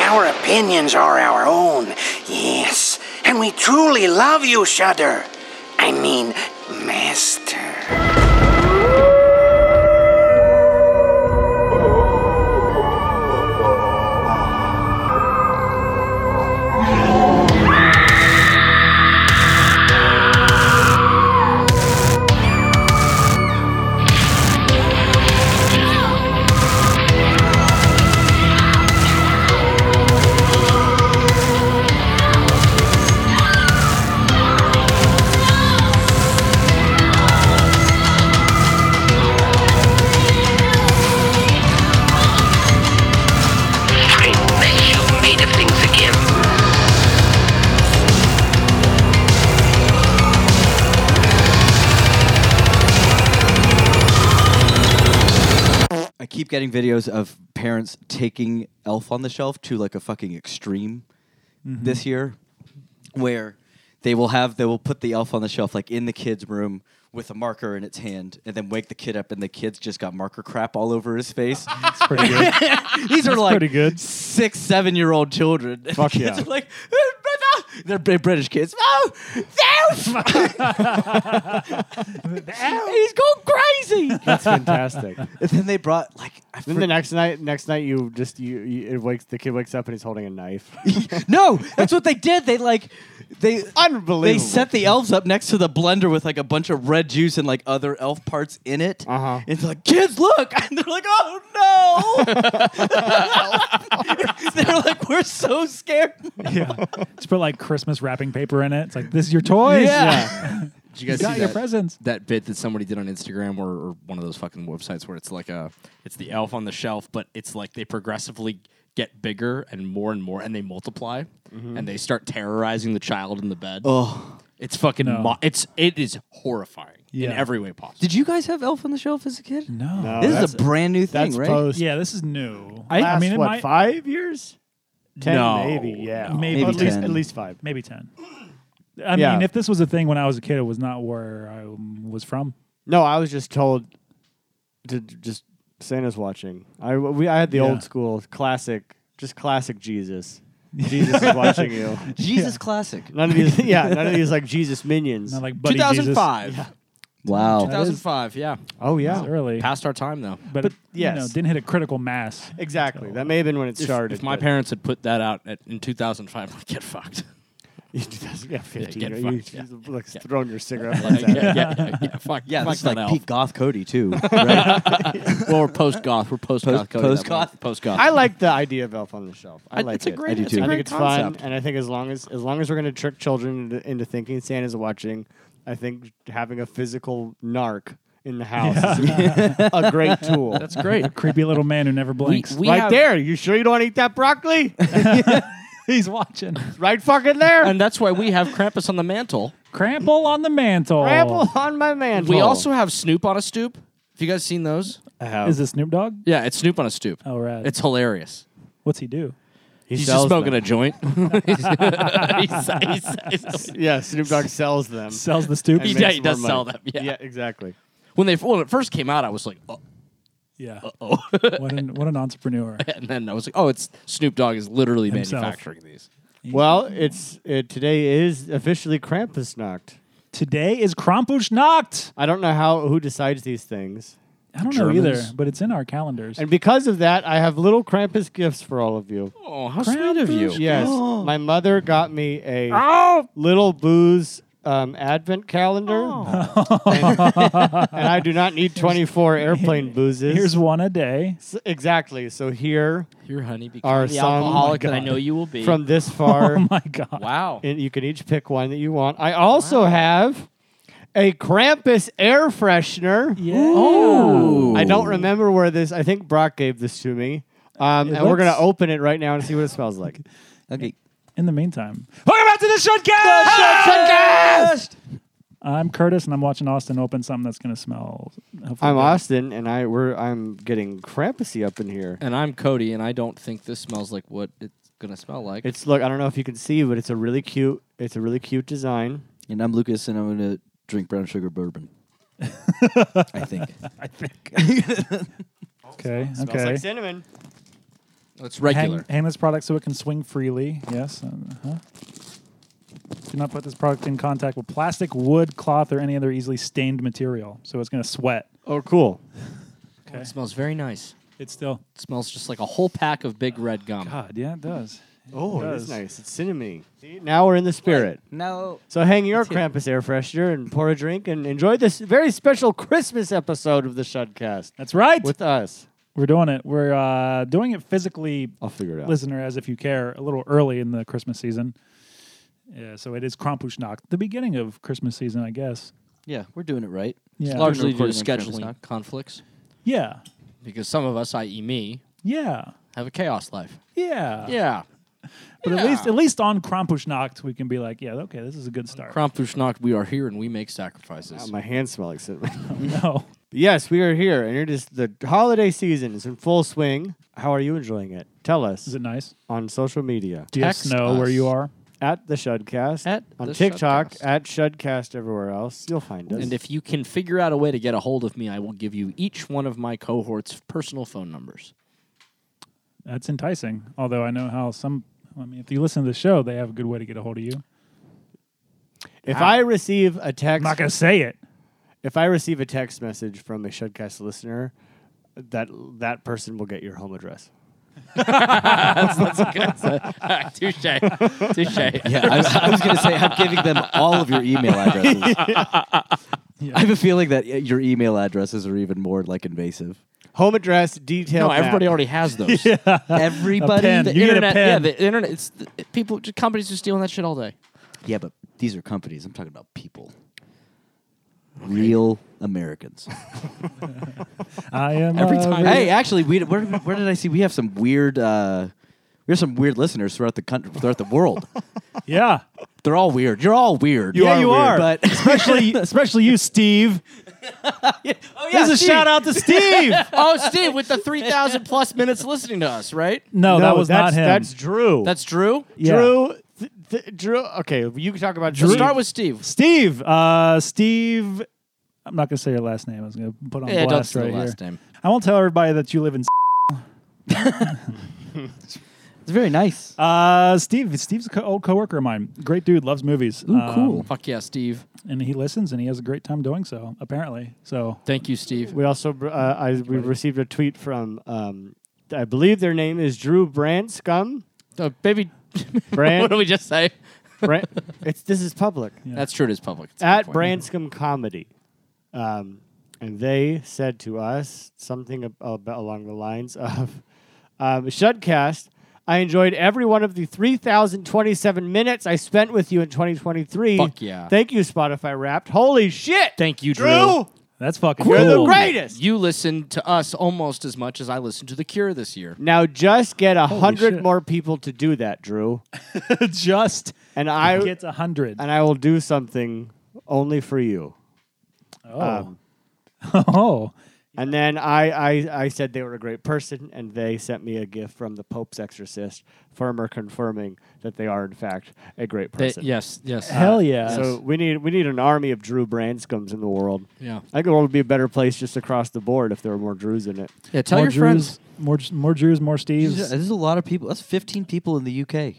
Our opinions are our own, yes. And we truly love you, Shudder. I mean, Master. I met you made of things again. I keep getting videos of parents taking Elf on the Shelf to like a fucking extreme Mm-hmm. this year, where they will have they will put the Elf on the Shelf like in the kid's room with a marker in its hand, and then wake the kid up, and the kid's just got marker crap all over his face. It's pretty good. These are That's like pretty good. six, seven year old children. And Fuck the kids yeah. Are like they're Br- British kids. Oh, elf! He's gone crazy. That's fantastic. and then they brought like I Then the next night, next night you just you, you it wakes the kid wakes up and he's holding a knife. No, that's what they did. They like they Unbelievable. They set the elves up next to the blender with like a bunch of red juice and like other elf parts in it. Uh-huh. It's like kids, look, and they're like, oh no. they're like, we're so scared. Yeah. Just put like Christmas wrapping paper in it. It's like, this is your toys. Did you guys You got see your that, presents. that bit that somebody did on Instagram or, or one of those fucking websites where it's like a it's the elf on the shelf, but it's like they progressively get bigger and more and more, and they multiply, and they start terrorizing the child in the bed. Oh. It's fucking No. mo- it's it is horrifying in Yeah. every way possible. Did you guys have Elf on the Shelf as a kid? No. No, this is that's- a brand new thing, Oh, That's right? post. Yeah, this is new. I, last, it what might- five years? Ten, No, maybe. Yeah, no. Maybe at least 10. at least five. maybe 10. I Yeah. mean, if this was a thing when I was a kid, it was not where I um, was from. No, I was just told to d- just Santa's watching. I we I had the Yeah. old school classic, just classic Jesus. Jesus is watching you. Jesus classic. None of these, yeah, none of these like Jesus minions. Not like Buddy Jesus. 2005. Wow. 2005, yeah. oh yeah, It's early. Past our time though. but, but it, you know, yes. didn't hit a critical mass. exactly. That may have been when it If, started. if my but- parents had put that out at, in 2005, I'd get fucked. yeah, fifteen. get right? you, fucked, yeah. you, like throwing your cigarette. Like, butts yeah, out. yeah, yeah, yeah, fuck, Yeah, fuck that's like that elf. peak goth Cody too. Right? well, we're post goth. We're post goth. post-goth. Post goth. I like the idea of Elf on the Shelf. I, I- like it's a it. great- I do it's a too. I great think it's concept. fun, and I think as long as as long as we're going to trick children into, into thinking Santa's watching, I think having a physical narc in the house is a great tool. That's great. Creepy little man who never blinks. we- right have- there. You sure you don't want to eat that broccoli? He's watching. right fucking there. and that's why we have Krampus on the mantle. Crample on the mantle. Ramble on my mantle. We also have Snoop on a stoop. Have you guys seen those? have. Is this Snoop Dogg? Yeah, it's Snoop on a stoop. Oh, right. It's hilarious. What's he do? he He's just sells smoking them. a joint. He's- he's- he's- Yeah, Snoop Dogg sells them. Sells the stoop. and He- yeah, makes he more does sell money. them, yeah. exactly. when they when it first came out, I was like, oh. yeah. oh what, an, what an entrepreneur. and then I was like, oh, it's Snoop Dogg is literally Himself. manufacturing these. Well, it's it, today is officially Krampusnacht. Today is Krampusnacht. I don't know how who decides these things. I don't know Germans. either, but it's in our calendars. And because of that, I have little Krampus gifts for all of you. Oh, how sweet of you! Yes, my mother got me a Oh! little booze um, advent calendar, Oh. and, and I do not need twenty-four airplane boozes. Here's one a day. S- exactly. So here Your honey became are the some alcoholic that I know you will be. from this far, Oh my god. wow, and you can each pick one that you want. I also have a Krampus air freshener. Yeah. I don't remember where this. I think Brock gave this to me, um, and we're gonna looks- open it right now and see what it smells like. okay. In the meantime, welcome back to the Shudcast. I'm Curtis, and I'm watching Austin open something that's gonna smell. hopefully I'm good. Austin, and I we're I'm getting Krampusy up in here. Uh. and I'm Cody, and I don't think this smells like what it's gonna smell like. It's look, I don't know if you can see, but it's a really cute. It's a really cute design. And I'm Lucas, and I'm gonna drink brown sugar bourbon. I think. Okay. It's Okay. cinnamon. It's Hang, regular. hang this product so it can swing freely. Yes. Uh-huh. Do not put this product in contact with plastic, wood, cloth, or any other easily stained material. So it's going to sweat. Oh, cool. It smells very nice. It's still. It smells just like a whole pack of big red gum. God, yeah, it does. Oh, it it is does. nice. It's cinnamony. See, now we're in the spirit. No. So hang your here. Krampus air freshener and pour a drink and enjoy this very special Christmas episode of the Shudcast That's right. with us. We're doing it. We're uh, doing it physically, Oh, I'll figure it out. listener, as if you care, a little early in the Christmas season. Yeah, so it is Krampusnacht, the beginning of Christmas season, I guess. Yeah, we're doing it right. Yeah. Largely due Recording on to Christmas scheduling Knock. conflicts, Yeah. because some of us, i.e., me, Yeah. have a chaos life. Yeah. Yeah. But at least at least on Krampusnacht, we can be like, yeah, okay, this is a good start. Krampusnacht, we are here and we make Wow, sacrifices. my hands smell like cinnamon. no. yes, we are here, and it is the holiday season is in full swing. How are you enjoying it? Tell us Is it nice? on social media Do you Text know where us. you are? at the Shudcast At on the TikTok Shudcast. at Shudcast everywhere else. You'll find us. And if you can figure out a way to get a hold of me, I will give you each one of my cohorts' personal phone numbers. That's enticing. Although I know how some I mean, if you listen to the show, they have a good way to get a hold of you. if I receive a I'm text, not gonna say it. if I receive a text message from a Shudcast listener, that that person will get your home address. Touche. Touche. Yeah. I was, I was going to say, I'm giving them all of your email addresses. I have a feeling that uh, your email addresses are even more like invasive. Home address detail. No, everybody map. already has those. Everybody, pen. The You get a internet, yeah, pen. the internet. It's the, people, just companies are stealing that shit all day. Yeah, but these are companies. I'm talking about people. Real Americans. I am Every uh, time- re- hey, actually, we, where, where did I see? We have some weird. Uh, we have some weird listeners throughout the country, throughout the world. Yeah. They're all weird. You're all weird. Yeah, you are. But especially especially you, Steve. oh, This is a shout out to Steve. Oh, Steve, with the 3,000 plus minutes listening to us, right? No, that was not that's, him. That's Drew. That's Drew? Yeah. Drew. Th- th- Drew. Okay, you can talk about Drew. Let's start with Steve. Steve. Uh, Steve. I'm not gonna say your last name. I was gonna put on Yeah, don't blast say right the last here. name. I won't tell everybody that you live in. It's very nice. Uh, Steve. Steve's an co- old coworker of mine. Great dude. Loves movies. Ooh, cool. Fuck yeah, Steve. And he listens, and he has a great time doing so. Apparently. So Thank you, Steve. we also br- uh, I we received a tweet from um, I believe their name is Drew Branscum. Uh, baby, what Brand. did we just say? Bran- it's this is public That's true. It is public. It's a good at point. Branscom Comedy, um, and they said to us something ab- ab- along the lines of um, Shudcast. I enjoyed every one of the 3,027 minutes I spent with you in 2023. Fuck yeah. Thank you, Spotify Wrapped. Holy shit! Thank you, Drew. that's fucking You're the cool. greatest. You listen to us almost as much as I listened to The Cure this year. Now just get a hundred shit. more people to do that, Drew, Just and I gets a hundred. and I will do something only for you. Oh. um, oh. And then I, I, I said they were a great person, and they sent me a gift from the Pope's exorcist, firmer confirming that they are in fact a great person. yes, yes. Hell yeah. Uh, So we need we need an army of Drew Branscoms in the world. Yeah. I think the world would be a better place just across the board if there were more Drews in it. yeah, tell more your friends. Drews, more more Jews, more There's Steves. there's a lot of people. That's 15 people in the UK. Yeah,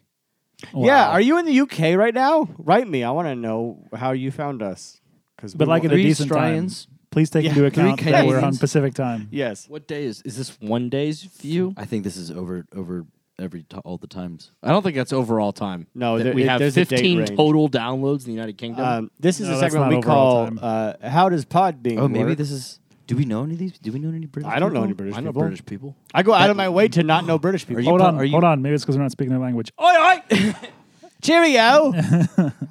Wow. are you in the UK right now? Write me. I want to know how you found us. Cause but we like want- at a Three decent Australians. time. Please take Yeah, into three account that we're on Canadians. Pacific time. yes, What day is is this? One day's view? I think this is over over every t- all the times. I don't think that's overall time. No, That there- we it- have there's a date 15 range. total downloads in the United Kingdom. um, this is No, a that's segment not we overall call time. uh, "How Does Pod Being?" Oh, maybe work? this is. Do we know any of these? Do we know any British? I don't know any people? British I know people. British people. I go out of my way to not know British people. Are you Hold pl- on, are you- hold on. Maybe it's because we're not speaking their language. Oh, Cheerio.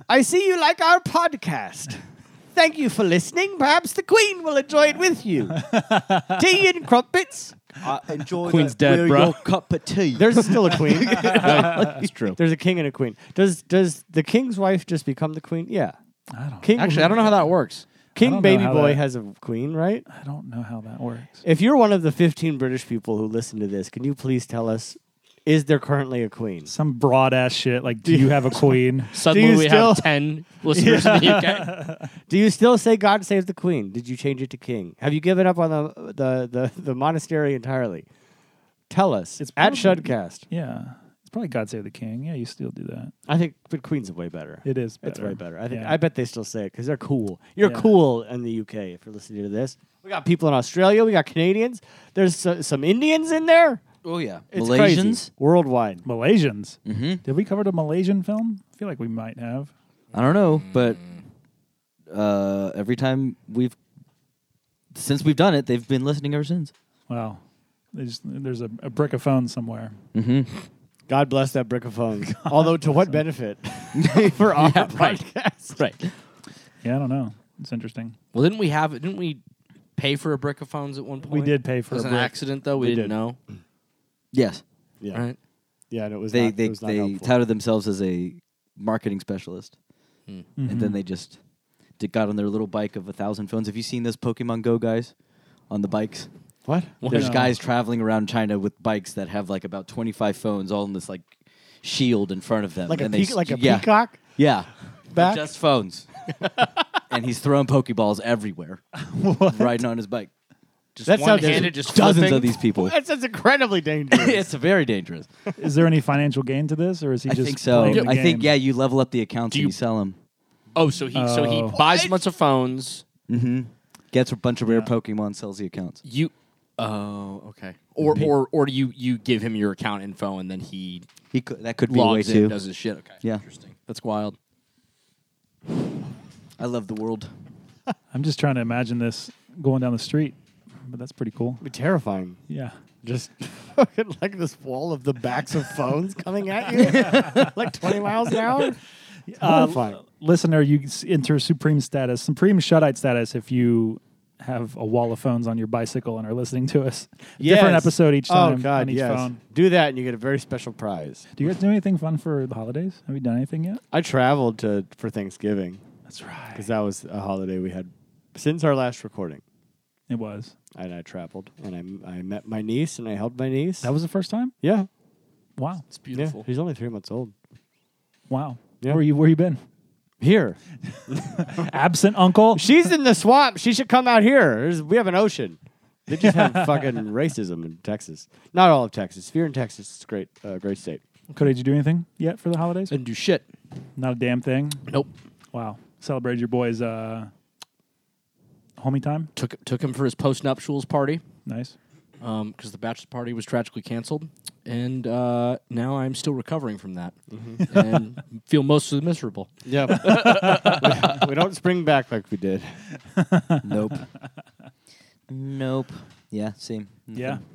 I see you like our podcast. Thank you for listening. Perhaps the Queen will enjoy it with you. Tea and crumpets. I enjoy Queen's that dead, we're bruh. your cup of tea. There's still a queen. It's true. There's a king and a queen. Does does the king's wife just become the queen? Yeah. I don't. King, Actually, I don't know how that works. I King don't baby know how boy that- has a queen, right? I don't know how that works. If you're one of the 15 British people who listen to this, can you please tell us is there currently a queen? Some broad ass shit. Like, do you have a queen? Suddenly you we still- have 10 listeners in the UK. Do you still say God save the queen? Did you change it to king? Have you given up on the the the, the monastery entirely? Tell us. It's It's at probably- Shudcast. Yeah. It's probably God Save the King. Yeah, you still do that. I think, but Queen's way better. It is It's way better. I think. Yeah. I bet they still say it because they're cool. You're Yeah. cool in the UK if you're listening to this. We got people in Australia. We got Canadians. There's uh, some Indians in there. Oh yeah, It's crazy. Malaysians. worldwide. Malaysians. hmm Did we cover the Malaysian film? I feel like we might have. I don't know, but uh, every time we've since we've done it, they've been listening ever since. Wow. There's, there's a, a brick of phone somewhere. God bless that brick of phones. Although, to what benefit for our podcast? Right. Yeah, I don't know. It's interesting. Well, didn't we have it? Didn't we pay for a brick of phones at one point? did pay for it was a an brick. accident though. We, We didn't did. know. Yes, Yeah, Right. yeah. And it was they not, they it was not they helpful. touted themselves as a marketing specialist, and then they just d- got on their little bike of a thousand phones. Have you seen those Pokemon Go guys on the bikes? what? There's No. guys traveling around China with bikes that have like about 25 phones all in this like shield in front of them. Like a and peac- s- like a yeah, peacock Yeah. back? Just phones. and he's throwing Pokeballs everywhere, riding on his bike. Just That sounds- one-handed, just Dozens flipping. of these people. That sounds incredibly dangerous. it's very dangerous. Is there any financial gain to this, or is he I just think so. playing the I think game? yeah, you level up the accounts Do and you- you sell them. Oh, so he so he Oh. buys a bunch of phones. Gets a bunch of rare Pokemon, sells the accounts. You. Oh, okay. Or or or you you give him your account info and then he He could, that could be a way logs in, too. does his shit. Okay. Yeah. Interesting. That's wild. I love the world. I'm just trying to imagine this going down the street, but that's pretty cool. It'd be terrifying. Yeah. Just fucking like this wall of the backs of phones coming at you, like 20 miles an Um, hour. Horrifying. Listener, you s- enter supreme status, supreme shutite status if you have a wall of phones on your bicycle and are listening to us. Different Yes. episode each time Oh God, on each yes. phone. Do that, and you get a very special prize. Do you guys do anything fun for the holidays? Have you done anything yet? I traveled to for Thanksgiving That's right. because that was a holiday we had since our last recording. It was. And I traveled, and I, I met my niece, and I helped my niece. That was the first time? yeah, Wow. It's yeah. beautiful. She's only three months old. Wow. Yeah. Where you where you been? Here, Absent uncle? she's in the swamp. She should come out here. There's, we have an ocean. They just have fucking racism in Texas. Not all of Texas. If you're in Texas, it's a great, uh, great state. Cody, did you do anything yet for the holidays? Didn't do shit. Not a damn thing. Nope. Wow. Celebrated your boy's uh homie time. Took took him for his post nuptials party. Nice. because Um, the bachelor party was tragically canceled, and uh, now I'm still recovering from that Mm-hmm. and feel mostly miserable. Yeah, we, we don't spring back like we did. Nope. nope. Yeah, same. Yeah. Nothing.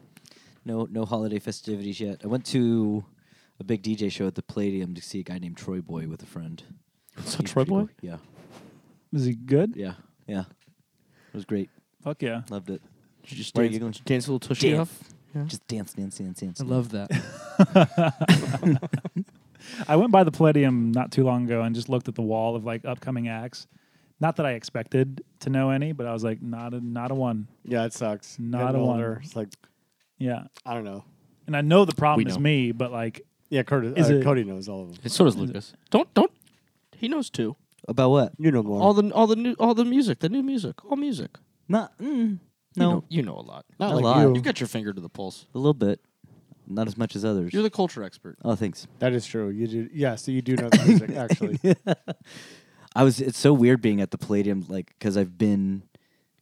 No no holiday festivities yet. I went to a big DJ show at the Palladium to see a guy named Troy Boy with a friend. So He's pretty cool. Yeah. Is he good? Yeah. Yeah. It was great. Fuck yeah. Loved it. you just Why are dance, you giggling? dance a little tushy Dance. off? Just dance, dance, dance, dance. I love that. I went by the Palladium not too long ago and just looked at the wall of like upcoming acts. Not that I expected to know any, but I was like, not a not a one. Yeah, it sucks. Not Getting a one. older, It's like Yeah. I don't know. And I know the We problem is know. me, but like Yeah, Curtis, Is uh, it- Cody knows all of them. And so does Lucas. Don't don't. He knows too. About what? You know more. All the all the new all the music, the new music, all music. Not mm, You no. know, you know a lot. Not a like lot. you. You've got your finger to the pulse. A little bit. Not as much as others. You're the culture expert. oh, thanks. That is true. You do. Yeah, so you do know the music actually. I was it's so weird being at the Palladium like cuz I've been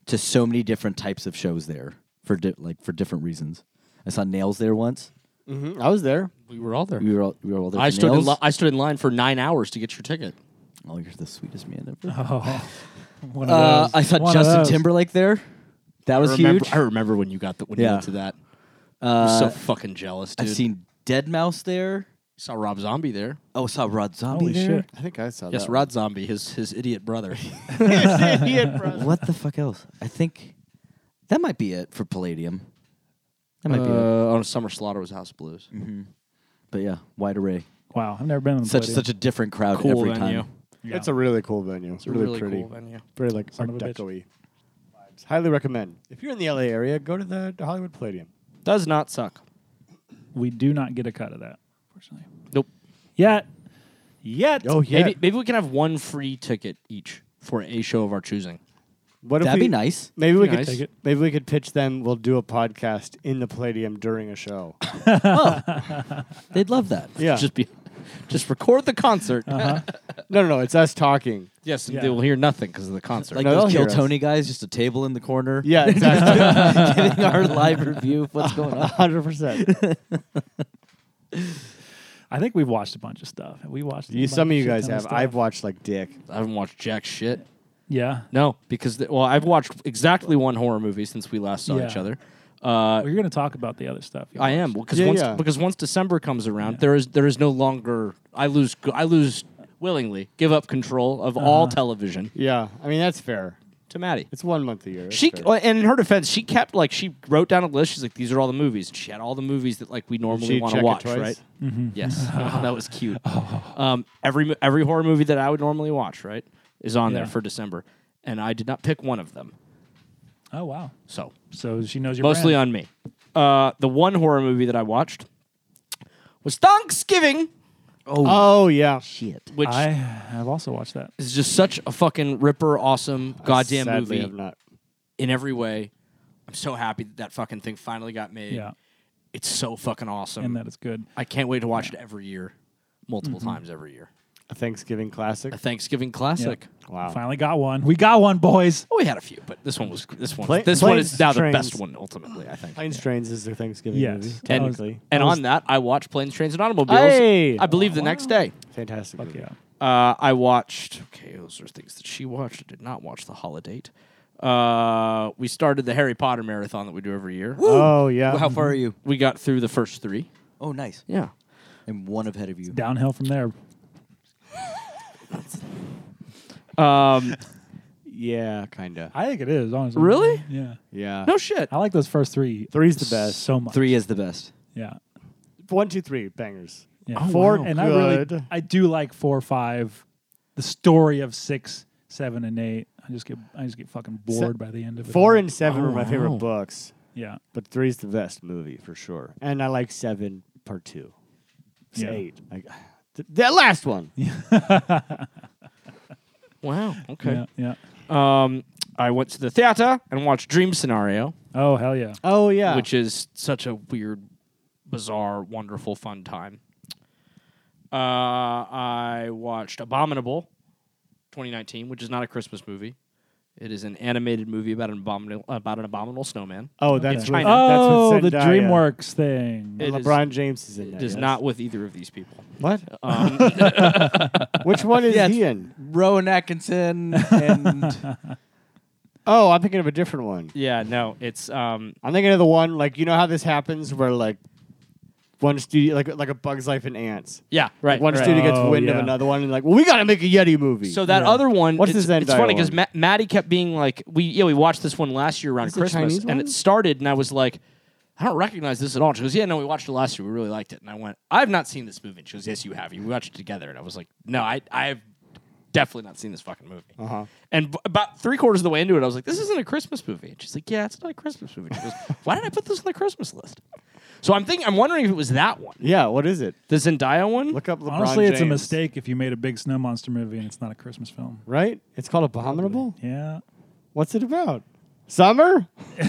to so many different types of shows there for di- like for different reasons. I saw Nails there once. Mhm, I was there. We were all there. We were all we were all there. I for stood in Nails. li- I stood in line for nine hours to get your ticket. Oh, you're the sweetest man ever. oh, one of Uh, those. I saw One of Justin those. Timberlake there. That was remember, huge. I remember when you got the when you Yeah. Uh, went to that. I was so fucking jealous, dude. I've seen Dead Mouse there. saw Rob Zombie there. Oh, I saw Rod Zombie Holy there. shit. I think I saw Yes, that. Rod Zombie, his his idiot brother. What the fuck else? I think that might be it for Palladium. That Uh, might be it. on Summer Slaughter was House of Blues. Mhm. But yeah, wide array. Wow, I've never been on the Such Palladium. such a different crowd Cool every venue. time. Yeah. It's a really cool venue. It's It's a really, really, pretty. cool venue. Very like Son of Art a bitch. Deco-y vibes. Highly recommend. If you're in the LA area, go to the the Hollywood Palladium. Does not suck. we do not get a cut of that, unfortunately. Nope. Yet, yet. Oh yeah. Maybe maybe we can have one free ticket each for a show of our choosing. What if That'd we- be nice. Maybe we Be nice. could Take it. maybe we could pitch them. We'll do a podcast in the Palladium during a show. They'd love that. Yeah. Just be, just record the concert. no, no, no. It's us talking. Yes, and Yeah. they will hear nothing because of the concert. Like No, they'll those hear Kill us. Tony guys, just a table in the corner. Yeah, exactly. Getting our live review of what's going on. Hundred percent. I think we've watched a bunch of stuff. We watched a You, some of bunch you shit guys ton of have. stuff. I've watched like Dick. I haven't watched jack shit. yeah. No, because the, well, I've watched exactly one horror movie since we last saw each Yeah. other. Uh, Well, you're going to talk about the other stuff. you I am because Yeah, once yeah. because once December comes around, there is there is no longer I lose I lose willingly give up control of Uh-huh. all television Yeah, I mean that's fair. to Maddie. It's one month a year. That's She oh, fair. well, and in her defense, she kept like she wrote down a list. She's like, these are all the movies. She had all the movies that like we normally She want check to it watch, twice? Mm-hmm. right? Yes, that was cute. Um, every mo- every horror movie that I would normally watch, right, is on there Yeah. for December, and I did not pick one of them. Oh, wow. So So she knows your mostly brand. on me. Uh, the one horror movie that I watched was Thanksgiving, Oh yeah. Shit. which I have also watched that. is just such a fucking ripper, awesome, goddamn Sadly, movie Have not. in every way. I'm so happy that that fucking thing finally got made. Yeah. It's so fucking awesome. And that is good. I can't wait to watch it every year, multiple times every year. A Thanksgiving classic. A Thanksgiving classic. Wow. Finally got one. We got one, boys. Oh, we had a few, but this one was this one. Pla- this one is planes, now the trains. best one ultimately, I think. Planes, Trains is the Thanksgiving Yes. movie. That And, was- Technically, and was- on that, I watched Planes, Trains, and Automobiles. Hey! I believe the next day. fantastic. movie. Yeah. Uh, I watched. Okay, those are things that she watched. I did not watch the Holiday. Uh, we started the Harry Potter marathon that we do every year. Oh yeah. How far are you? We got through the first three. Oh, nice. Yeah. I'm one ahead of you. Downhill from there. Um, Yeah, kinda. I think it is, honestly. Really? Yeah. Yeah. no shit. I like those first three. Three's the best. So much. Three is the best. Yeah. One, two, three, bangers. Yeah. Oh, Four, and I really, good. I do like four, five, the story of six, seven, and eight. I just get, I just get fucking bored by the end of it. Four all. and seven were my favorite wow. books, yeah, but three's the best movie for sure. And I like seven part two. It's Yeah. eight. I, th- that last one. Wow. yeah, Okay. yeah. Um, I went to the theater and watched Dream Scenario, Oh hell yeah! Oh yeah. which is such a weird, bizarre, wonderful, fun time. Uh, I watched Abominable 2019, which is not a Christmas movie. It is an animated movie about an abominable about an abominable snowman. oh, that's Okay. with, China. oh, that's with the Zendaya. DreamWorks thing. It is- LeBron James is in that. It is yes. not with either of these people. What? Um, Which one is Yeah, he it's- in? Rowan Atkinson and Oh, I'm thinking of a different one. yeah, no, it's um, I'm thinking of the one like you know how this happens where like one studio like like a Bug's Life and Ants. yeah, right. Like one right. studio gets Oh, wind yeah. of another one and like, well, we got to make a Yeti movie. So that other one, What's it's, the Zendaya it's funny because one? Ma- Maddie kept being like, we yeah, we watched this one last year around Is it Christmas, Chinese and one? it started, and I was like, I don't recognize this at all. She goes, yeah, no, we watched it last year, we really liked it, and I went, I've not seen this movie. And she goes, yes, you have. You we watched it together, and I was like, no, I I've definitely not seen this fucking movie. Uh-huh. And b- about three quarters of the way into it, I was like, this isn't a Christmas movie. And she's like, yeah, it's not a Christmas movie. She goes, why did I put this on the Christmas list? So I'm thinking, I'm wondering if it was that one, yeah, what is it? the Zendaya one. Look up LeBron Honestly, it's a James. mistake if you made a big snow monster movie and it's not a Christmas film. right? It's called Abominable. Yeah, What's it about? Summer?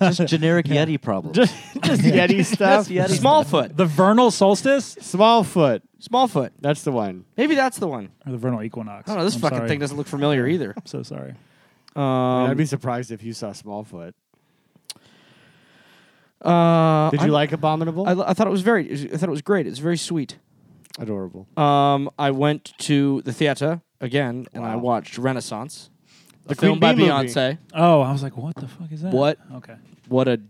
just generic Yeti problems. Just just Yeti stuff. Just Yeti. Smallfoot, the vernal solstice Smallfoot. Smallfoot. That's the one. Maybe that's the one. or the vernal equinox. I don't know. This I'm fucking sorry. thing doesn't look familiar either. Um, I'm so sorry. I'd be surprised if you saw Smallfoot. Uh, Did you I, like Abominable? I, I thought it was very. I thought it was great. It's very sweet. Adorable. Um, I went to the theater again and I Wow. watched Renaissance, the a Queen film by Bee movie. Beyonce. Oh, I was like, what the fuck is that? What? Okay. What a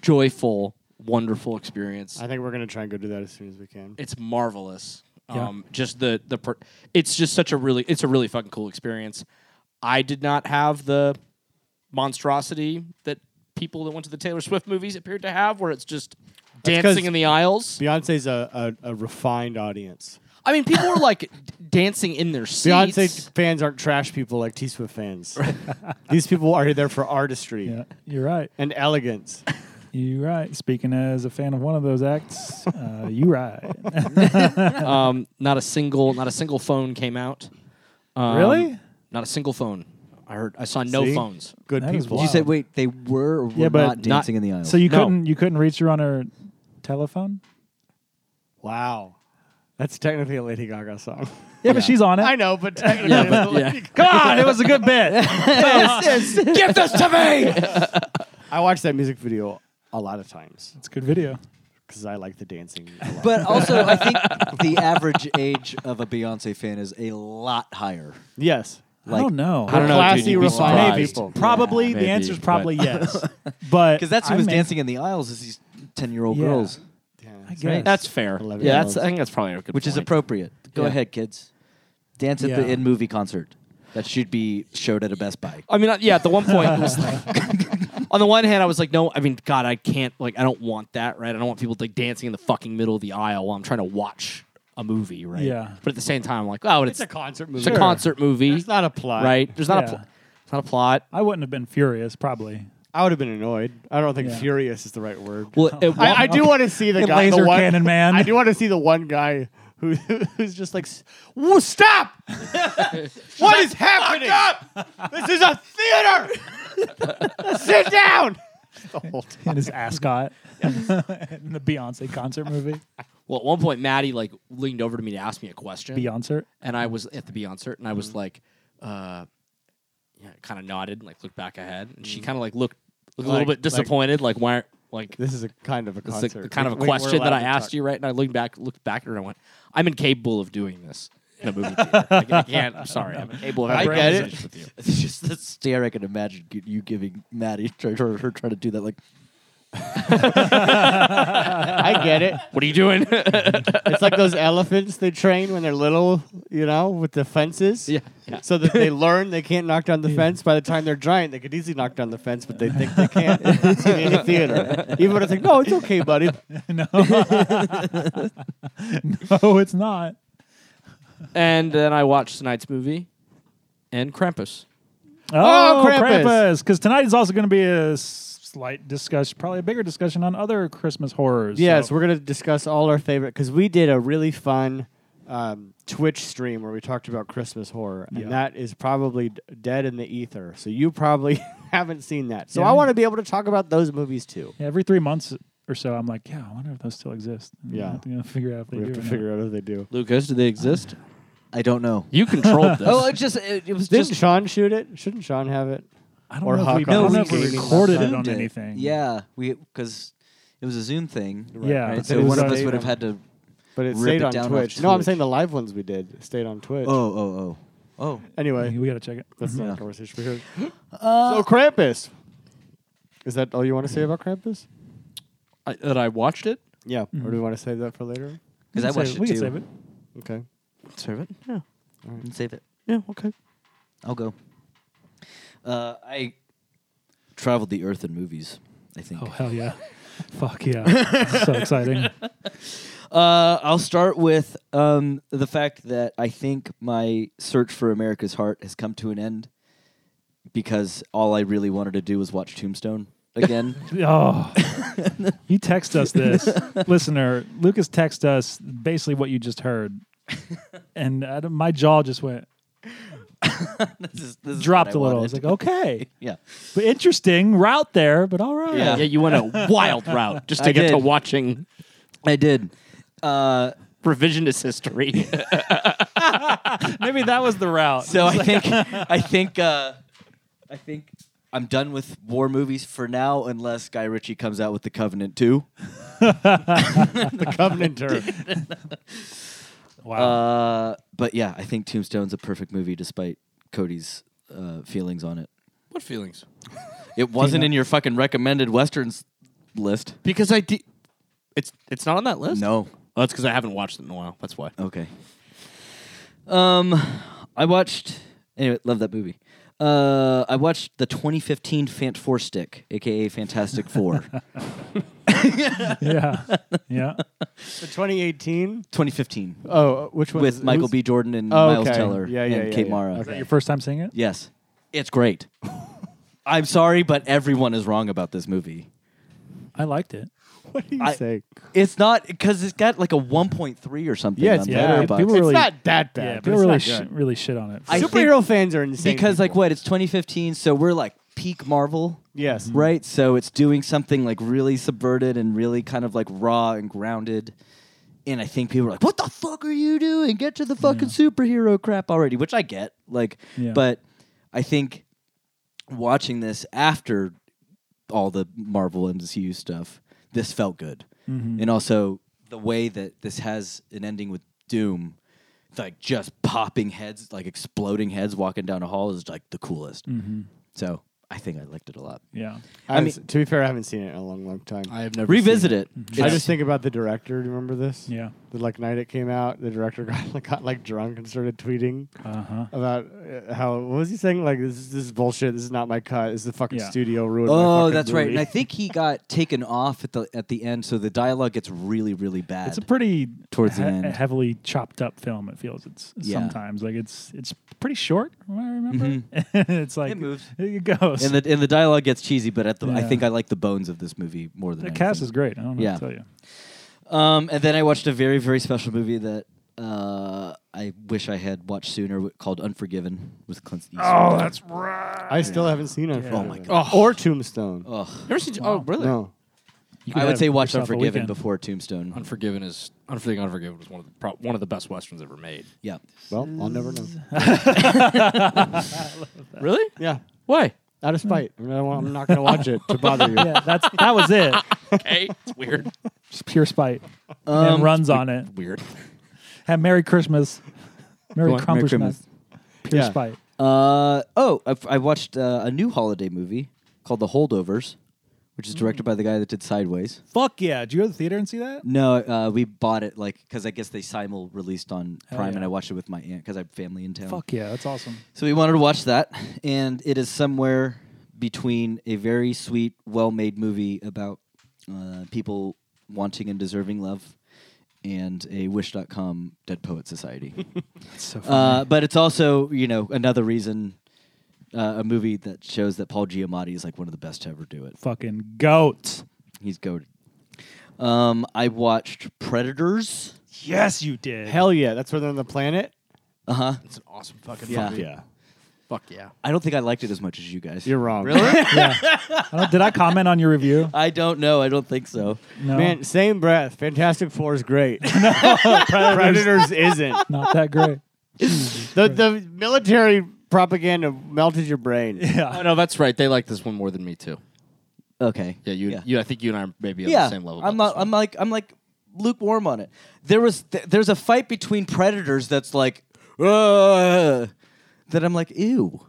joyful, wonderful experience. I think we're gonna try and go do that as soon as we can. it's marvelous. Yeah. Um, just the the per- it's just such a really it's a really fucking cool experience. I did not have the monstrosity that people that went to the Taylor Swift movies appeared to have, where it's just 'cause dancing in the aisles. Beyonce's a, a, a refined audience. I mean, people were like d- dancing in their seats. Beyonce fans aren't trash people like T Swift fans. These people are there for artistry Yeah, you're right. and elegance. You're right. Speaking as a fan of one of those acts, uh, you right. Um, not a single, not a single phone came out. Um, Really? Not a single phone. I heard. I saw no See? phones. Good That is people. You wild. said wait, they were or were Yeah, but not not- dancing in the aisle. Um, So you No. couldn't you couldn't reach her on her telephone? Wow. That's technically a Lady Gaga song. Yeah, but she's on it. I know, but technically Yeah, it's but- a Lady yeah. Gaga- Come on, it was a good bit. Give this to me. I watched that music video a lot of times It's a good video. because I like the dancing. A lot. but also, I think the average age of a Beyonce fan is a lot higher. yes, I Like, don't know. I don't know, classy, dude, you'd be refined surprised. people. Probably maybe, the answer's but- probably yes. But Because that's who I was may- dancing in the aisles is these ten-year-old Yeah. girls, I Yeah. guess. That's fair. Eleven Yeah, that's. year-olds. I think that's probably a good. which is point. appropriate. Go Yeah. ahead, kids, dance at the Yeah. in movie concert. That should be showed at a Best Buy. I mean, uh, yeah. At the one point, it was like, on the one hand, I was like, no. I mean, God, I can't. Like, I don't want that. Right? I don't want people like dancing in the fucking middle of the aisle while I'm trying to watch a movie. Right? Yeah. But at the same time, I'm like, oh, it's, It's a concert movie. it's a concert movie. It's not a plot. right? There's not Yeah. a. Pl- it's not a plot. I wouldn't have been furious, probably. I would have been annoyed. I don't think Yeah. furious is the right word. Well, at one- I, I do want to see the Yeah, guy, the laser one, cannon man. I do want to see the one guy who who's just like, "S- Whoa, stop! what is happening? This is a theater. Sit down. The whole time. In his ascot in the Beyonce concert movie. well, at one point, Maddie like leaned over to me to ask me a question. Beyonce. and I was at the Beyond cert, and I Mm-hmm. was like, uh, yeah, kind of nodded and like looked back ahead, and she kind of like looked, looked a little Mm. Like- bit like- disappointed, like, why aren't like This is a kind of a this concert. is the, the kind of a We- we- we're question that allowed I to asked talk. you, right? And I looked back, looked back at her, and I went, I'm incapable of doing this in a movie theater. I, I can't. I'm sorry, I'm incapable of. having get it. conversations With you. It's just the stare I can imagine g- you giving Maddie her, her, her trying to do that. Like, I get it. What are you doing? It's like those elephants they train when they're little, you know, with the fences. Yeah. Yeah. So that they learn they can't knock down the fence. By the time they're giant, they could easily knock down the fence, but they think they can't in any theater. Even when it's like, no, it's okay, buddy. No. no, it's not. and then I watched tonight's movie, and Krampus. Oh, Krampus. Krampus. Because tonight is also going to be a s- slight discussion, probably a bigger discussion on other Christmas horrors. Yes, So- we're going to discuss all our favorite because we did a really fun um, Twitch stream where we talked about Christmas horror, Yeah. and that is probably d- dead in the ether. So you probably haven't seen that. So Yeah. I want to be able to talk about those movies too. Yeah, every three months or so, I'm like, yeah, I wonder if those still exist. And Yeah. I have to go figure out if they We do have to or not. figure out if they do. Lucas, do they exist? I don't know. You controlled this. Oh, it just it, it was Didn't just Sean shoot it? Shouldn't Sean have it? I don't Or know if we, Hawkeye. I don't know No, we if we streamed recorded it. it on anything. Yeah, we because it was a Zoom thing. Yeah, Right? but So then one it was of on- us would have had to. But it Rip stayed it on down off Twitch. No, I'm Twitch. saying the live ones we did stayed on Twitch. Oh, oh, oh, Anyway, We got to check it. that's not Yeah. a conversation we heard. so Krampus. Is that all you want to say about Krampus? I, that I watched it. Yeah. Or do we want to save that for later? because We I can watched save it We too. can save it. Okay. Save it. Yeah. Mm-hmm. Save it. Yeah, okay. I'll go. Uh, I traveled the earth in movies. I think. Oh, hell yeah. Fuck yeah. so exciting. Uh, I'll start with um, the fact that I think my search for America's Heart has come to an end because all I really wanted to do was watch Tombstone again. Oh, you text us this, listener. Lucas text us basically what you just heard, and I don't- my jaw just went This is- this is dropped what a I little. I was wanted. like, okay, yeah. but interesting route there, but all right. Yeah. Yeah, you went a wild route just to I get to did. watching I did. Uh, revisionist history. Maybe that was the route. so I think I think uh, I think I'm done with war movies for now, unless Guy Ritchie comes out with The Covenant 2. The Covenant term. wow. Uh, but yeah, I think Tombstone's a perfect movie, despite Cody's uh, feelings on it. what feelings? It wasn't in your fucking recommended westerns list. Because I did. It's it's not on that list. No. Oh, that's because I haven't watched it in a while. That's why. Okay. Um, I watched. Anyway, love that movie. Uh, I watched the 2015 Fant Four Stick, aka Fantastic Four. yeah, yeah. The 2018. 2015 Oh, which one? with is- Michael who's- B. Jordan and Oh, Miles okay. Teller Yeah, and yeah, yeah, Kate yeah. Mara. Okay. Your first time seeing it? Yes, it's great. I'm sorry, but everyone is wrong about this movie. I liked it. What do you I- say? It's not because it's got like a 1.3 or something. Yeah, it's on bad. Yeah, Letterboxd. people It's really- not that Yeah, bad. but it's really, not sh- good. really shit on it. I think- Superhero fans are insane. because like people. what? It's 2015, so we're like peak Marvel. Yes. Right? So it's doing something like really subverted and really kind of like raw and grounded. And I think people are like, what the fuck are you doing? Get to the fucking superhero crap already, which I get. Like, Yeah. but I think watching this after all the Marvel MCU stuff, this felt good. And also the way that this has an ending with Doom, like just popping heads, like exploding heads walking down a hall is like the coolest. So I think I liked it a lot. yeah. I I mean- was- to be fair, I haven't seen it in a long, long time. I, I have never Revisit seen it. just think about the director. Do you remember this? Yeah. The like night it came out, the director got like, got, like drunk and started tweeting Uh-huh. about uh, how what was he saying? Like this is this is bullshit. This is not my cut. This is the fucking Yeah. studio ruined. my Oh, fucking that's right. And movie." I think he got taken off at the at the end, so the dialogue gets really, really bad. It's a pretty Towards the end. heavily chopped up film. It feels it's Yeah. sometimes like it's it's pretty short. From what I remember, it's like It moves. It goes. and the and the dialogue gets cheesy, but at the I Yeah. think I like the bones of this movie more than the anything. cast is great. I don't know Yeah. what to tell you. Um, and then I watched a very, very special movie that uh, I wish I had watched sooner, w- called Unforgiven with Clint Eastwood. Oh, that's right. I still haven't seen it. Oh my god. Or Tombstone. it. Never seen. Oh, really? No. I would have say watch yourself a Unforgiven weekend. before Tombstone. Unforgiven is. I think Unforgiven was one of the pro- one of the best westerns ever made. Yeah, Well, I'll never know. Really? Yeah. Why? Out of spite. I mean, I won't- I'm not going to watch it to bother you. Yeah, that's that was it. Okay, it's weird. Just pure spite. and then runs on it. Weird. Have Merry Christmas. Merry Go on, Merry Christmas. Christmas. Pure Yeah. spite. Uh, oh, I, I watched uh, a new holiday movie called The Holdovers, which is directed Mm. by the guy that did Sideways. Fuck yeah! Did you go to the theater and see that? No, uh, we bought it like because I guess they simul released on Prime, Oh, yeah. and I watched it with my aunt because I have family in town. Fuck yeah, that's awesome. So we wanted to watch that, and it is somewhere between a very sweet, well-made movie about uh, people wanting and deserving love, and a Wish.com Dead Poet Society. so uh, but it's also, you know, another reason. Uh, a movie that shows that Paul Giamatti is like one of the best to ever do it. Fucking goat. He's goaded. Um, I watched Predators. Yes, you did. Hell yeah. That's where they're on the planet. Uh huh. It's an awesome fucking Yeah. movie. Fuck yeah. I don't think I liked it as much as you guys. You're wrong. Really? I don't- did I comment on your review? I don't know. I don't think so. No, Man, same breath. Fantastic Four is great. Predators isn't. not that great. The, the military propaganda melted your brain. Oh no, that's right. They like this one more than me too. Okay. Yeah, you. Yeah. You. I think you and I are maybe on yeah. the same level. I'm about not. I'm like. I'm like lukewarm on it. There was. Th- there's a fight between predators that's like. "Ugh," that I'm like ew.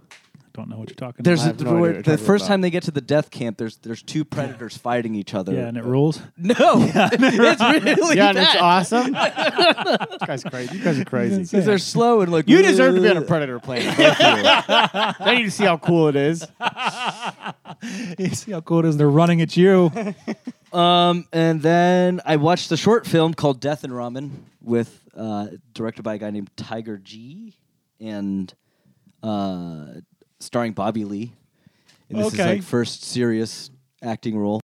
Don't know what you're talking There's I about. have no idea what you're the talking first about. time they get to the death camp. There's there's two predators fighting each other. yeah, and it rules. no, it's really Yeah, yeah, and it's awesome. this guy's crazy. You guys are crazy. they're slow and like You deserve to be on a "Ugh." Predator planet. both of you. Then you see how cool it is. You see how cool it is? They're running at you. Um, and then I watched the short film called Death and Ramen with uh, directed by a guy named Tiger G and uh, starring Bobby Lee. And this is Okay. like first serious acting role.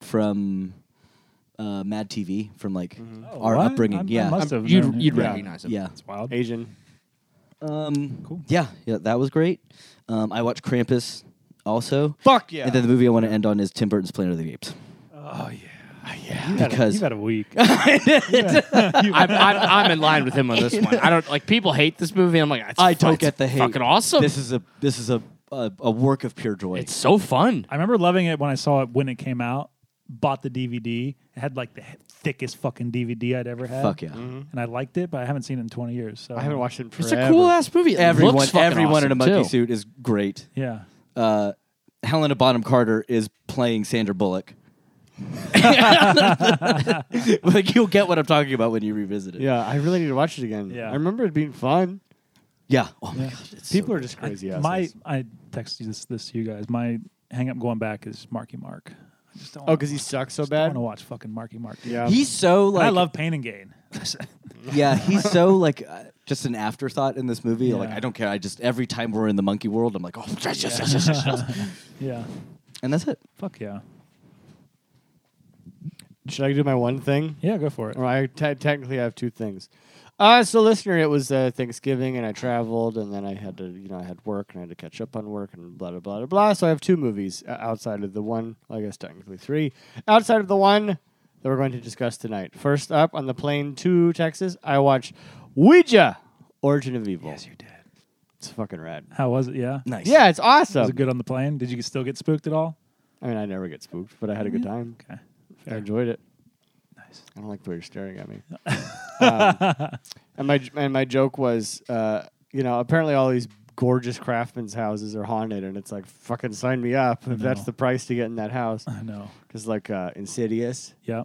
From uh, Mad TV, from like Mm-hmm. our Oh, What? upbringing, I- I yeah, must have you'd known. you'd Yeah. recognize it. yeah. It's wild. Asian. Um, Cool. Yeah, yeah, that was great. Um, I watched Krampus also. Fuck yeah. And then the movie I want to end on is Tim Burton's Planet of the Apes. Oh yeah. Because- you've had a week. I'm, I'm, I'm in line with him on this one. I don't like people hate this movie. I'm like, it's I fu- don't it's get the hate. Fucking awesome. This is a this is a a, a work of pure joy. it's so fun. I remember loving it when I saw it when it came out. Bought the DVD. It had like the thickest fucking DVD I'd ever had. Fuck yeah. And I liked it, but I haven't seen it in 20 years. So Mm-hmm. I haven't watched it in It's forever. a cool ass movie. It Everyone looks fucking everyone in a awesome, monkey too. suit is great. Yeah. Uh, Helena Bonham Carter is playing Sandra Bullock. like you'll get what I'm talking about when you revisit it. Yeah, I really need to watch it again. Yeah. I remember it being fun. Yeah. Oh my gosh. It's People so are just crazy My assholes. I texted you this this to you guys. My hang up going back is Marky Mark. I just don't Oh, wanna because he watch- sucks so just don't bad. wanna watch fucking Marky Mark. dude. Yeah. He's so And like I love Pain and Gain. Yeah, he's so like uh, just an afterthought in this movie. Like Yeah. I don't care. I just every time we're in the monkey world, I'm like, oh, yes, yes, yes, yes, yes, yes. yeah. and that's it. Fuck yeah. Should I do my one thing? Yeah, go for it. Or I te- technically have two things. Uh, so listener, it was uh, Thanksgiving and I traveled and then I had to, you know, I had work and I had to catch up on work and blah blah blah blah. blah. So I have two movies uh, outside of the one, I guess technically three, outside of the one that we're going to discuss tonight. First up on the plane to Texas, I watched Ouija: Origin of Evil. Yes, you did. It's fucking rad. How was it? Yeah. Nice. Yeah, it's awesome. Was it good on the plane? Did you still get spooked at all? I mean, I never get spooked, but I had a good time. Mm-hmm. Okay. I enjoyed it. Nice. I don't like the way you're staring at me. um, and my and my joke was, uh, you know, apparently all these gorgeous craftsmen's houses are haunted, and it's like fucking sign me up if that's know. the price to get in that house. I know. Because like uh, Insidious, Yeah.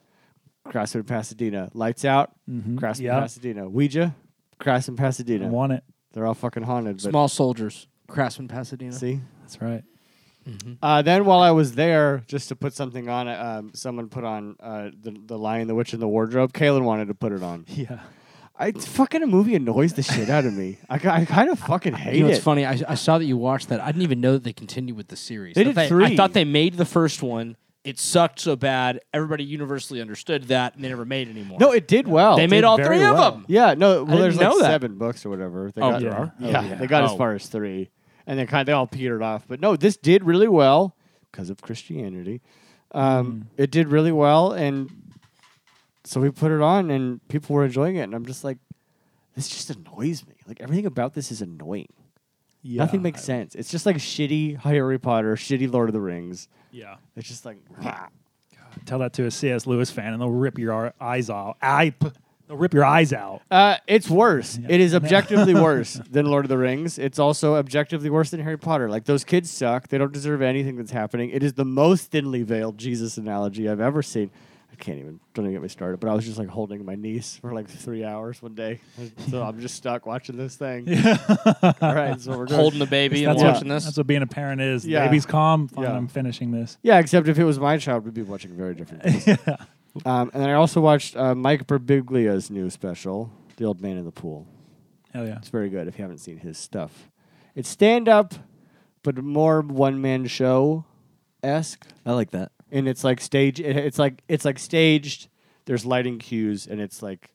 Craftsman Pasadena, Lights Out, Craftsman Yeah. Pasadena, Ouija, Craftsman Pasadena. Want it. They're all fucking haunted. But Small soldiers, Craftsman, Pasadena. see. That's right. Uh, then while I was there, just to put something on, uh, um, someone put on uh, the the Lion, the Witch, and the Wardrobe. Kaylin wanted to put it on. Yeah. I it's fucking a movie annoys the shit out of me. I, ki- I kind of fucking hate You know, it. it's funny. I, I saw that you watched that. I didn't even know that they continued with the series. They That did I three. thought they made the first one. It sucked so bad. Everybody universally understood that, and they never made any more. No, it did well. they made all very three well. of them. Yeah, no. Well, didn't there's like know that. seven books or whatever. They Oh, got, there are? Yeah, Oh, yeah. they got as Oh. far as three, and they kind they all petered off. But no, this did really well because of Christianity. Um, Mm. It did really well, and so we put it on, and people were enjoying it. And I'm just like, this just annoys me. Like everything about this is annoying. Yeah. Nothing makes sense. It's just like shitty Harry Potter, shitty Lord of the Rings. Yeah. It's just like. Tell that to a C.S. Lewis fan, and they'll rip your ar- eyes out. I. p- They'll rip your eyes out. Uh, it's worse. It is objectively worse than Lord of the Rings. It's also objectively worse than Harry Potter. Like those kids suck. They don't deserve anything that's happening. It is the most thinly veiled Jesus analogy I've ever seen. I can't even. Don't even get me started. But I was just like holding my niece for like three hours one day, so I'm just stuck watching this thing. All right, that's what we're doing. Holding the baby and That's what- watching That's this. what being a parent is. Yeah. Baby's calm. Fine, Yeah. I'm finishing this. Yeah, except if it was my child, we'd be watching very different things. um, and then I also watched uh, Mike Birbiglia's new special, The Old Man in the Pool. Hell yeah. It's very good if you haven't seen his stuff. It's stand up, but more one man show esque, I like that. and it's like stage. it- It's like it's like staged. There's lighting cues, and it's like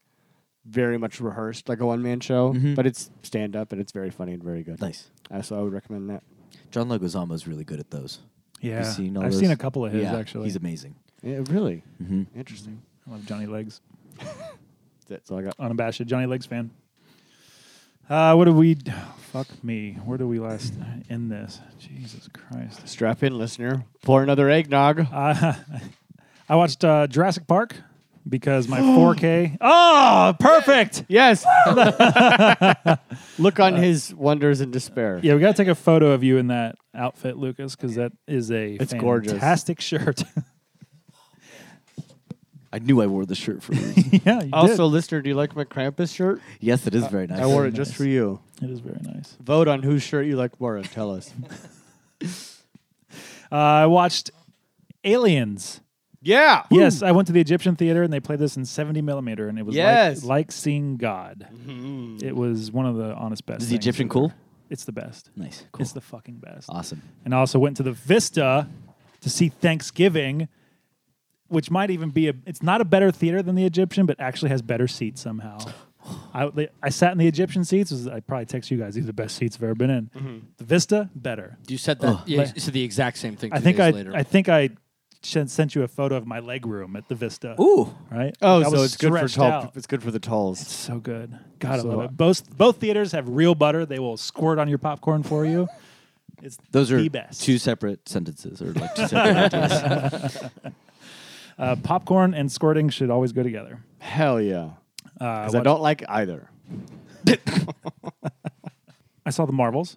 very much rehearsed, like a one man show. Mm-hmm. But it's stand up, and it's very funny and very good. Nice. Uh, so I would recommend that. John Leguizamo is really good at those. Yeah. Have you seen all I've those? seen a couple of his Yeah, actually. He's amazing. Yeah, really Mm-hmm. interesting. I love Johnny Legs. That's all I got. Unabashed Johnny Legs fan. Uh, what do we? Fuck me. Where do we last end this? Jesus Christ. Strap in, listener. Pour another eggnog. Uh, I watched uh, Jurassic Park because my 4K. Oh, perfect. yes. Look on his wonders and despair. Yeah, we gotta take a photo of you in that outfit, Lucas, because that is a It's gorgeous. fantastic shirt. I knew I wore the shirt for you. yeah, you Also, listener, do you like my Krampus shirt? yes, it is very nice. I wore it just for you. did. it is very nice. Vote on whose shirt you like more and tell us. Uh, I watched Aliens. yeah. Yes, I went to the Egyptian theater and they played this in 70 millimeter, and it was Yes. like, like seeing God. It was one of the honest best. Mm-hmm. Is the things Egyptian ever. cool? It's the best. Nice. Cool. It's the fucking best. awesome. and I also went to the Vista to see Thanksgiving, which might even be a. It's not a better theater than the Egyptian, but actually has better seats somehow. I, they- I sat in the Egyptian seats. This is- I probably text you guys. These are the best seats I've ever been in. The Vista, better. You said that. yeah, Like- you said the exact same thing. Two I think days I. Later. I think I sent sent you a photo of my leg room at the Vista. Ooh. right. Oh, Like, I so was it's good for stretched tall. out. It's good for the talls. So good. God, I So- love it. Both both theaters have real butter. They will squirt on your popcorn for you. It's Those are the best. two separate sentences, or like two separate ideas. Uh, popcorn and squirting should always go together. Hell yeah. Uh, Because I, watch- don't like either. I saw the Marvels.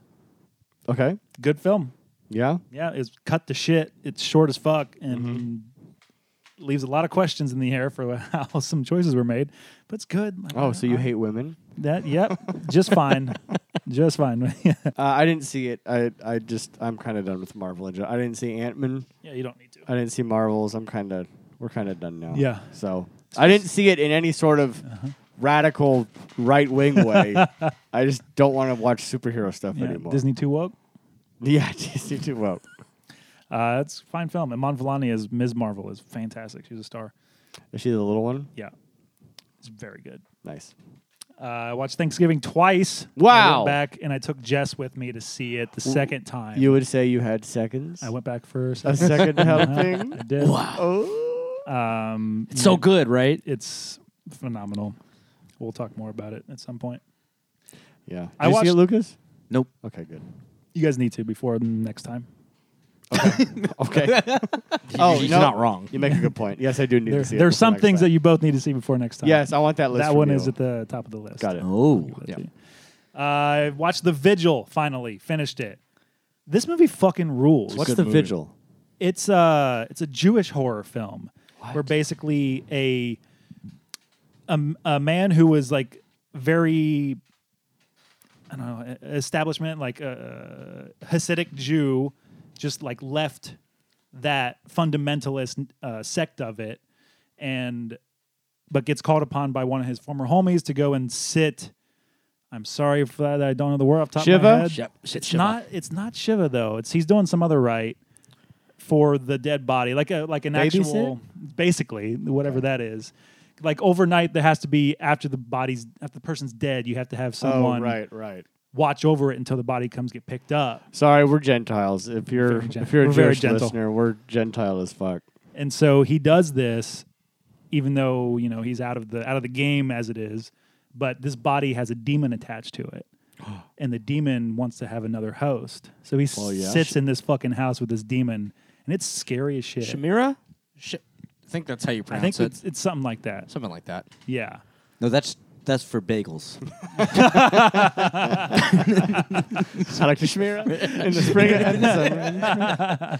Okay. Good film. Yeah. Yeah, it's cut to shit. It's short as fuck and Mm-hmm. leaves a lot of questions in the air for how some choices were made. But it's good. Like, Oh, I- so you I- hate women? that? Yep, just fine, just fine. yeah, Uh, I didn't see it. I I just I'm kind of done with Marvel. and I didn't see Ant Man. you don't need to. I didn't see Marvels. I'm kind of we're kind of done now. Yeah. Uh-huh. So I didn't see it in any sort of radical right wing way. I just don't want to watch superhero stuff Yeah, anymore. Disney too woke. Yeah, Disney too woke. Uh, it's a fine film. And Monvalani as Ms. Marvel is fantastic. She's a star. Is she the little one? Yeah, it's very good. Nice. Uh, I watched Thanksgiving twice. I Wow. went back and I took Jess with me to see it the second time. You would say you had seconds. I went back for a a second. second helping. I did. Oh. Um, It's so good, right? it's phenomenal. We'll talk more about it at some point. Yeah. Did I you see it, watched- Lucas? Nope. Okay, good. You guys need to before next time. Okay. oh, He's no. not wrong. You make a good point. Yes, I do need There, to see it. there's before some next things time. that you both need to see before next time. Yes, I want that list. that from one you. is at the top of the list. Got it. Oh, Yeah. I watched The Vigil finally, finished it. This movie fucking rules. What's the movie. vigil? It's a it's a Jewish horror film where basically a a, a man who was like very I don't know e-, establishment like a Hasidic Jew just like left that fundamentalist uh, sect of it and but gets called upon by one of his former homies to go and sit. I'm sorry for that. I don't know the word off the top of Shiva? my head. Shep- shit, it's Shiva. not. It's not Shiva though. It's he's doing some other rite for the dead body, like a like an Babysit? actual, basically whatever that is. Like overnight, there has to be after the body's after the person's dead, you have to have someone Oh, right. watch over it until the body comes get picked up. Sorry, we're Gentiles. If you're Very gen- if you're a we're very Jewish gentle. listener, we're Gentile as fuck. And so he does this, even though you know he's out of the out of the game as it is. But this body has a demon attached to it, and the demon wants to have another host. So he Well, yeah. sits in this fucking house with this demon, and it's scary as shit. Shamira? Sh- I think that's how you I think pronounce it's, it. it's something like that. Something like that. Yeah. No, that's that's for bagels. Dr. Shmira in the spring and the summer.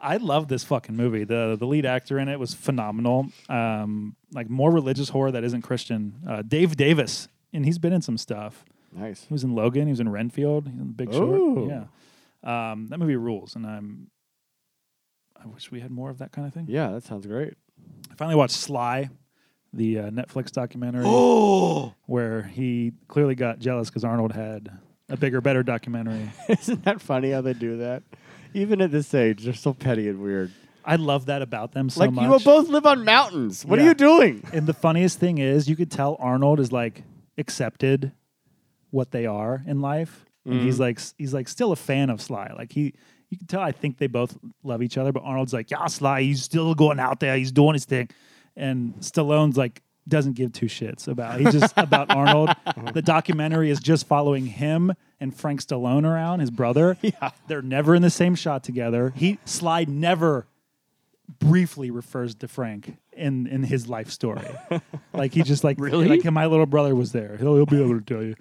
I love this fucking movie. The the lead actor in it was phenomenal. Um, like more religious horror that isn't Christian. Uh, Dave Davis, and he's been in some stuff. Nice. He was in Logan. He was in Renfield. He's in The Big Ooh. Short. Yeah, um, that movie rules, and I'm. I wish we had more of that kind of thing. Yeah, that sounds great. I finally watched Sly, the uh, Netflix documentary, where he clearly got jealous because Arnold had a bigger, better documentary. Isn't that funny how they do that? Even at this age, they're so petty and weird. I love that about them so like much. you will both live on mountains. What are Yeah. you doing? And the funniest thing is, you could tell Arnold is like accepted what they are in life, and he's like he's like still a fan of Sly. Like he, you can tell. I think they both love each other, but Arnold's like, yeah, Sly, he's still going out there, he's doing his thing, and Stallone's like doesn't give two shits about he just about Arnold. The documentary is just following him and Frank Stallone around, his brother. Yeah. They're never in the same shot together. He Sly never briefly refers to Frank in in his life story. like he just like really like my little brother was there. He'll, he'll be able to tell you.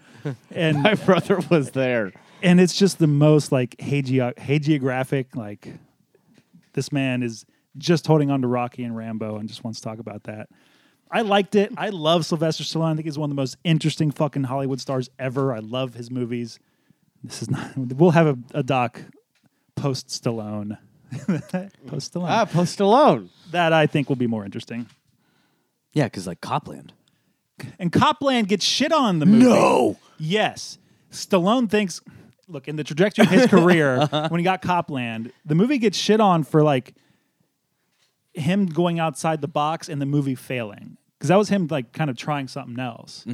And My brother was there. and it's just the most like hagi- hagiographic like this man is just holding on to Rocky and Rambo and just wants to talk about that. I liked it. I love Sylvester Stallone. I think he's one of the most interesting fucking Hollywood stars ever. I love his movies. This is not. We'll have a, a doc post Stallone. post Stallone Ah, Post Stallone. that I think will be more interesting. yeah, because like Copland. And Copland gets shit on in the movie. No. Yes. Stallone thinks look, in the trajectory of his career, when he got Copland, the movie gets shit on for like him going outside the box and the movie failing. Because that was him like kind of trying something else.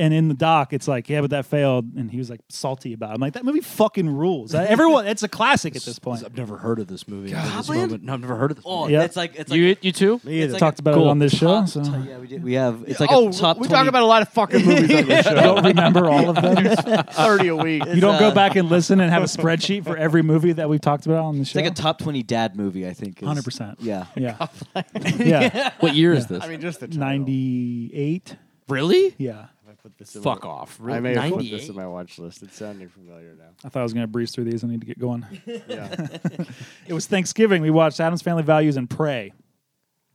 And in the doc, it's like, yeah, but that failed. And he was like salty about it. I'm like, that movie fucking rules. Everyone, it's a classic at this point. I've never heard of this movie. until this Goblin? moment. No, I've never heard of this Oh, movie. Yeah. it's like it's like You, you too? Me it's either. like Talked a about it cool on this show, top- so- top- yeah, we, did, we have. It's like oh, a top. we 20 talk about a lot of fucking movies on this show. Don't remember all of them. Thirty a week. You don't go uh, back and listen and have a spreadsheet for every movie that we've talked about on the It's show. like a top twenty dad movie. I think. is- 100%. Yeah. Yeah. yeah. What year is this? I mean, just the title. 98. really? Yeah. I put this in Fuck my- off. I may Really? have put this 98? in my watch list. It's sounding familiar now. I thought I was going to breeze through these. I need to get going. Yeah. it was Thanksgiving. We watched Adam's Family Values and Pray.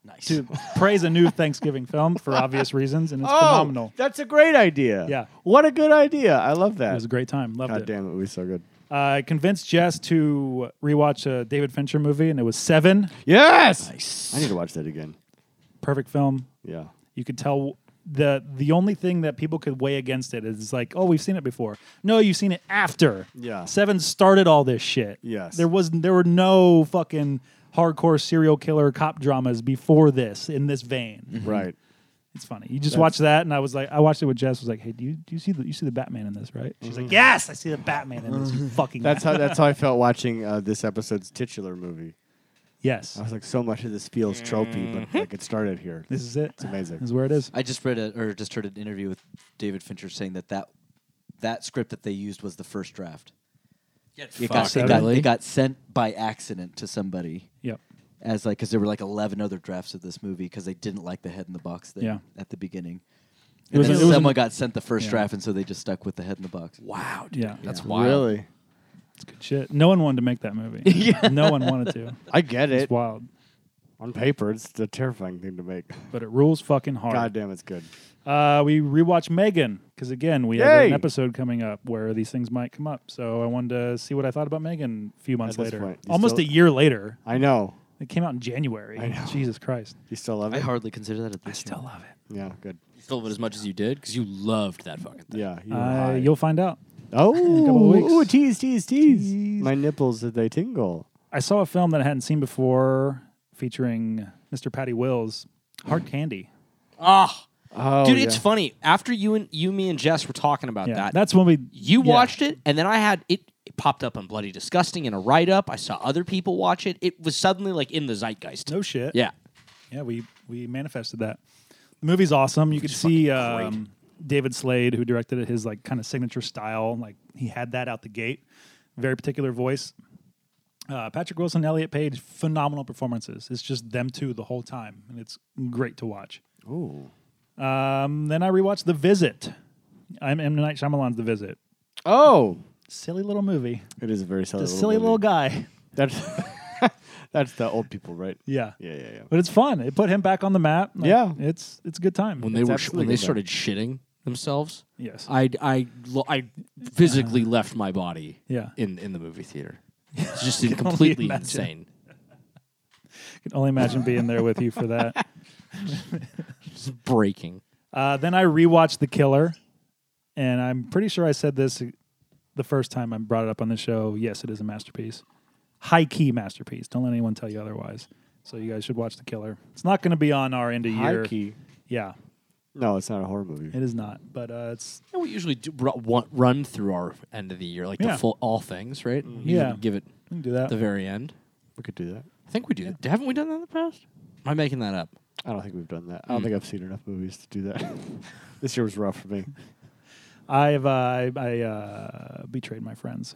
Nice. To Pray's a new Thanksgiving film for obvious reasons, and it's oh, phenomenal. that's a great idea. Yeah. What a good idea. I love It that. was a great time. Loved God it. damn it, we so good. I convinced Jess to rewatch a David Fincher movie, and it was Seven. Yes. I need to watch that again. Perfect film. Yeah. You could tell the the only thing that people could weigh against it is like, oh, we've seen it before. No, you've seen it after. Yeah. Seven started all this shit. Yes. There was there were no fucking hardcore serial killer cop dramas before this in this vein. Right. It's funny. You just watch that, and I was like, I watched it with Jess. Was like, hey, do you do you see the you see the Batman in this, right? She's like, yes, I see the Batman in this. You fucking Mm-hmm. That's how that's how I felt watching uh, this episode's titular movie. yes. I was like, so much of this feels tropey, but like it started here. This is it. It's amazing. This is where it is. I just read a, or just heard an interview with David Fincher saying that that, that script that they used was the first draft. It got, it, got, Really? it got sent by accident to somebody Yep. as like because there were like eleven other drafts of this movie because they didn't like the head in the box thing Yeah. at the beginning. It was and a- then it was someone a- got sent the first Yeah. draft, and so they just stuck with the head in the box. Wow, dude. Yeah. That's Yeah. wild. Really? It's good shit. No one wanted to make that movie. No one wanted to. I get It's it. wild, On paper, it's a terrifying thing to make. but it rules fucking hard. God damn, it's good. Uh, we rewatched Megan because again, we have Yay! an episode coming up where these things might come up. So I wanted to see what I thought about Megan a few months this later, point, you almost still- a year later. I know. It came out in January. I know. Jesus Christ, You still love it? I hardly consider that. I still love it. yeah, good. You still love it as much as you did because you loved that fucking thing. Yeah. you were Uh, high. you'll find out. in a couple oh, weeks. ooh, tease, tease, tease, My nipples, did they tingle? I saw a film that I hadn't seen before, featuring Mr. Patty Wills, Hard Candy. Ah, Oh, dude, it's funny. After you and you, me, and Jess were talking about Yeah, that. that's when we you yeah. watched it, and then I had it, it popped up on Bloody Disgusting in a write up. I saw other people watch it. It was suddenly like in the zeitgeist. No shit. Yeah. Yeah, we we manifested that. The movie's awesome. You could see um, David Slade, who directed it, his like kind of signature style. Like he had that out the gate, very particular voice. Uh, Patrick Wilson, Elliot Page, phenomenal performances. It's just them two the whole time, and it's great to watch. Ooh. Um, then I rewatched The Visit. I'm M Night Shyamalan's The Visit. Oh, Silly little movie. it is a very silly. The silly little movie. guy. That's that's the old people, right? Yeah. Yeah, yeah, yeah. But it's fun. It put him back on the map. Like, Yeah. it's it's a good time. When they It's were sh- when absolutely they that. started shitting themselves, yes, I I lo- I physically left my body. Yeah. In in the movie theater, it's just only completely imagine. insane. can only imagine being there with you for that. It's breaking. Uh, then I rewatched The Killer, and I'm pretty sure I said this the first time I brought it up on the show. Yes, it is a masterpiece, high key masterpiece. Don't let anyone tell you otherwise. So you guys should watch The Killer. It's not going to be on our end of year. Hikey. Yeah, No, it's not a horror movie. it is not. But uh, it's Yeah, we usually do ru- wa- run through our end of the year, like Yeah. the full all things, right? Mm-hmm. We Yeah. usually give it we can do that. the very end. We could do that. I think we do. that. Haven't we done that in the past? Am I making that up? I don't think we've done that. I Mm. don't think I've seen enough movies to do that. this year was rough for me. I've uh, I, I uh, betrayed my friends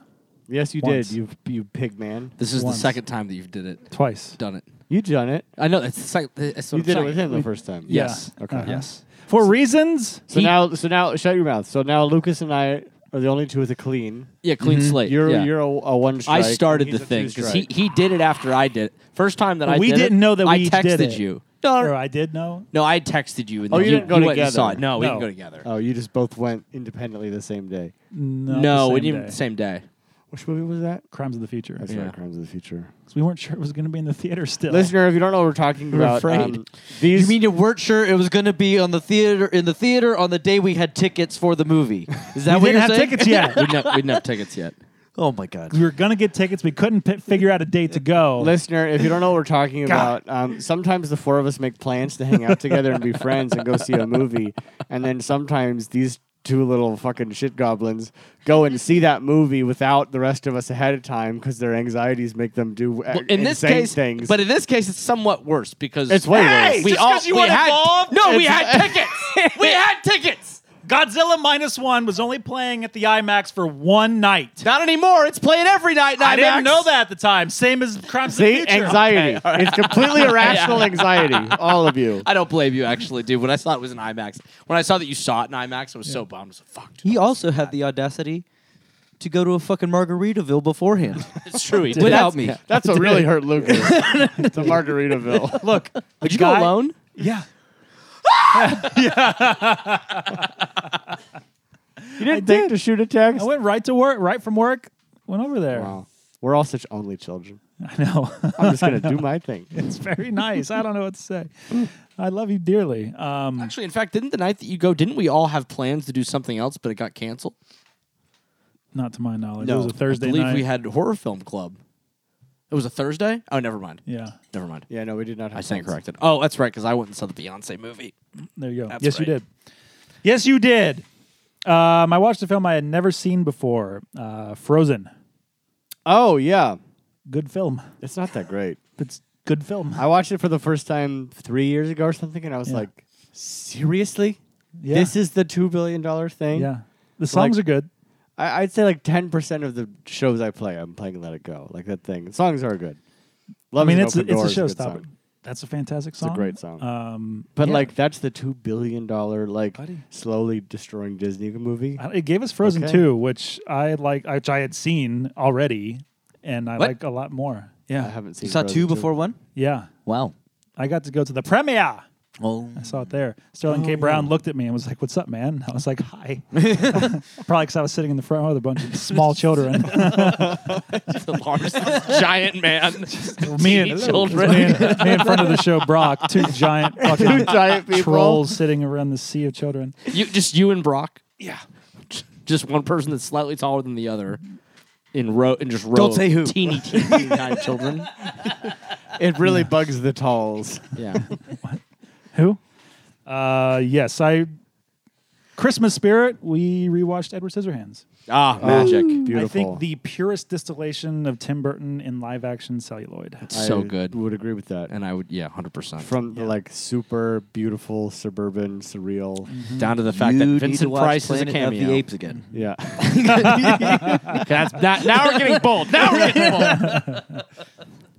Yes, you Once. did. You you pig man. This is Once. the second time that you've did it. twice. Done it. You done it. I know. That's the second. That's what You I'm did it saying. with him the first time. Yeah. Yes. Okay. Uh-huh. Yes. For reasons. So He- now, so now, shut your mouth. So now, Lucas and I are the only two with a clean. Yeah. Clean slate. You're yeah. you're a, a one strike. I started and the he's a thing two because he, strike. he did it after I did. it. First time that I We did didn't it, know that I we texted did it. you. No, Or I did know. no, I texted you. And Oh, then you didn't go went and saw together. it. No, we No. didn't go together. Oh, you just both went independently the same day. No, no, the we same didn't day. same day. Which movie was that? Crimes of the Future. I saw Yeah. Crimes of the Future. 'Cause we weren't sure it was going to be in the theater still. Listener, if you don't know what we're talking about, afraid. um, these You mean you weren't sure it was going to be on the theater in the theater on the day we had tickets for the movie? Is that we what didn't you're have saying? tickets yet. we didn't have, we didn't have tickets yet. Oh my god! we were gonna get tickets. We couldn't pi figure out a date to go. Listener, if you don't know what we're talking God. about, um, sometimes the four of us make plans to hang out together and be friends and go see a movie. And then sometimes these two little fucking shit goblins go and see that movie without the rest of us ahead of time because their anxieties make them do uh, Well, in this insane case, things. but in this case, it's somewhat worse because It's way Hey, worse. We just all we had no, we had tickets. we had tickets. Godzilla minus one was only playing at the IMAX for one night. Not anymore. It's playing every night. I didn't know that at the time. Same as Crimes See, of the Future. anxiety. It's completely irrational anxiety. All of you. I don't blame you, actually, dude. When I saw it was an IMAX, when I saw that you saw it in IMAX, I was so bummed. I was like, fuck, dude. He also had the audacity to go to a fucking Margaritaville beforehand It's true. He did. without me. That's what really hurt Lucas. to Margaritaville. Look, Would you guy- go alone? yeah, You didn't think to shoot a text? I went right to work, right from work. went over there. Wow. We're all such only children. I know. I'm just going to do my thing. it's very nice. I don't know what to say. I love you dearly. Um, Actually, in fact, didn't the night that you go, didn't we all have plans to do something else, but it got canceled? not to my knowledge. it was a Thursday I believe night. we had horror film club. It was a Thursday. Oh, never mind. yeah, Never mind. Yeah, no, we did not have I stand plans. corrected. Oh, that's right, because I went and saw the Beyonce movie. there you go. That's yes, you right. did. Yes, you did. Um, I watched a film I had never seen before, uh, Frozen. Oh, yeah. Good film. It's not that great. It's good film. I watched it for the first time three years ago or something, and I was Yeah. like, seriously? Yeah. This is the $2 billion thing? yeah, the songs Like- are good. I, I'd say like 10% of the shows I play, I'm playing Let It Go. Like that thing. Songs are good. I Love mean, Is it's a, an Open it's a Door is good showstopper. song. That's a fantastic It's song. a great song. Um, but yeah. like, that's the $2 billion, like, Buddy. slowly destroying Disney movie. I- it gave us Frozen Okay. Two, which I like, which I had seen already, and I What? like a lot more. I Yeah, haven't seen You saw Frozen two before one? yeah. Wow. I got to go to the premiere. Oh. I saw it there. Sterling K. Brown Oh. looked at me and was like, "What's up, man?" I was like, "Hi." Probably because I was sitting in the front row with a bunch of small children. The largest giant man. me and children. me, and, me in front of the show, Brock, two giant fucking Two giant people. trolls sitting around the sea of children. You just you and Brock. Yeah. Just one person that's slightly taller than the other. In row and just row Don't of say who. teeny teeny tiny children. It really bugs the talls. Yeah. Who? Uh, yes, I. Christmas spirit. We rewatched Edward Scissorhands. Oh. Ah, magic. Beautiful. I think the purest distillation of Tim Burton in live action celluloid. so good. Would agree with that. And I would yeah, hundred percent. from the like super beautiful suburban surreal. Down to the fact that Vincent Price is a cameo. of the Apes again. Yeah, That's not, now we're getting bold. Now we're getting bold.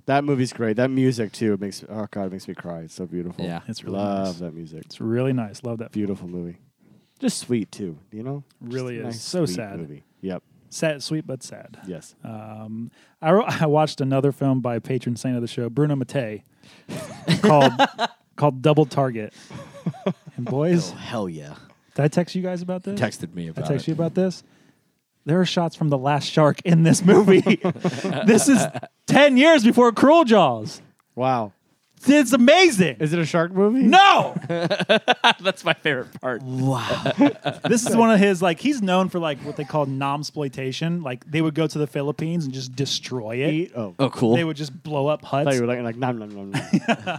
that movie's great. That music too it makes oh god, it makes me cry. It's so beautiful. Yeah. It's really love nice. that music. It's It's really nice. Love that. a beautiful movie. Just sweet too, you know. Just Really a is. nice, So sweet sad. Uh, Movie. Yep. Sad, sweet but sad. Yes. Um, I, wrote, I watched another film by patron saint of the show, Bruno Mattei, called called Double Target. And boys, Hell yeah. did I text you guys about this? Texted me I about text it. you about this. There are shots from The Last Shark in this movie. this is ten years before Cruel Jaws. wow. It's amazing. Is it a shark movie? no, That's my favorite part. Wow. this is one of his like he's known for like what they call nomsploitation. Like they would go to the Philippines and just destroy it. Eat- Oh. Oh, cool. They would just blow up I thought huts. you were like, like nom nom nom. nom.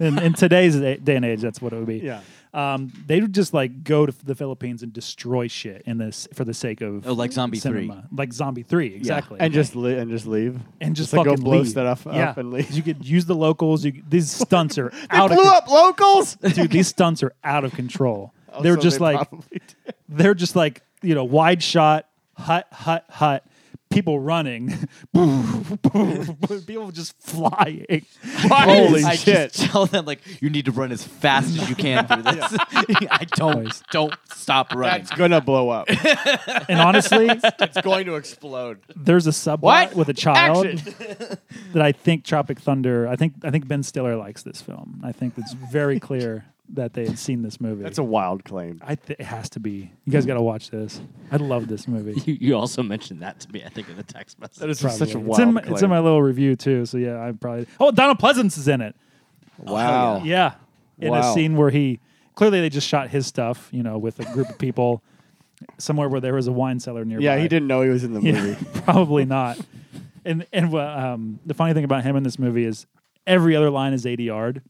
in, in today's day day and age, that's what it would be. yeah. Um, they would just like go to the Philippines and destroy shit in this for the sake of Oh, like Zombie cinema. like Zombie Three exactly, And just li- and just leave. and just, like, fucking go blow leave. stuff yeah. up and leave. You could use the locals. You, could- these stunts are out of Blew con- up locals. dude. These stunts are out of control. they're Also, just they like probably did. they're just like you know wide shot hut hut hut people running people just flying Holy I shit. Just tell them like you need to run as fast as you can through this. I don't Nice. don't stop running. That's gonna blow up. and honestly it's going to explode. there's a subplot What? with a child Action. that I think Tropic Thunder. I think I think Ben Stiller likes this film. I think it's very clear that they had seen this movie. That's a wild claim. I th- it has to be. You guys got to watch this. I love this movie. You, you also mentioned that to me, I think, in the text message. That is Probably. such a it's wild in my, claim. it's in my little review too. So yeah, I probably. Oh, Donald Pleasance is in it. wow. Yeah, in a Wow. scene where he clearly they just shot his stuff. You know, with a group of people somewhere where there was a wine cellar nearby. Yeah, he didn't know he was in the Yeah, movie. probably not. And and uh, um, the funny thing about him in this movie is every other line is 80 yard.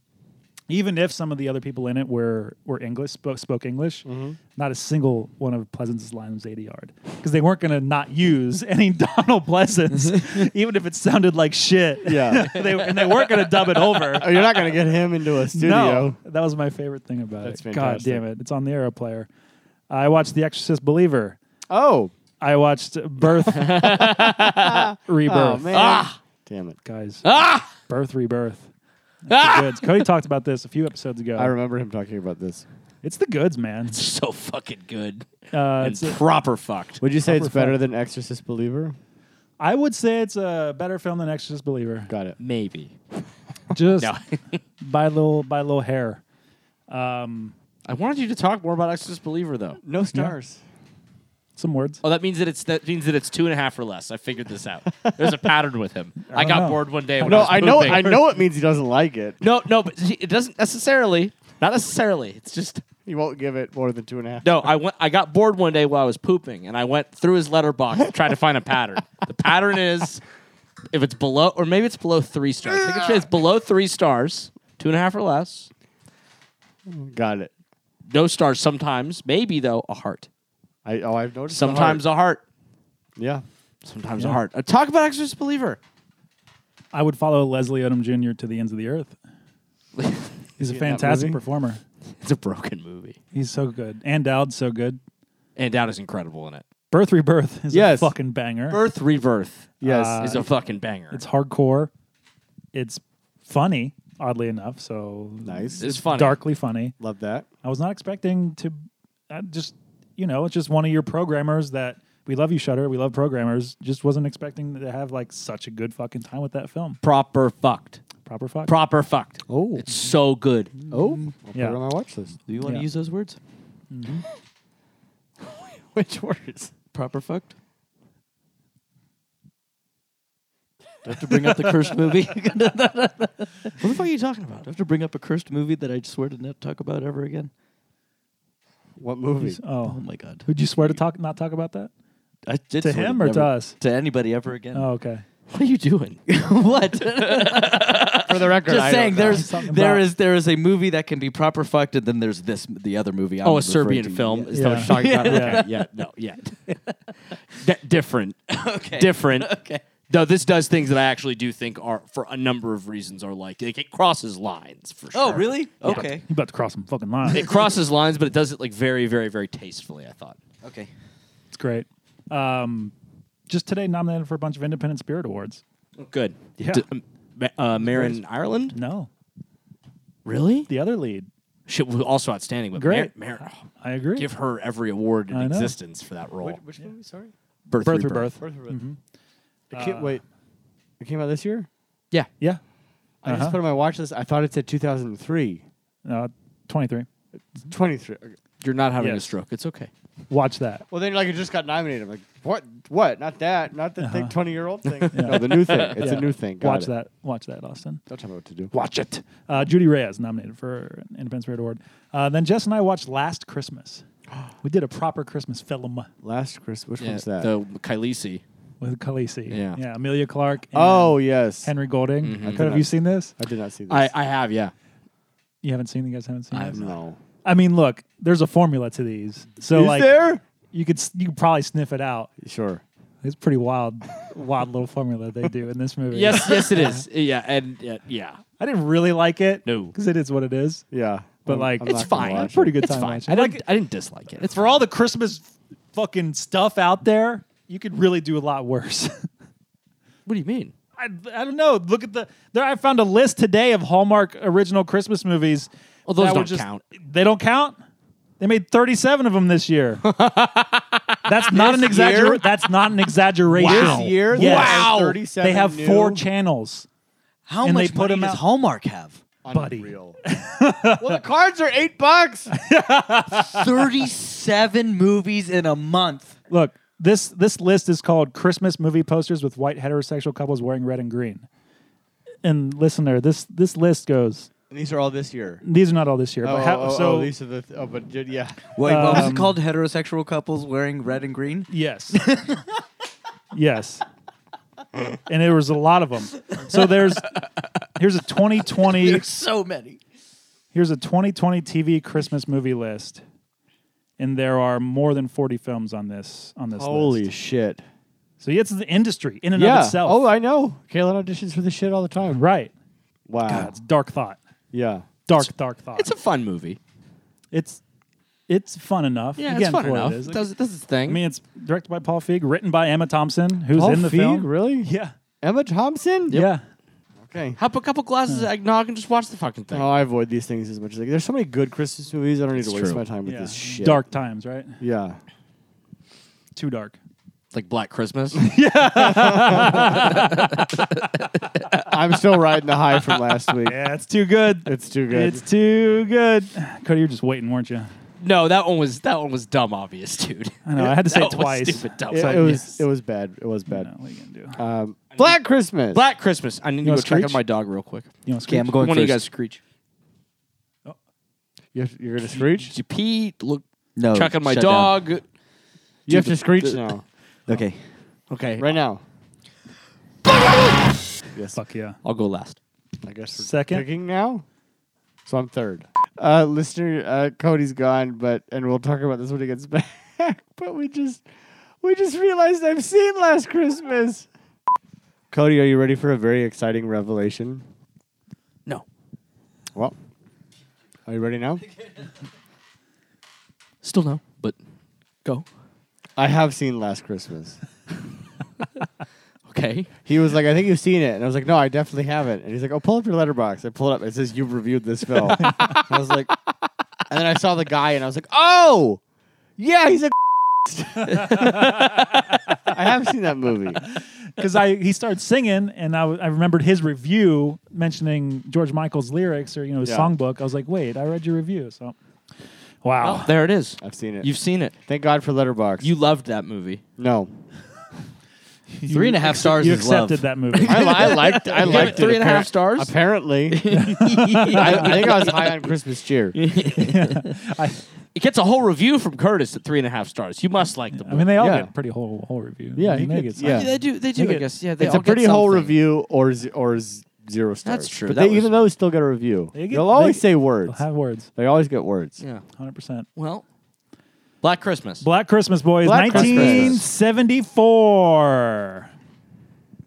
Even if some of the other people in it were were English, spoke, spoke English, Mm-hmm. not a single one of Pleasance's lines was 80 yard because they weren't going to not use any Donald Pleasance, even if it sounded like shit. Yeah. they, and they weren't going to dub it over. Oh, you're not going to get him into a studio. No, that was my favorite thing about That's it. God fantastic. damn it, it's on the Aeroplayer. I watched The Exorcist Believer. Oh. I watched Birth Rebirth. Oh, man. Ah. Damn it. Guys. Birth Rebirth. It's the goods. Cody talked about this a few episodes ago. I remember him talking about this. It's the goods, man. so fucking good. Uh, and it's a- proper fucked. Would you say Proper it's better fact. than Exorcist Believer? I would say it's a better film than Exorcist Believer. Got it. Maybe. Just No. by little by little hair. I wanted you to talk more about Exorcist Believer, though. No stars. Some words. Oh, that means that it's that means that it's two and a half or less. I figured this out. There's a pattern with him. I, got know. bored one day. When No, was I know. pooping. I know it means he doesn't like it. No, no, but see, it doesn't necessarily. Not necessarily. It's just He won't give it more than two and a half. no. I went. I got bored one day while I was pooping, and I went through his letterbox to try to find a pattern. The pattern is if it's below, or maybe it's below three stars. I think it's- it's below three stars, two and a half or less. Got it. No stars sometimes. Maybe though a heart. I oh, I've noticed. the Sometimes a heart. heart. yeah. Sometimes a Yeah. heart. Uh, talk about Exorcist Believer. I would follow Leslie Odom Jr. to the ends of the earth. He's a in that fantastic movie? performer. It's a broken movie. He's so good. And Dowd's so good. And Dowd is incredible in it. Birth Rebirth is Yes. a fucking banger. Birth Rebirth uh, Yes. is a fucking banger. It's hardcore. It's funny, oddly enough. So nice. it's funny. darkly funny. Love that. I was not expecting to. I just you know, it's just one of your programmers that we love you, Shutter. We love programmers. Just wasn't expecting to have like such a good fucking time with that film. Proper fucked. Proper fuck. Proper fucked. Oh. It's so good. Oh. I'll Yeah. put it on my watch list. Do you want to Yeah. use those words? Which words? Proper fucked. Do I have to bring up the cursed movie? Do What the fuck are you talking about? I have to bring up a cursed movie that I swear to not talk about ever again? What movie? Oh oh, my god! would you swear to talk not talk about that? I did To swear him or never- to us? To anybody ever again? Oh, okay. What are you doing? what? For the record, Just I don't saying, know. there's Something there about- is there is a movie that can be proper fucked, and then there's this the other movie. I oh, a was referring Serbian to. film. Yeah. Is that what Yeah. you're talking about? Yeah. Okay, yeah, no, yeah. D- different. Okay. Different. Okay. Though this does things that I actually do think are, for a number of reasons, are like, like it crosses lines for sure. Oh, really? Yeah. Okay. You about to cross some fucking lines. It crosses lines, but it does it like very, very, very tastefully, I thought. Okay. It's great. Um, just today nominated for a bunch of independent spirit awards. Good. Yeah. D- um, Ma- uh, Marin Ireland? No, Really? the other lead. She was also outstanding. But Great. Mar- Mar- I agree. give her every award in I know. existence for that role. Which movie? Sorry. Mm-hmm. Birth, Birth Rebirth. Birth of it came, Wait. It came out this year. Yeah. Yeah. I just Uh-huh. put it on my watch list. I thought it said 2003. Uh, 23. 23. Okay. You're not having a Yes. stroke. It's okay. Watch that. Well, then like it just got nominated. I'm like, what? What? Not that. Not the thing. 20 year old thing. No, the new thing. It's Uh-huh. Yeah. a new thing. Got Watch it. that. Watch that, Austin. Don't tell me what to do. Watch it. Uh, Judy Reyes nominated for an Independent Spirit Award. Uh, then Jess and I watched Last Christmas. We did a proper Christmas film Last Christmas. Which one's that? Uh, The Khaleesi. with Khaleesi. Yeah. Yeah. Amelia Clark. And oh yes. Henry Golding. Could- did Have not- you seen this? I did not see this. I, I have, yeah. You haven't seen. You guys haven't seen. this? no. I mean, look. There's a formula to these. So Is like, there? you could s- you could probably sniff it out. Sure. It's pretty wild, wild little formula they do in this movie. Yes, yes, it is. Uh, Yeah, and yeah, yeah. I didn't really like it. No. because it is what it is. Yeah. But I'm- like, I'm It's not gonna fine. I had a watch pretty it. good It's time fine. watching. I it. didn't, I didn't dislike it. It's for all the Christmas fucking stuff out there. You could really do a lot worse. what do you mean? I, I don't know. Look at the there. I found a list today of Hallmark original Christmas movies. Well, Oh, those that were don't count. They don't count. They made 37 of them this year. that's not an exagger. That's not an exaggeration. This year, yes. wow. They 37 have new- four channels. How And they much put money him does out- Hallmark have? buddy. Unreal. well, the cards are eight bucks. Thirty-seven movies in a month. Look, this this list is called Christmas movie posters with white heterosexual couples wearing red and green. And listener, this this list goes. and these are all this year. These are not all this year, Oh, but how, oh, oh, so these are the. Th- oh, but ju- yeah. Wait, what was Um, it called? Heterosexual couples wearing red and green. Yes. yes. And there was a lot of them. So there's here's a 2020 There's so Oh, many. here's a 2020 TV Christmas movie list, and there are more than 40 films on this on this Holy list. shit. so it's the industry in and Yeah. of itself. Oh, I know. Kaylin auditions for this shit all the time. right. Wow. That's dark thought. Yeah. Dark dark thought. It's a fun movie. it's it's fun enough. Yeah, Again, it's fun for what enough. It is. It does, it does its thing. I mean, it's directed by Paul Feig, written by Emma Thompson, who's Paul in the Feig, film. really? Yeah, Emma Thompson? yeah. Okay. Have a couple glasses of eggnog and just watch the fucking thing. Oh, I avoid these things as much as I can. There's so many good Christmas movies. I don't need to waste true. my time with yeah. this shit. Dark times, right? Yeah. Too dark. like Black Christmas. I'm still riding the high from last week. Yeah, it's too good. It's too good. It's too good. Cody, you're just waiting, weren't you? no, that one was that one was dumb obvious, dude. I know. I had to say it That was twice. stupid dumb. It, So, it was yes. it was bad. It was bad. No, what are you gonna do? Um, Black Christmas. Black Christmas. I need to go wanna check on screech? my dog real quick. You want to Okay, I'm going One of you first. guys screech. You have, you're gonna screech. Did you pee? Look, No, check on my Oh, shut down. dog. You have to screech now, Okay, Okay, right now. Fuck yeah. I'll go last. I guess we're Second. picking now. So I'm third. Uh, listener, uh, Cody's gone, but and we'll talk about this when he gets back. but we just we just realized I've seen Last Christmas. Cody, are you ready for a very exciting revelation? No. Well, are you ready now? Still no, but go. I have seen Last Christmas. Okay. He was like, I think you've seen it. And I was like, no, I definitely haven't. And he's like, oh, pull up your letterbox. I pull it up. It says, you've reviewed this film. And I was like, and then I saw the guy and I was like, oh, yeah, he's a. I have seen that movie. because I he started singing and I, w- I remembered his review mentioning George Michael's lyrics or you know his Yeah. songbook. I was like, wait, I read your review. So, wow, there it is. I've seen it. You've seen it. Thank God for letterbox. You loved that movie. no. three and a half stars you is love. accepted that movie. I, li- I liked. I Give liked it three it. and a half appar- stars? Apparently, I, I think I was high on Christmas cheer. It gets a whole review from Curtis at three and a half stars. You must like the I movie. mean, they all Yeah. get pretty whole whole review. Yeah, I mean, he they gets- get some- yeah. do. They do. They get- Yeah, they It's a all get pretty whole something. review or z- or z- zero stars. That's true. But That they, was- even those still get a review. They get- They'll always they- say They'll words. have words. They always get words. Yeah. Hundred percent. Well, Black Christmas. Black Christmas Boys, Black Christmas. nineteen seventy four.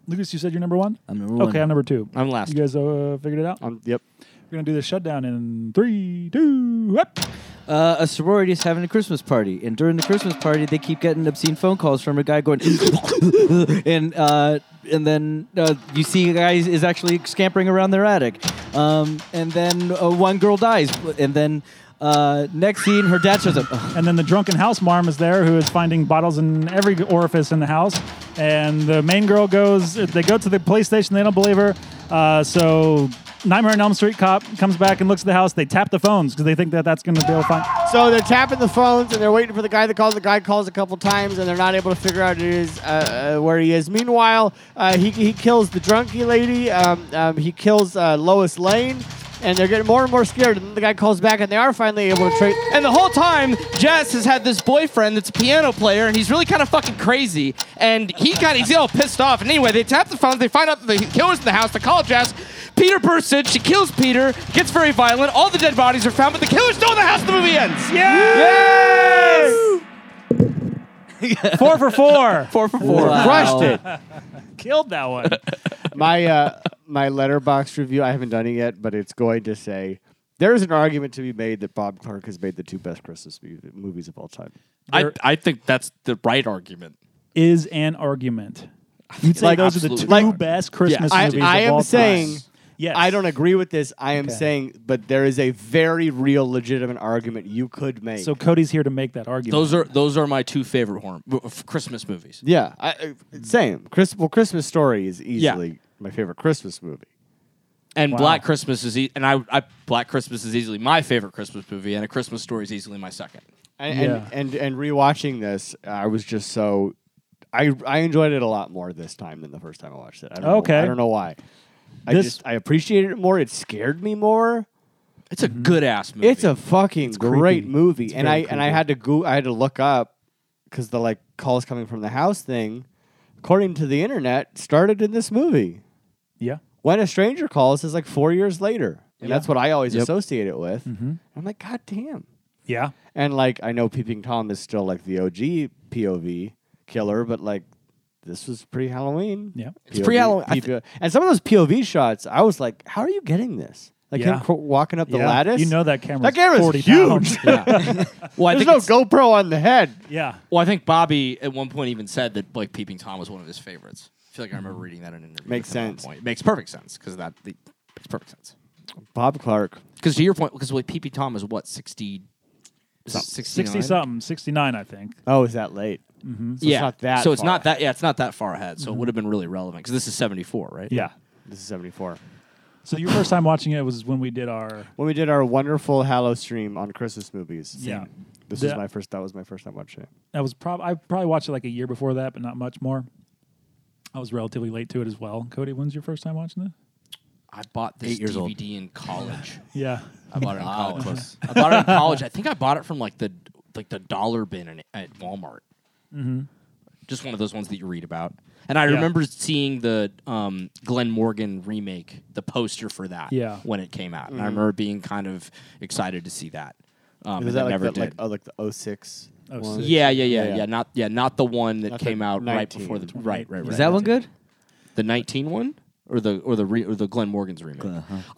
Lucas, you said you're number one. I'm number one. Okay, I'm number two. I'm last. You guys uh, figured it out. Um, yep. We're gonna do the shutdown in three, two, up. Uh, a sorority is having a Christmas party, and during the Christmas party, they keep getting obscene phone calls from a guy going, and uh, and then uh, you see a guy is- is actually scampering around their attic, um, and then uh, one girl dies, and then uh, next scene, her dad shows up. Ugh, And then the drunken house marm is there who is finding bottles in every orifice in the house. And the main girl goes, they go to the police station, they don't believe her. Uh, so Nightmare on Elm Street cop comes back and looks at the house. They tap the phones because they think that that's going to be able to find. So they're tapping the phones and they're waiting for the guy that calls. The guy calls a couple times and they're not able to figure out it is, uh, uh, where he is. Meanwhile, uh, he, he kills the drunky lady. Um, um, he kills uh, Lois Lane. And they're getting more and more scared. And then the guy calls back and they are finally able to trace. And the whole time, Jess has had this boyfriend that's a piano player, and he's really kind of fucking crazy. And he got he's all pissed off. And anyway, they tap the phones, they find out that the killer's in the house. They call Jess. Peter bursts in. She kills Peter. Gets very violent. All the dead bodies are found, but the killer's still in the house. The movie ends. Yes. Four for four. Four for four. Wow. Crushed it. Killed that one. my uh, my letterbox review i haven't done it yet but it's going to say there's an argument to be made that bob clark has made the two best christmas mu- movies of all time I, I think that's the right argument. Is an argument. You'd say Like, those are the two absolutely. Like- best Christmas I- movies I of am all saying- time. Yes. i don't agree with this i am Okay. saying but there is a very real legitimate argument you could make So Cody's here to make that argument. Those are those are my two favorite horror uh, Christmas movies. yeah I, I, same Chris, well, christmas story is easily my favorite christmas movie And Wow. Black Christmas is e- and I, I Black Christmas is easily my favorite Christmas movie, and A Christmas Story is easily my second. and, Yeah. and, and and rewatching this i was just so I, I enjoyed it a lot more this time than the first time I watched it. I don't Okay. Know, I don't know why. I This- just I appreciated it more. It scared me more. It's a good ass movie. Mm-hmm. It's a fucking great creepy. movie, It's and I very and I creepy. had to go. I had to look up because the like calls coming from the house thing, according to the internet, started in this movie. yeah. When a stranger calls is like four years later, and that's what I always associate it with. Mm-hmm. I'm like, God damn! Yeah. And like, I know Peeping Tom is still like the OG POV killer, but like, this was pre Halloween. Yeah. It's pre-Hallow- I and some of those POV shots, I was like, how are you getting this? Like him Yeah. cro- walking up the yeah. lattice. You know that camera's, That camera's 40 huge. pounds. well, I There's think no it's- GoPro on the head. yeah. well, I think Bobby at one point even said that like Peeping Tom was one of his favorites. I feel like I remember reading that in an interview. Mm-hmm. Makes with him at one sense. Point. It makes perfect sense because that the, makes perfect sense. Bob Clark. Because to your point, because like Peeping Tom is what sixty. is it 69? 60 something, 69, I think. Oh, is that late? Mm-hmm. So yeah. it's not that so it's not far. Mm-hmm. that. Yeah, it's not that far ahead. So it would have been really relevant because this is seventy four, right? Yeah. This is 74. So your first time watching it was when we did our When we did our wonderful Hallow stream on Christmas movies. Yeah. This The- was my first. That was my first time watching it. that was prob I probably watched it like a year before that, but not much more. I was relatively late to it as well. Cody, when's your first time watching it? I bought this Eight years DVD old. in college. Yeah. I bought it in college. I bought it in college. I think I bought it from like the like the dollar bin in, at Walmart. Just one of those ones that you read about. And I Mm-hmm. Yeah. remember seeing the um, Glenn Morgan remake, the poster for that, Yeah. when it came out, and I remember being kind of excited to see that. Um, Mm-hmm. Was and that I like never the, did. like, oh, like the 06 Oh, one? six. yeah, yeah, yeah, Yeah, yeah, yeah. Not yeah, not the one that Not the came out right 19, before the right, right, right. Is that one good? The 19 one or the or the re, or the Glenn Morgan's remake.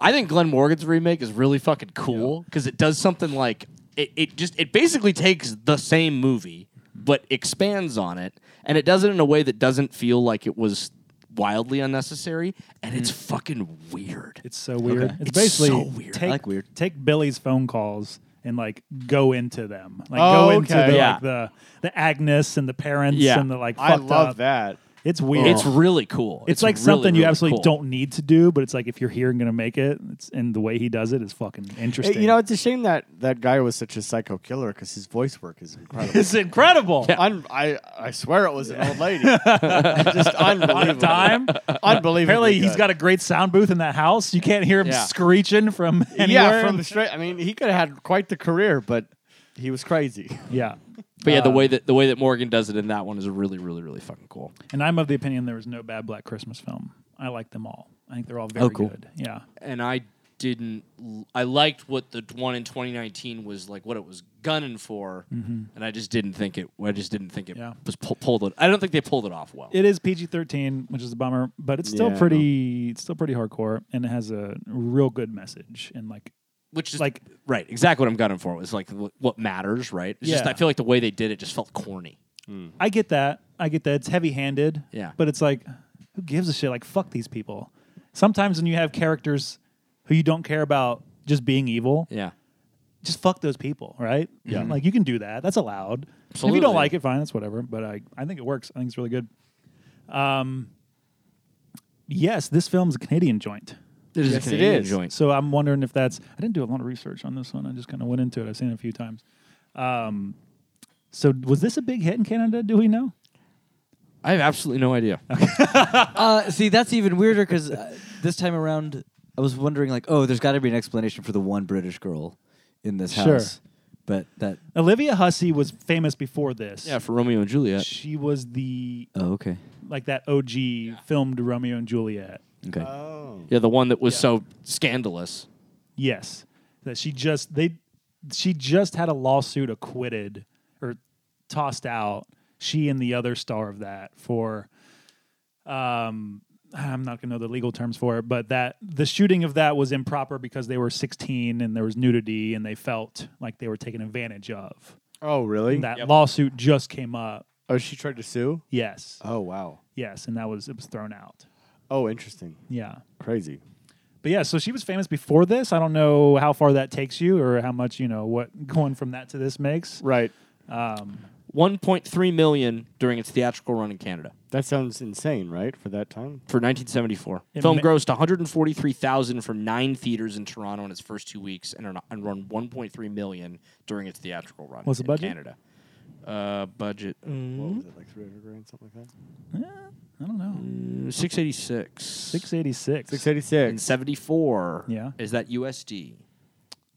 I think Glenn Morgan's remake is really fucking cool cuz it does something like it, it just it basically takes the same movie but expands on it and it does it in a way that doesn't feel like it was wildly unnecessary and it's fucking weird. Mm. It's so weird. It's, It's basically so weird. I Take, like weird. Take Billy's phone calls and like go into them. Like go Oh, into okay. the, Yeah. like the the Agnes and the parents Yeah. and the like. I fucked love up. that. It's weird. It's really cool. it's, like something you absolutely don't. don't need to do, but it's like if you're here and gonna make it, it's and the way he does it is fucking Hey, interesting. you know, it's a shame that that guy was such a psycho killer because his voice work is incredible. it's incredible. Un- I I swear it was an old lady. Just unbelievable. On a dime. Unbelievable. Apparently, he's got a great sound booth in that house. You can't hear him Yeah. screeching from anywhere. yeah from the straight. I mean, he could have had quite the career, but he was crazy. yeah. But uh, yeah, the way that the way that Morgan does it in that one is really, really, really fucking cool. And I'm of the opinion there was no bad Black Christmas film. I like them all. I think they're all Oh, very cool. good. Yeah. And I didn't. l- I liked what the one in 2019 was like, what it was gunning for, and I just didn't think it. I just didn't think it Mm-hmm. Yeah. was pu- pulled. It, I don't think they pulled it off well. It is PG thirteen, which is a bummer, but it's still Yeah. pretty. It's still pretty hardcore, and it has a real good message. And like, which is like- right, exactly what I'm gunning for. Was like wh- what matters, right? It's just Yeah. I feel like the way they did it just felt corny. I get that. I get that. It's heavy handed. Yeah. But it's like, who gives a shit? Like, fuck these people. Sometimes when you have characters who you don't care about just being evil, Yeah, just fuck those people, right? Yeah. Like you can do that. That's allowed. If you Absolutely. don't like it, fine, that's whatever. But I, I think it works. I think it's really good. Um, yes, this film's a Canadian joint. it is Yes, it Canadian is. joint. joint. So I'm wondering if that's. I didn't do a lot of research on this one. I just kind of went into it. I've seen it a few times. Um, so was this a big hit in Canada? Do we know? I have absolutely no idea. Uh, see, that's even weirder because uh, this time around, I was wondering like, oh, there's got to be an explanation for the one British girl in this Sure. house, but that. Olivia Hussey was famous before this. Yeah, for Romeo and Juliet. She was the Oh, okay. like that OG filmed Romeo and Juliet. Okay. Oh. Yeah, the one that was so scandalous. Yes, that she just they she just had a lawsuit acquitted or tossed out. She and the other star of that for um I'm not gonna know the legal terms for it, but that the shooting of that was improper because they were 16 and there was nudity and they felt like they were taken advantage of. Oh, really? And that lawsuit just came up. Oh, she tried to sue. Yes, Oh, wow. yes, and that was it was thrown out. Oh, interesting. Yeah. Crazy. But yeah, so she was famous before this. I don't know how far that takes you or how much, you know, what going from that to this makes. Right. 1.3 million during its theatrical run in Canada. That sounds insane, right? For that time. for 1974. It Film ma- grossed 143,000 from nine theaters in Toronto in its first two weeks, and, run- and run 1.3 million during its theatrical run. What's the in budget? Mm. Canada. Uh, budget Mm-hmm. What was it like 300 grand, something like that? I don't know. mm, 686. 686. 686. and 74. Yeah. Is that USD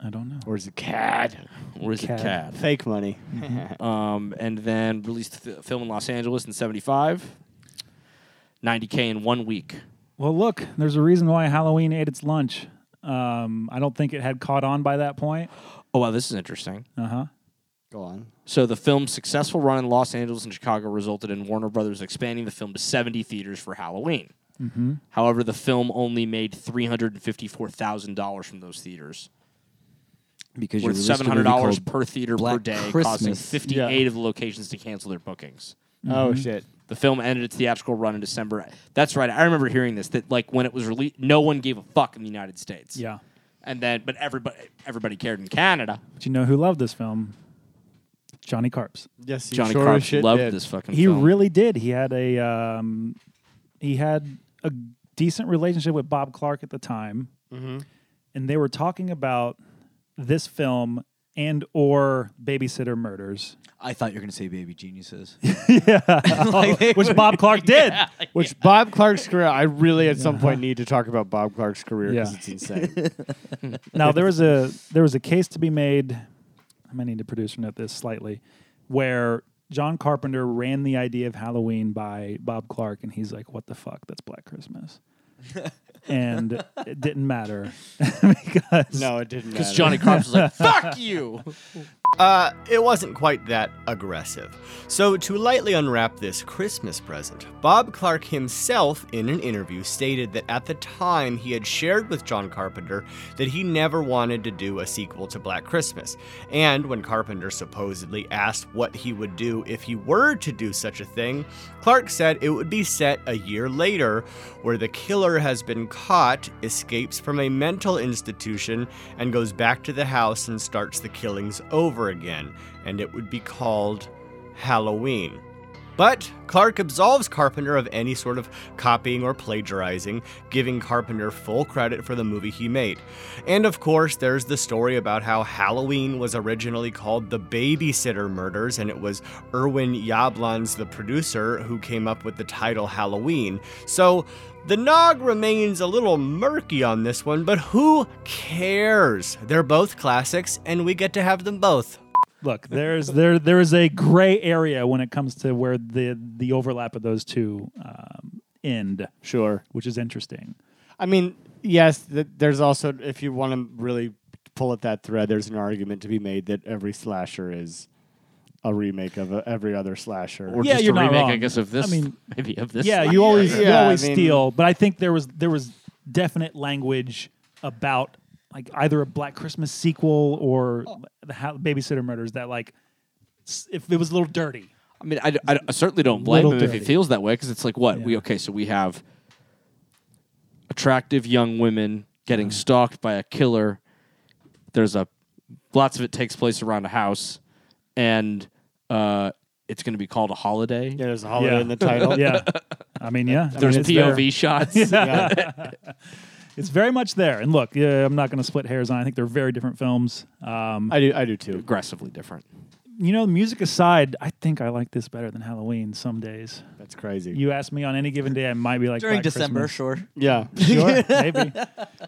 I don't know. Or is it CAD? or is it CAD. CAD? Fake money. Um, and then released the film in Los Angeles in 75. 90k in one week. Well, look, there's a reason why Halloween ate its lunch. Um, I don't think it had caught on by that point. Oh wow, this is interesting. Go on. So the film's successful run in Los Angeles and Chicago resulted in Warner Brothers expanding the film to 70 theaters for Halloween. Mm-hmm. However, the film only made three hundred and fifty-four thousand dollars from those theaters, Because you worth released seven hundred dollars a movie called per theater Black per day, causing Christmas. fifty-eight Yeah. of the locations to cancel their bookings. Oh, shit. The film ended its theatrical run in December. That's right. I remember hearing this. That like when it was released, no one gave a fuck in the United States. Yeah. and then but everybody everybody cared in Canada. But you know who loved this film? Johnny Carps. Yes, he Johnny sure as Carp shit loved did. this fucking. He film. really did. He had a um, he had a decent relationship with Bob Clark at the time. and they were talking about this film and or Babysitter Murders, I thought you were gonna say Baby Geniuses. which Bob Clark did. Which Bob Clark's career, I really at some point need to talk about Bob Clark's career because Yeah. it's insane. Now there was a there was a case to be made. I might need to producer note this slightly, where John Carpenter ran the idea of Halloween by Bob Clark, and he's like, "What the fuck? That's Black Christmas," and it didn't matter because no, it didn't. Because matter. Johnny Carps was like, "Fuck you." Uh, it wasn't quite that aggressive. So, to lightly unwrap this Christmas present, Bob Clark himself, in an interview, stated that at the time he had shared with John Carpenter that he never wanted to do a sequel to Black Christmas. And when Carpenter supposedly asked what he would do if he were to do such a thing, Clark said it would be set a year later, where the killer has been caught, escapes from a mental institution, and goes back to the house and starts the killings over again, and it would be called Halloween. But Clark absolves Carpenter of any sort of copying or plagiarizing, giving Carpenter full credit for the movie he made. And of course, there's the story about how Halloween was originally called The Babysitter Murders, and it was Erwin Yablans, the producer, who came up with the title Halloween. So the Nog remains a little murky on this one, but who cares? They're both classics, and we get to have them both. look, there's there there is a gray area when it comes to where the the overlap of those two um, end, Sure. which is interesting. I mean, yes, th- there's also, if you want to really pull at that thread, there's an argument to be made that every slasher is a remake of a, every other slasher. Or Yeah, just you're a not remake, I wrong. guess, of this. I mean, maybe of this. Yeah, you always you Yeah, I always mean- steal, but I think there was there was definite language about like either a Black Christmas sequel or the ha- Babysitter Murders that like s- if it was a little dirty. I mean, I, I- I certainly don't blame Little him if he dirty. feels that way because it's like, what? We Yeah. okay? So we have attractive young women getting stalked by a killer. There's a lots of it takes place around a house, and uh, it's going to be called a holiday. yeah, there's a holiday Yeah. in the title. Yeah, I mean, yeah, There's I mean, it's POV there. shots. It's very much there. And look, yeah, I'm not going to split hairs on. it. I think they're very different films. Um, I do, I do too. Aggressively different. you know, music aside, I think I like this better than Halloween. Some days, That's crazy. you ask me on any given day, I might be like During Black December, Christmas. sure. yeah. sure, maybe,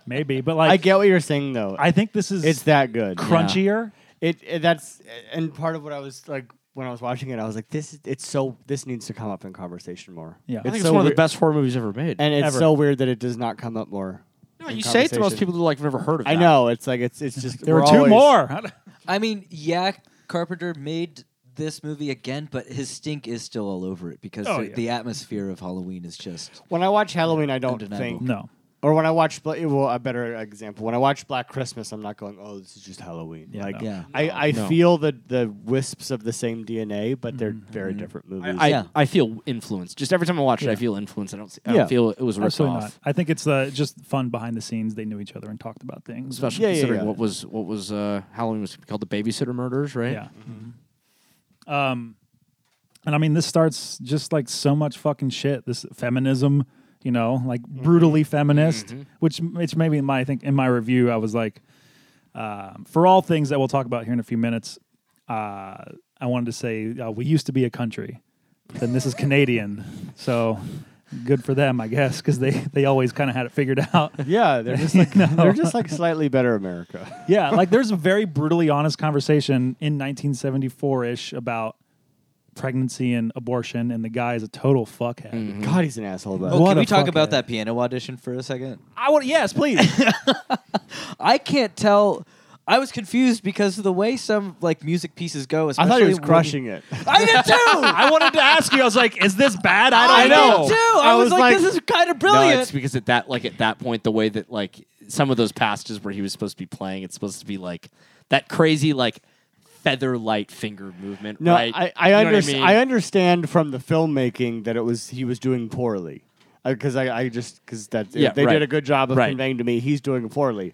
maybe. But like, I get what you're saying, though. I think this is it's that good. crunchier. It, it that's and part of what I was like when I was watching it, I was like, this is it's so this needs to come up in conversation more. Yeah. I I think it's so one of the weir- best horror movies ever made. and it's ever. so weird that it does not come up more. no, in you say it to most conversation. people who like have never heard of. I that. know it's like it's it's just There we're were two always- more. I mean, yeah, Carpenter made this movie again, but his stink is still all over it because Oh, the, yeah. the atmosphere of Halloween is just When I watch Halloween, I don't Undeniable. think, No. or when I watch Bla- well, a better example, when I watch Black Christmas, I'm not going, oh, this is just Halloween. like no. Yeah. I, I No. feel the the wisps of the same DNA, but they're very different movies. I, Yeah. I feel influenced. Just every time I watch it, I Yeah. feel influenced. I don't, see, I Yeah. don't feel it was ripped Absolutely off. not. I think it's uh, just fun behind the scenes. They knew each other and talked about things. especially Yeah, yeah, considering yeah. what was what was uh, Halloween was called the Babysitter Murders, right? yeah. Um, and I mean, this starts just like so much fucking shit. This feminism, you know, like brutally feminist, which which maybe in my I think in my review I was like, um, for all things that we'll talk about here in a few minutes, uh, I wanted to say uh, we used to be a country, but then this is Canadian, so good for them, I guess, because they they always kind of had it figured out. yeah, they're just like they're just like slightly better America. yeah, like there's a very brutally honest conversation in 1974 ish about pregnancy and abortion, and the guy is a total fuckhead. God, he's an asshole. About Oh, it. What can a we talk fucking- about that piano audition for a second? I would, yes, please. I can't tell. I was confused because of the way some like music pieces go. I Especially thought he was when- crushing it. I did too. I wanted to ask you. I was like, is this bad? I I, don't know. did too. I, was, like, this is kind of No, brilliant. it's because at that like at that point, the way that like some of those passages where he was supposed to be playing, it's supposed to be like that crazy like feather light finger movement. No, right? I I, You know what under- I, mean? understand from the filmmaking that it was he was doing poorly, because I, I just because that Yeah, they right. did a good job of Right. conveying to me he's doing poorly.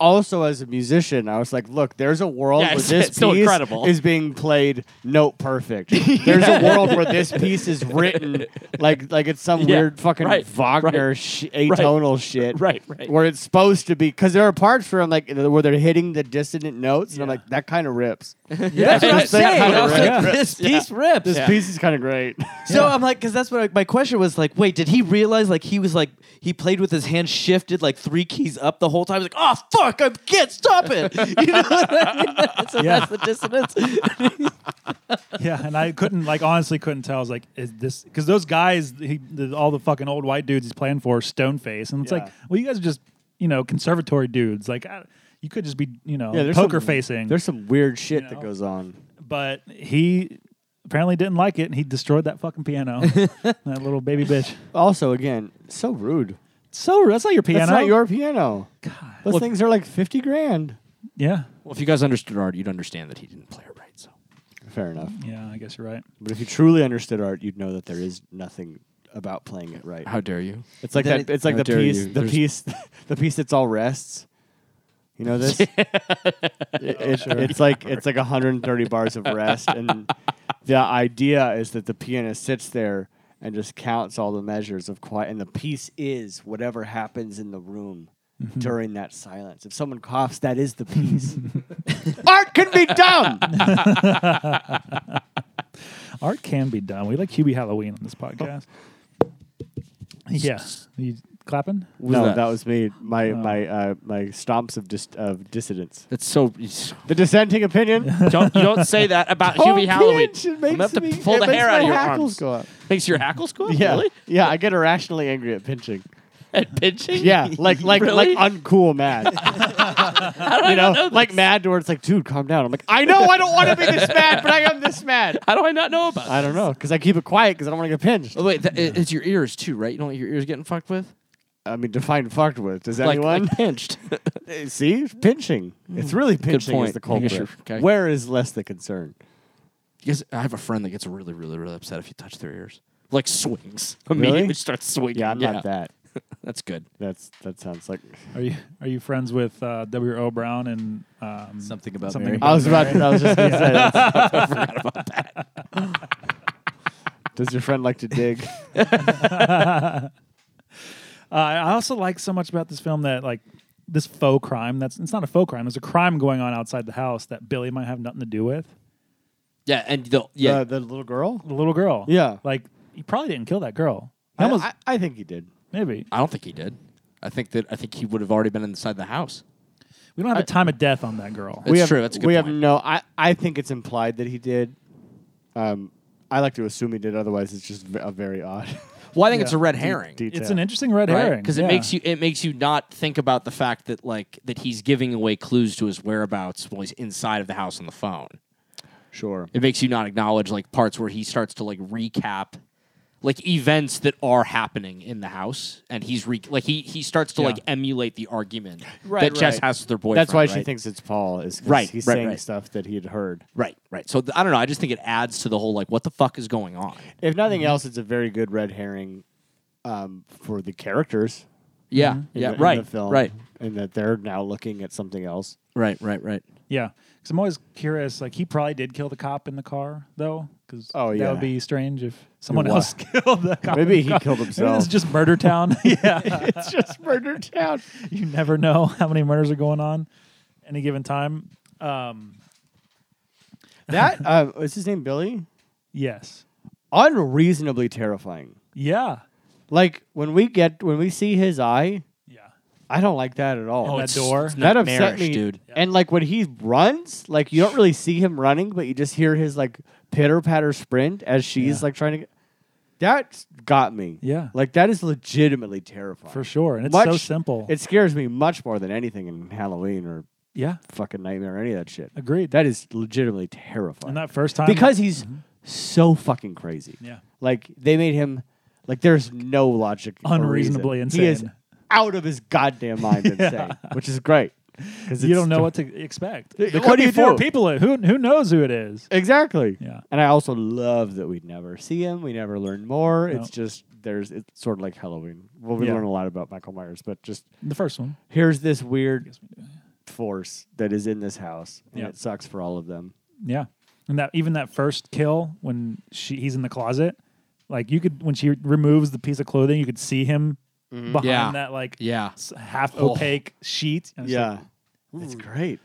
also as a musician, I was like, look, there's a world Yeah, where it's- this it's so piece incredible. is being played note perfect. There's a world where this piece is written like like it's some Yeah, weird fucking right, Wagner right, sh- atonal shit. right, right. Where it's supposed to be because there are parts where I'm like where they're hitting the dissonant notes, and I'm Yeah. like, that kind of rips. That's what I'm This thing saying. kinda I was like, rips. this piece rips. This piece is kind of great. So I'm like, because that's what I, my question was like. Wait, did he realize like he was like he played with his hand shifted like three keys up the whole time? He's like, oh fuck, I can't stop it. You know what I mean? So Yeah. that's the dissonance. Yeah, and I couldn't like honestly couldn't tell. I was like, is this because those guys, he, the, all the fucking old white dudes he's playing for, are stone face, and it's Yeah. like, well, you guys are just you know conservatory dudes. Like, I, you could just be you know there's poker some- facing. There's some weird shit You that know? goes on. But he apparently didn't like it, and he destroyed that fucking piano. that little baby bitch. Also, again, so rude. So that's not your piano. That's not your piano. God. Those Well- things are like fifty grand. Yeah. Well, if you guys understood art, you'd understand that he didn't play it right. So Fair enough. Yeah, I guess you're right. But if you truly understood art, you'd know that there is nothing about playing it right. how dare you? It's like Then that. it- it's like How the dare piece. you. The There's- piece. The piece that's all rests. You know this. It- it- It's like it's like 130 bars of rest, and the idea is that the pianist sits there and just counts all the measures of quiet, and the piece is whatever happens in the room. During that silence, if someone coughs, that is the piece. Art can be dumb. Art can be done. We like Hubie Halloween on this Oh. podcast. Yeah. You clapping? no, that? that? was me. My my uh, my stomps of dis- of dissidence. That's so. The dissenting opinion. don't you don't say that about Oh, Hubie Halloween. pinch! It I'm makes gonna have to me- pull it the makes hair my out of your hackles arms. go up. Makes your hackles go up. Yeah, Really? yeah. I get irrationally angry at pinching. At pinching? Yeah, like like Really? like uncool mad. you know, like mad to where it's like, dude, calm down. I'm like, I know I don't want to be this mad, but I am this mad. How do I not know about? I don't know because I keep it quiet because I don't want to get pinched. Oh, wait, that, it- it's your ears too, right? You don't want your ears getting fucked with? I mean, define fucked with. Does Like, anyone Eh, like pinched. see pinching? It's really pinching point. is the I guess culprit. you're- okay. Where is less the concern? Because I have a friend that gets really, really, really upset if you touch their ears. Like swings. Really? Immediately starts swinging. Yeah, I'm not that. That's good. That's that sounds like. Are you are you friends with uh, W. O. Brown and um, Something about Something Mary. I was about. I was just gonna say. That. I forgot about that. Does your friend like to dig? Uh, I also like so much about this film that like this faux crime. That's it's not a faux crime. There's a crime going on outside the house that Billy might have nothing to do with. Yeah, and the, yeah, Uh, the little girl. The little girl. Yeah. Like he probably didn't kill that girl. He almost I, I, I think he did. maybe I don't think he did. I think that I think he would have already been inside the house. we don't have a time of death on that girl. That's we have, true. That's a good we have point. no. I, I think it's implied that he did. Um, I like to assume he did. Otherwise, it's just ve- a very odd. Well, I think it's a red herring. detail. It's an interesting red herring Because it makes you it makes you not think about the fact that like that he's giving away clues to his whereabouts while he's inside of the house on the phone. sure. It makes you not acknowledge like parts where he starts to like recap like events that are happening in the house, and he's re- like he he starts to like emulate the argument that Jess right. has with her boyfriend. That's why she right? thinks it's Paul. Is 'cause Right, He's right, saying right. stuff that he had heard. Right, right. So th- I don't know. I just think it adds to the whole like what the fuck is going on. If nothing Mm-hmm. else, it's a very good red herring um, for the characters. Yeah, In yeah. the, right, In the film, right, And that they're now looking at something else. right, right, right. yeah. Because I'm always curious. Like he probably did kill the cop in the car though. Because Oh, that yeah. would be strange if someone wa- else killed the cop. Maybe he in the car. killed Maybe himself. this is just murder town. yeah. it's just murder town. you never know how many murders are going on any given time. Um, That uh, is his name, Billy. yes. Unreasonably terrifying. Yeah. Like when we get when we see his eye, Yeah. I don't like that at all. Oh, it's- that door. it's that upset nightmarish, me, dude. And like when he runs, like you don't really see him running, but you just hear his like pitter patter sprint as she's Yeah. like trying to. get... That got me. Yeah. like that is legitimately terrifying for sure. And it's so Much- simple. It scares me much more than anything in Halloween or yeah. fucking Nightmare or any of that shit. Agreed. That is legitimately terrifying. and that first time Mm-hmm. because he's so fucking crazy. Yeah. Like they made him like there's no logic. or Unreasonably reason. He is insane. out of his goddamn mind insane, which is great. 'cause you it's- don't know what to expect. Th- There what could do be you four do? people. Who who knows who it is? Exactly. Yeah. And I also love that we never see him. We never learn more. It's No. just there's it's sort of like Halloween. Well, we Yeah. learn a lot about Michael Myers, but just The first one. here's this weird force that is in this house, and Yeah. it sucks for all of them. Yeah, and that even that first kill when she he's in the closet, like you could when she removes the piece of clothing, you could see him behind Yeah. that like Yeah. s- half Oh. opaque sheet. And it's like, Yeah, it's great.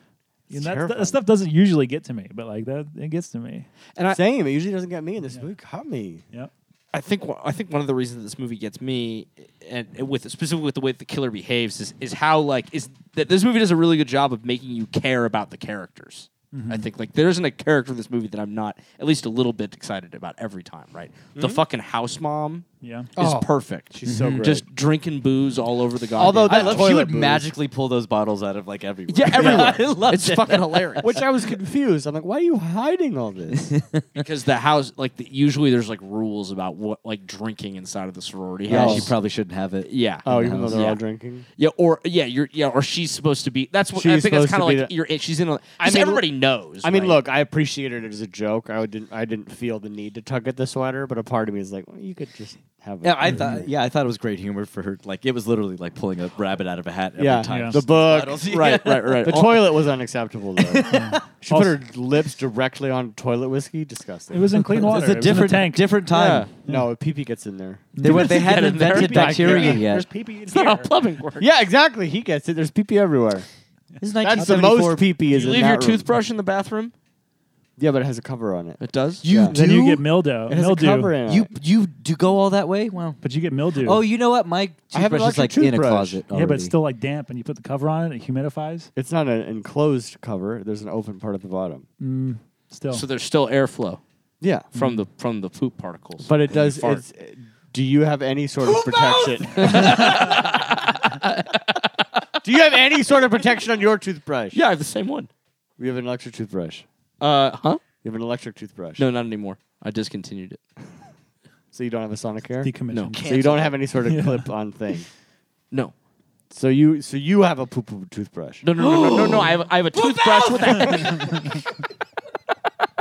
you It's know, that, terrifying. that stuff doesn't usually get to me, but like that it gets to me. And I, Same. It usually doesn't get me, and this movie got me. Yep. I think one- I think one of the reasons this movie gets me, and with specifically with the way the killer behaves, is is how like is that this movie does a really good job of making you care about the characters. I think like there isn't a character in this movie that I'm not at least a little bit excited about every time. Right, the fucking house mom Yeah. is perfect. Mm-hmm. Oh, She's so great. Mm-hmm. Just drinking booze all over the goddamn. Although I that love toilet she would booze- magically pull those bottles out of like everywhere. yeah, everywhere. I love it's fucking hilarious. Which I was confused. I'm like, why are you hiding all this? because the house like the, usually there's like rules about what like drinking inside of the sorority Yeah, house. she probably shouldn't have it. yeah. oh, even though they're Yeah. all drinking. Yeah, or yeah, you're yeah, or she's supposed to be. That's what I She's think. That's supposed kind of to be like the- you're. in- She's in. A, I I mean, mean, everybody knows. I mean, right? look, I appreciated it as a joke. I didn't, I didn't feel the need to tug at the sweater, but a part of me is like, well, you could just have. a- Yeah, I thought. Yeah, I thought it was great humor for her. Like it was literally like pulling a rabbit out of a hat every Mm-hmm. yeah, time. Yeah. the book. Bottles. Right, right, right. The All- toilet was unacceptable though. she put her lips directly on toilet whiskey. Disgusting. It was in clean water. It's a it was in different tank. different time. no, pee pee gets in there. They were, they hadn't in there. invented Pee-pee. bacteria yet. There's pee pee in That's not here. how plumbing works. Yeah, exactly. He gets it. There's pee pee everywhere. This is That's the most pee pee is you in leave that your room. toothbrush in the bathroom. Yeah, but it has a cover on it. It does. You Yeah. do. Then you get mildew. It has a Mildew. cover in it. You you do go all that way? Wow. But you get mildew. Oh, you know what? My I have an toothbrush is like electric in a toothbrush. closet. yeah, but it's still like damp, and you put the cover on it, it humidifies. It's not an enclosed cover. There's an open part at the bottom. Still. So there's still airflow Yeah, from the from the poop particles. but it does. fart. It's, do you have any sort of protection? do you have any sort of protection on your toothbrush? yeah, I have the same one. We have an electric toothbrush. Uh huh. You have an electric toothbrush. No, not anymore. I discontinued it. So you don't have a Sonicare. decommissioned. No. So you don't have any sort of clip-on thing. No. So you, so you have a poo poo toothbrush. No, no, no, no, no, no. I have, I have a toothbrush with a.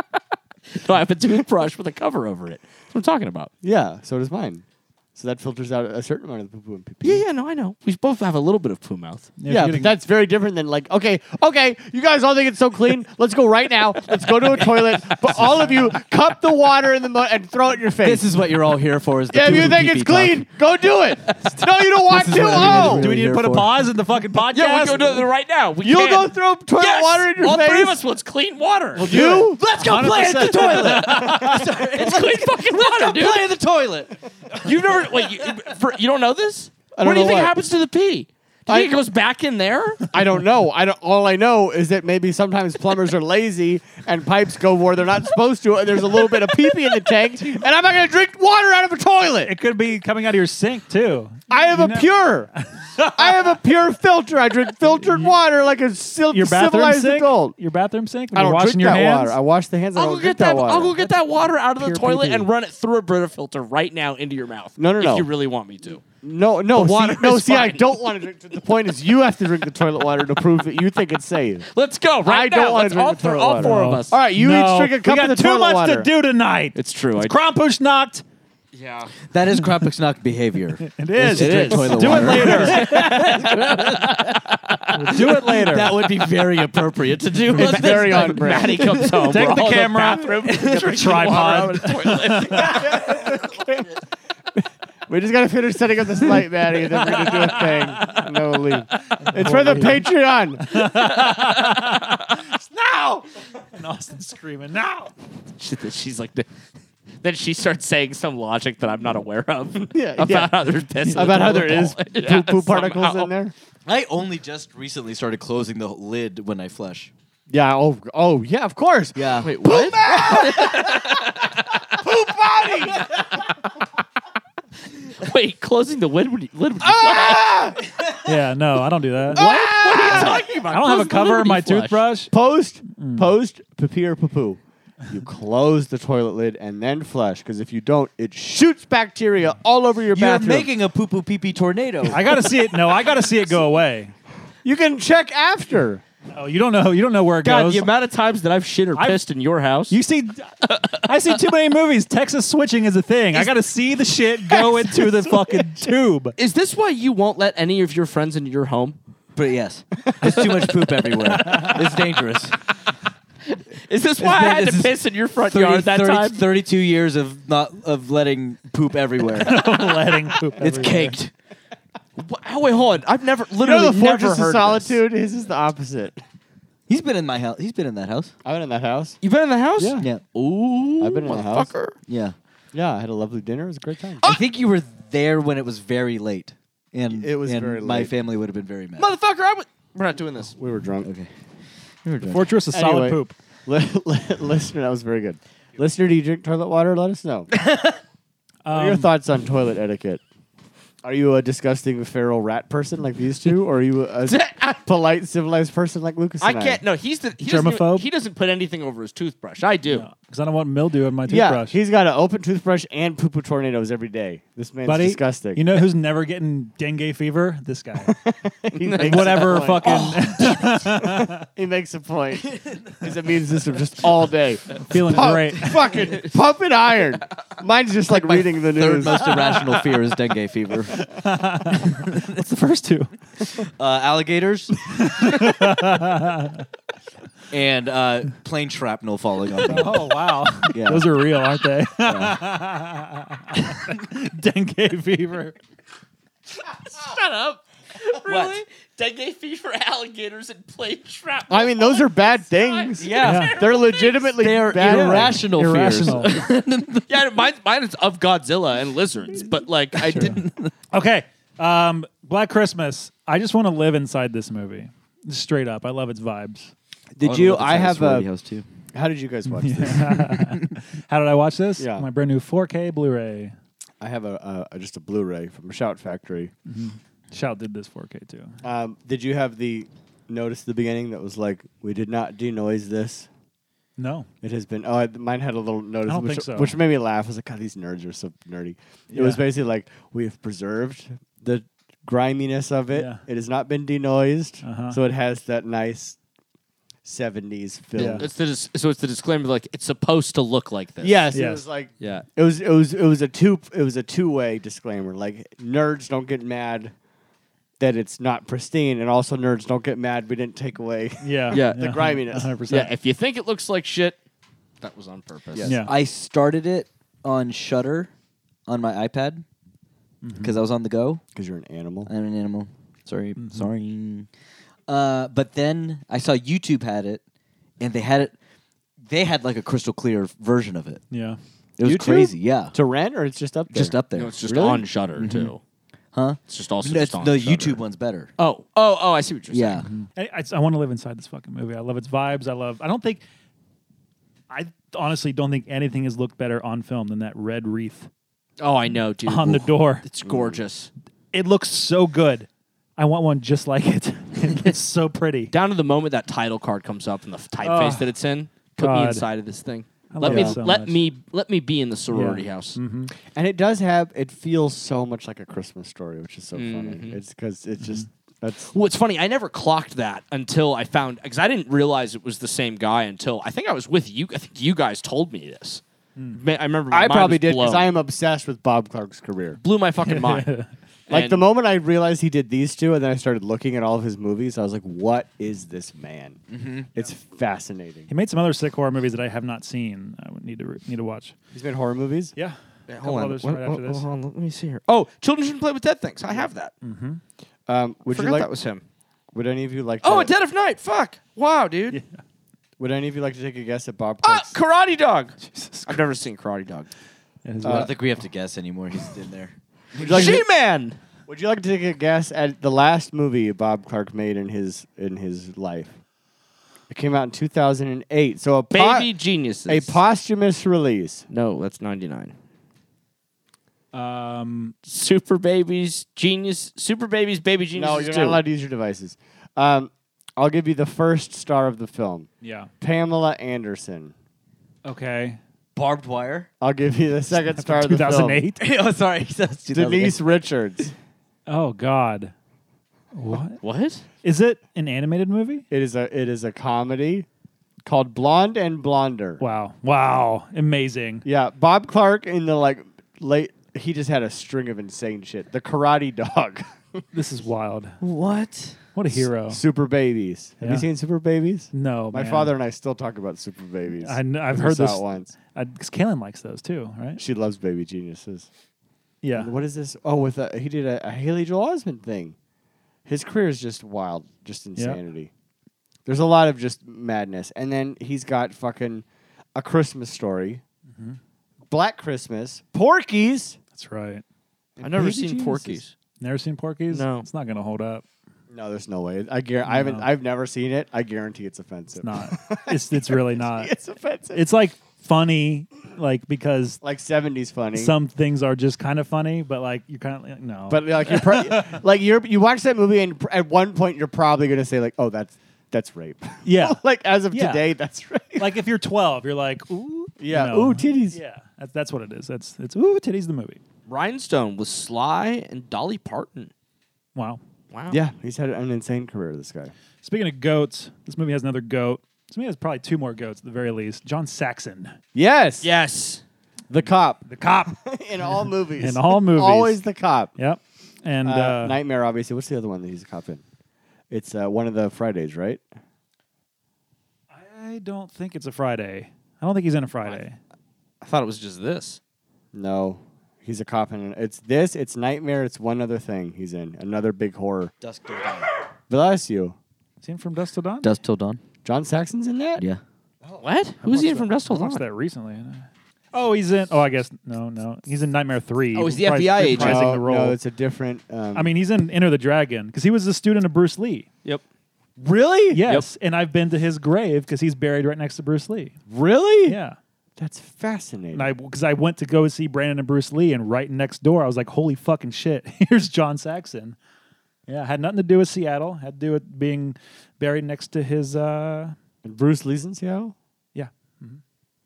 no, I have a toothbrush with a cover over it. That's what I'm talking about. Yeah, so does mine. So that filters out a certain amount of the poo poo and pee pee. Yeah, yeah, no, I know. We both have a little bit of poo mouth. if Yeah, you're but getting- that's very different than like, okay, okay, you guys all think it's so clean. Let's go right now. Let's go to a toilet. But all of you cup the water in the mud and throw it in your face. This is what you're all here for. Is the yeah, if you poo-poo think pee-pee it's talk. clean, go do it. no, you don't want This is to. what everybody's Oh, really here for. in the fucking podcast? Yeah, we go do it right now. We you'll go can. throw toilet Yes! water in your All face. three of us. Let's clean water. you? Let's go play at the toilet. Let's clean fucking water, dude. Play at the toilet. You've never wait. You, for, you don't know this? I don't what do you know think what. happens to the pee? Do you I- think it goes back in there? I don't know. I don't. All I know is that maybe sometimes plumbers are lazy and pipes go where they're not supposed to, and there's a little bit of pee pee in the tank, and I'm not going to drink water out of a toilet. it could be coming out of your sink too. I have You a know- pure. I have a pure filter. I drink filtered water like a sil- Your bathroom civilized sink. adult. Your bathroom sink. When I you're don't washing drink your that hands. water. I wash the hands. I I'll don't go get that. water. I'll go get that water out of the pure toilet pee-pee. and run it through a Brita filter right now into your mouth. No, no, if no. you really want me to. no, no, water see, no. is See, I fine. don't want to drink. The point is, you have to drink the toilet water to prove that you think it's safe. Let's go I right don't now. wanna Let's drink all, the throw, toilet all water. four of us. All right, you No, each drink a cup we got of the too toilet much water. to do tonight. It's true. I, Krampuschnacht. yeah. That is Krapikschnock behavior. It is. to drink toilet Do water. it later. We'll do it later. That would be very appropriate to do. It's very on brand. Maddie comes home. Take We're the all in camera. Get your tripod. We just gotta finish setting up this light, Maddie, and then we're gonna do a thing. No leave. It's for the Patreon. Now. And Austin's screaming now. She- that she's like, then she starts saying some logic that I'm not aware of Yeah, about yeah. how there's piss. in the About how there toilet is bowl. poo Yeah, poo particles somehow. in there. I only just recently started closing the lid when I flush. Yeah. Oh. Oh. Yeah. Of course. Yeah. Wait, Poop out. Wait, closing the lid? Would you, lid would you Yeah, no, I don't do that. talking about? I don't have a Close the lid cover when on you my flush. toothbrush. Post. Post. Pee or poo poo. You close the toilet lid and then flush, because if you don't, it shoots bacteria all over your You're bathroom. making a poo poo pee pee tornado. I gotta see it. No, I gotta see it go away. you can check after. Oh, you don't know. You don't know where it God, goes. the amount of times that I've shit or I've- pissed in your house. you see, I see too many movies. Texas switching is a thing. I gotta see the shit go into the fucking tube. is this why you won't let any of your friends into your home? But yes, there's too much poop everywhere. It's dangerous. Is this It's why I been- had this to is piss in your front 30 yard that 30 time? 32 years of not of letting poop everywhere. letting poop. it's everywhere. caked. Wha- wait, hold on. I've never You know literally the never Fortress heard of of Solitude? His is the opposite. He's been in my house. He's been in that house. I've been in that house. This. You've been in the house? Yeah. Yeah. Ooh, I've been in the house. motherfucker. Yeah. Yeah, I had a lovely dinner. It was a great time. I think you were there when it was very late. And It was and very My late. family would have been very mad. Motherfucker, I was. We're not doing this. We were drunk. okay. You were drunk. Fortress of solid Anyway. poop. Li- li- Listener, that was very good. Listener, do you drink toilet water? Let us know. what are your Um, thoughts on toilet etiquette? Are you a disgusting feral rat person like these two, or are you a polite, civilized person like Lucas? I and can't. No, he's the he doesn't even- Germaphobe? he doesn't put anything over his toothbrush. I do. Because I don't want mildew on my Yeah, toothbrush. he's got an open toothbrush and poo poo tornadoes every day. This man's Buddy, disgusting. You know who's never getting dengue fever? This guy. he makes Whatever a point. Oh, fucking he makes a point. His immune system just all day. feeling Pump, great. fucking pumping iron. Mine's just like reading the Third news. most irrational fear is dengue fever. What's the first two? Uh, alligators. and uh, plane shrapnel falling on me. Oh wow, Yeah. those are real, aren't they? dengue fever. Shut up. Really? Dengue fever, alligators, and plague trap. I mean, those are bad things. Yeah. They're legitimately They're bad. irrational fears. Irrational. Yeah, mine, mine is of Godzilla and lizards, but like I didn't. okay, um, Black Christmas. I just want to live inside this movie, straight up. I love its vibes. Did you? I It's have sorority a. house too. How did you guys watch this? How did I watch this? Yeah. my brand new 4K Blu-ray. I have a, a just a Blu-ray from Shout Factory. Shout did this 4K too. Um, did you have the notice at the beginning that was like, "We did not denoise this." No, It has been. Oh, I, mine had a little notice, I don't which, think so. which made me laugh. I was like, "God, these nerds are so nerdy." It was Yeah. basically like, "We have preserved the griminess of it. Yeah. It has not been denoised, Uh-huh. so it has that nice '70s feel." Yeah. It's the, dis- so it's the disclaimer like it's supposed to look like this. Yes, it Yes. was like Yeah. it was it was it was a two it was a two way disclaimer. Like nerds don't get mad that it's not pristine, and also nerds don't get mad we didn't take away. yeah, Yeah. The griminess. 100. percent Yeah. If you think it looks like shit, that was on purpose. Yeah. I started it on Shutter on my iPad because I was on the go. Because you're an animal. I'm an animal. Sorry, sorry. Uh, but then I saw YouTube had it, and they had it. They had like a crystal clear version of it. Yeah. It was YouTube? crazy. Yeah, To rent or it's just up there. just up there. Mm-hmm. No, it's just Really? on Shutter too. huh? It's just also That's- just on the Shudder. YouTube one's better. Oh, oh, oh! I see what you're saying. Yeah, I, I, I want to live inside this fucking movie. I love its vibes. I love. I don't think. I honestly don't think anything has looked better on film than that red wreath Oh, I know, dude. on the door. It's gorgeous. It looks so good. I want one just like it. it's so pretty. Down to the moment that title card comes up and the f- typeface that it's in, put me God. inside of this thing. I let love me it so let much. me let me be in the sorority house. And it does have it feels so much like a Christmas story, which is so Mm-hmm. funny. It's because it just that's Well, it's funny. I never clocked that until I found because I didn't realize it was the same guy until I think I was with you. I think you guys told me this. Ma- I remember. My I mind probably was did because blown. I am obsessed with Bob Clark's career. blew my fucking mind. Like the And- moment I realized he did these two, and then I started looking at all of his movies, I was like, "What is this man?" Mm-hmm. It's fascinating. He made some other sick horror movies that I have not seen. I would need to re- need to watch. He's made horror movies. Yeah. A couple Hold on. others What- right after oh, this. hold on, Let me see here. Oh, children shouldn't play with dead things. I have that. Um, would Forgot you like? that was him. would any of you like? Oh, to, a dead of night. Fuck. Wow, dude. Would any of you like to take a guess at Bob? Ah, Clark's? Karate Dog. I've never seen Karate Dog. It Uh, is I what- don't think we have to guess anymore. He's in there. would, you like she to, Man. would you like to take a guess at the last movie Bob Clark made in his in his life? It came out in 2008. So a po- Baby Geniuses. a posthumous release. No, that's 99. um, Super Babies, Genius, Super Babies, Baby Geniuses. No, you're not allowed to use your devices. Um, I'll give you the first star of the film, yeah. Pamela Anderson. Okay. Barbed wire. I'll give you the second star of the film, 2008. oh, sorry. That's 2008. Denise Richards. Oh God. What What? is it? An animated movie? It is a it is a comedy called Blonde and Blonder. Wow. Wow. Amazing. Yeah, Bob Clark in the like late. He just had a string of insane shit. The Karate Dog. This is wild. What? What a hero. Super Babies. Oh. Have Yeah. you seen Super Babies? no, My man. father and I still talk about Super Babies. I kn- I've We heard saw this- it once. Because Kalen likes those too, right? She loves Baby Geniuses. Yeah. What is this? Oh, with a, he did a, a Haley Joel Osment thing. His career is just wild, just insanity. There's a lot of just madness, and then he's got fucking a Christmas story, Mm-hmm. Black Christmas, Porkies. That's right. and I've never Baby seen Geniuses. Porky's. Never seen Porky's? No. It's not going to hold up. No, there's no way. I guar- I haven't. No. I've never seen it. I guarantee it's It's offensive. not. it's, it's really not. it's offensive. It's like funny, like because like '70s funny. some things are just kind of funny, but like you're kind of like, no. But like you're pro- like you're you watch that movie and pr- at one point you're probably gonna say like, oh, that's that's rape. yeah. like as of Yeah. today, that's rape. like if you're 12, you're like, ooh. Yeah. no. Ooh, titties. Yeah. That's, that's what it is. That's It's, ooh, titties the movie. Rhinestone was Sly and Dolly Parton. Wow. Wow. Yeah, he's had an insane career. This guy. Speaking of goats, this movie has another goat. This movie has probably two more goats at the very least. John Saxon, Yes. Yes. The cop the cop. in all movies. In all movies. always the cop. yep. And Uh, uh, Nightmare, obviously. What's the other one that he's a cop in? It's uh, one of the Fridays, right? I don't think it's a Friday. I don't think he's in a Friday. I thought it was just this. No, he's a cop in. It's this. It's Nightmare. It's one other thing he's in. Another big horror. Dusk till dawn. Bless you. Is he in From Dust to Dawn? Dusk till dawn. John Saxon's in that. Yeah. Oh. What? Who's he in from Dust I Till Dawn? watched that recently. and, uh, Oh, he's in. Oh, I guess no, no. He's in Nightmare Three. Oh, he's the Repris- FBI agent. reprising No, the role. no, it's a different. Um, I mean, he's in Enter the Dragon because he was a student of Bruce Lee. Yep. really? Yes, and I've been to his grave because he's buried right next to Bruce Lee. Really? Yeah, That's fascinating. and I because I went to go see Brandon and Bruce Lee, and right next door, I was like, "Holy fucking shit!" Here's John Saxon. Yeah, had nothing to do with Seattle. Had to do with being buried next to his. uh And Bruce Lee's in Seattle. Yeah,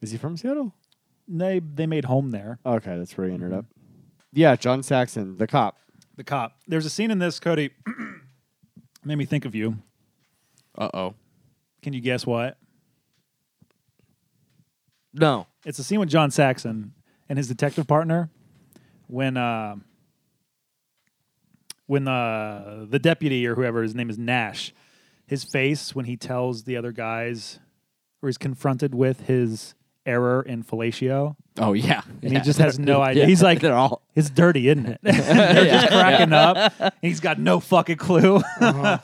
Is he from Seattle? they they made home there. Okay, that's where he ended up. Yeah, John Saxon, the cop. The cop. There's a scene in this, Cody. made me think of you. Uh oh. Can you guess what? No. It's a scene with John Saxon and his detective partner when uh, when uh, the deputy or whoever his name is Nash, his face when he tells the other guys or he's confronted with his error in fellatio Oh yeah. and he just has no idea. He's like, they're all. it's dirty, isn't it? They're just cracking up. And he's got no fucking clue.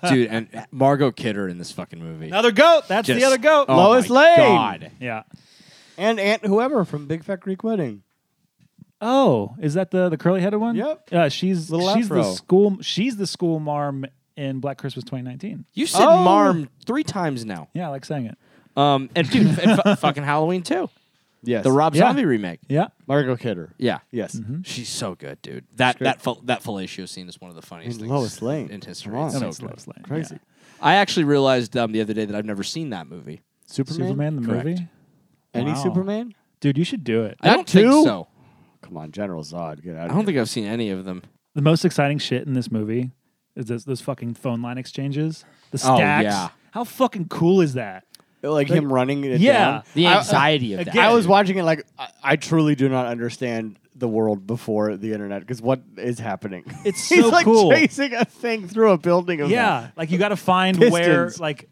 Dude, and Margot Kidder in this fucking movie. Another goat. That's the Just- other goat. Oh Lois my Lane. God. Yeah. And Aunt whoever from Big Fat Greek Wedding. Oh, is that the the curly headed one? Yep. Uh, she's Little she's the afro. school she's the school marm in Black Christmas 2019. You said Oh. Marm three times now. Yeah, I like saying it. Um, and dude, and fu- fucking Halloween too. Yes. The Rob Yeah. Zombie remake. Yeah. Margot Kidder. Yeah. Mm-hmm. Yes. She's so good, dude. That that fel- that fellatio scene is one of the funniest And Lois things Lane. in history. Come on. It's I so mean, That's good. Lois Lane. Crazy. I actually realized um, the other day that I've never seen that movie. Yeah. Superman? Superman the Correct. movie. Any Wow. Superman? Dude, you should do it. I That don't think too? so. Come on, General Zod, get out. I don't think I've seen any of them. The most exciting shit in this movie is this, those fucking phone line exchanges, the Oh, stacks. yeah. How fucking cool is that? like him running. It Yeah. down. The I- uh, anxiety of that. I, was watching it like I, I truly do not understand the world before the internet because what is happening? It's He's so like cool. chasing a thing through a building. Of Yeah, like you got to find where Pistons. like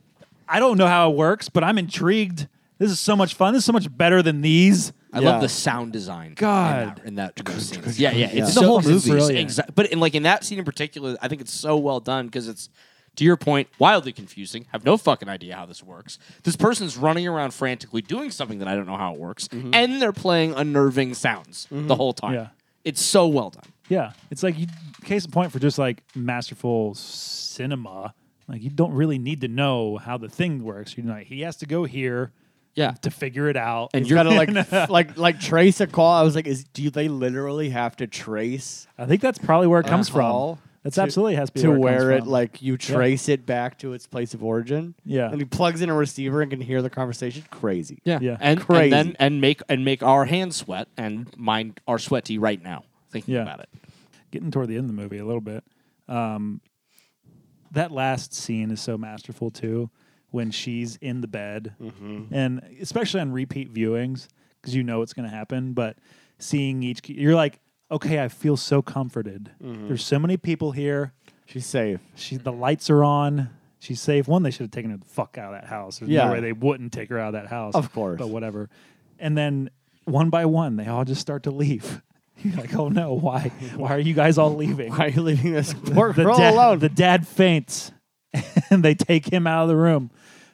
I don't know how it works, but I'm intrigued. This is so much fun. This is so much better than these. I Yeah. love the sound design. God. in that, in that scene. yeah, yeah, it's Yeah. so, The whole it's movie. Brilliant. exa- but in like in that scene in particular, I think it's so well done because it's to your point, wildly confusing. Have no fucking idea how this works. This person's running around frantically doing something that I don't know how it works, and they're playing unnerving sounds the whole time. Yeah. It's so well done. Yeah, it's like you, case in point for just like masterful cinema. Like you don't really need to know how the thing works. You're like he has to go here Yeah. to figure it out. And you gotta like f- like like trace a call. I was like, is do they literally have to trace I think that's probably where it comes call from. That's absolutely has to be to where it, comes where it from. like you trace it back to its place of origin. Yeah. And he plugs in a receiver and can hear the conversation. Crazy. Yeah. Yeah. And, Crazy. and then and make and make our hands sweat and mine are sweaty right now thinking Yeah. about it. getting toward the end of the movie a little bit. Um, that last scene is so masterful too, when she's in the bed, and especially on repeat viewings because you know what's going to happen. But seeing each, you're like, okay, I feel so comforted. There's so many people here. She's safe. She the lights are on. She's safe. One, they should have taken her the fuck out of that house. There's Yeah. no way they wouldn't take her out of that house. Of course. But whatever. And then one by one, they all just start to leave. You're like, oh no, why? Why are you guys all leaving? Why are you leaving this poor the girl dad, alone? The dad faints, and they take him out of the room.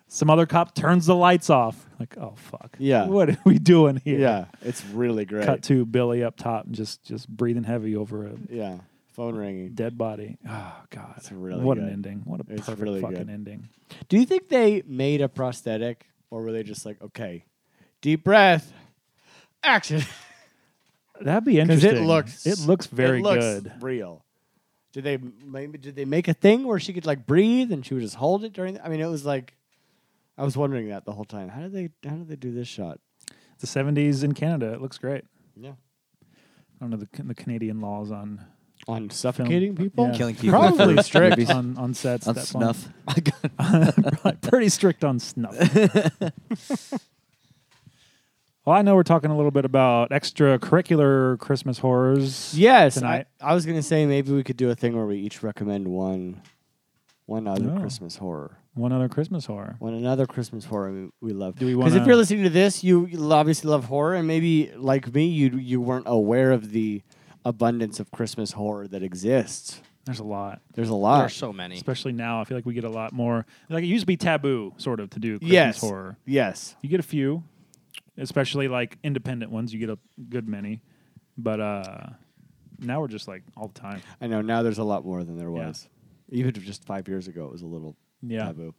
Some other cop turns the lights off. Like, oh fuck. Yeah. What are we doing here? yeah, it's really great. Cut to Billy up top and just just breathing heavy over a Yeah, phone ringing. dead body. Oh god. It's really what an good. ending. What a It's perfect really fucking good. ending. Do you think they made a prosthetic, or were they just like, okay, deep breath, action? That'd be Because interesting. it looks, it looks very it looks good. real. Did they maybe did they make a thing where she could like breathe and she would just hold it during? The, I mean, it was like, I was wondering that the whole time. How did they how did they do this shot? The seventies in Canada. It looks great. Yeah, I don't know the, the Canadian laws on on suffocating Film- people. yeah. Killing people. Probably strict. Movies. on, on sets. On that one. snuff. pretty strict on snuff. well, I know we're talking a little bit about extracurricular Christmas horrors. Yes, I, tonight. I was gonna say maybe we could do a thing where we each recommend one, one other Oh. Christmas horror, One other Christmas horror. one another Christmas horror we, we love. Do we Because if wanna- you're listening to this, you you obviously love horror, and maybe like me, you you weren't aware of the abundance of Christmas horror that exists. There's a lot. There's a There are lot. so many. Especially now, I feel like we get a lot more. Like it used to be taboo, sort of, to do Christmas yes, horror. yes. You get a few, especially like independent ones. You get a good many, but uh, now we're just like all the time. I know now there's a lot more than there Yeah. was, even if just five years ago. It was a little Yeah. taboo.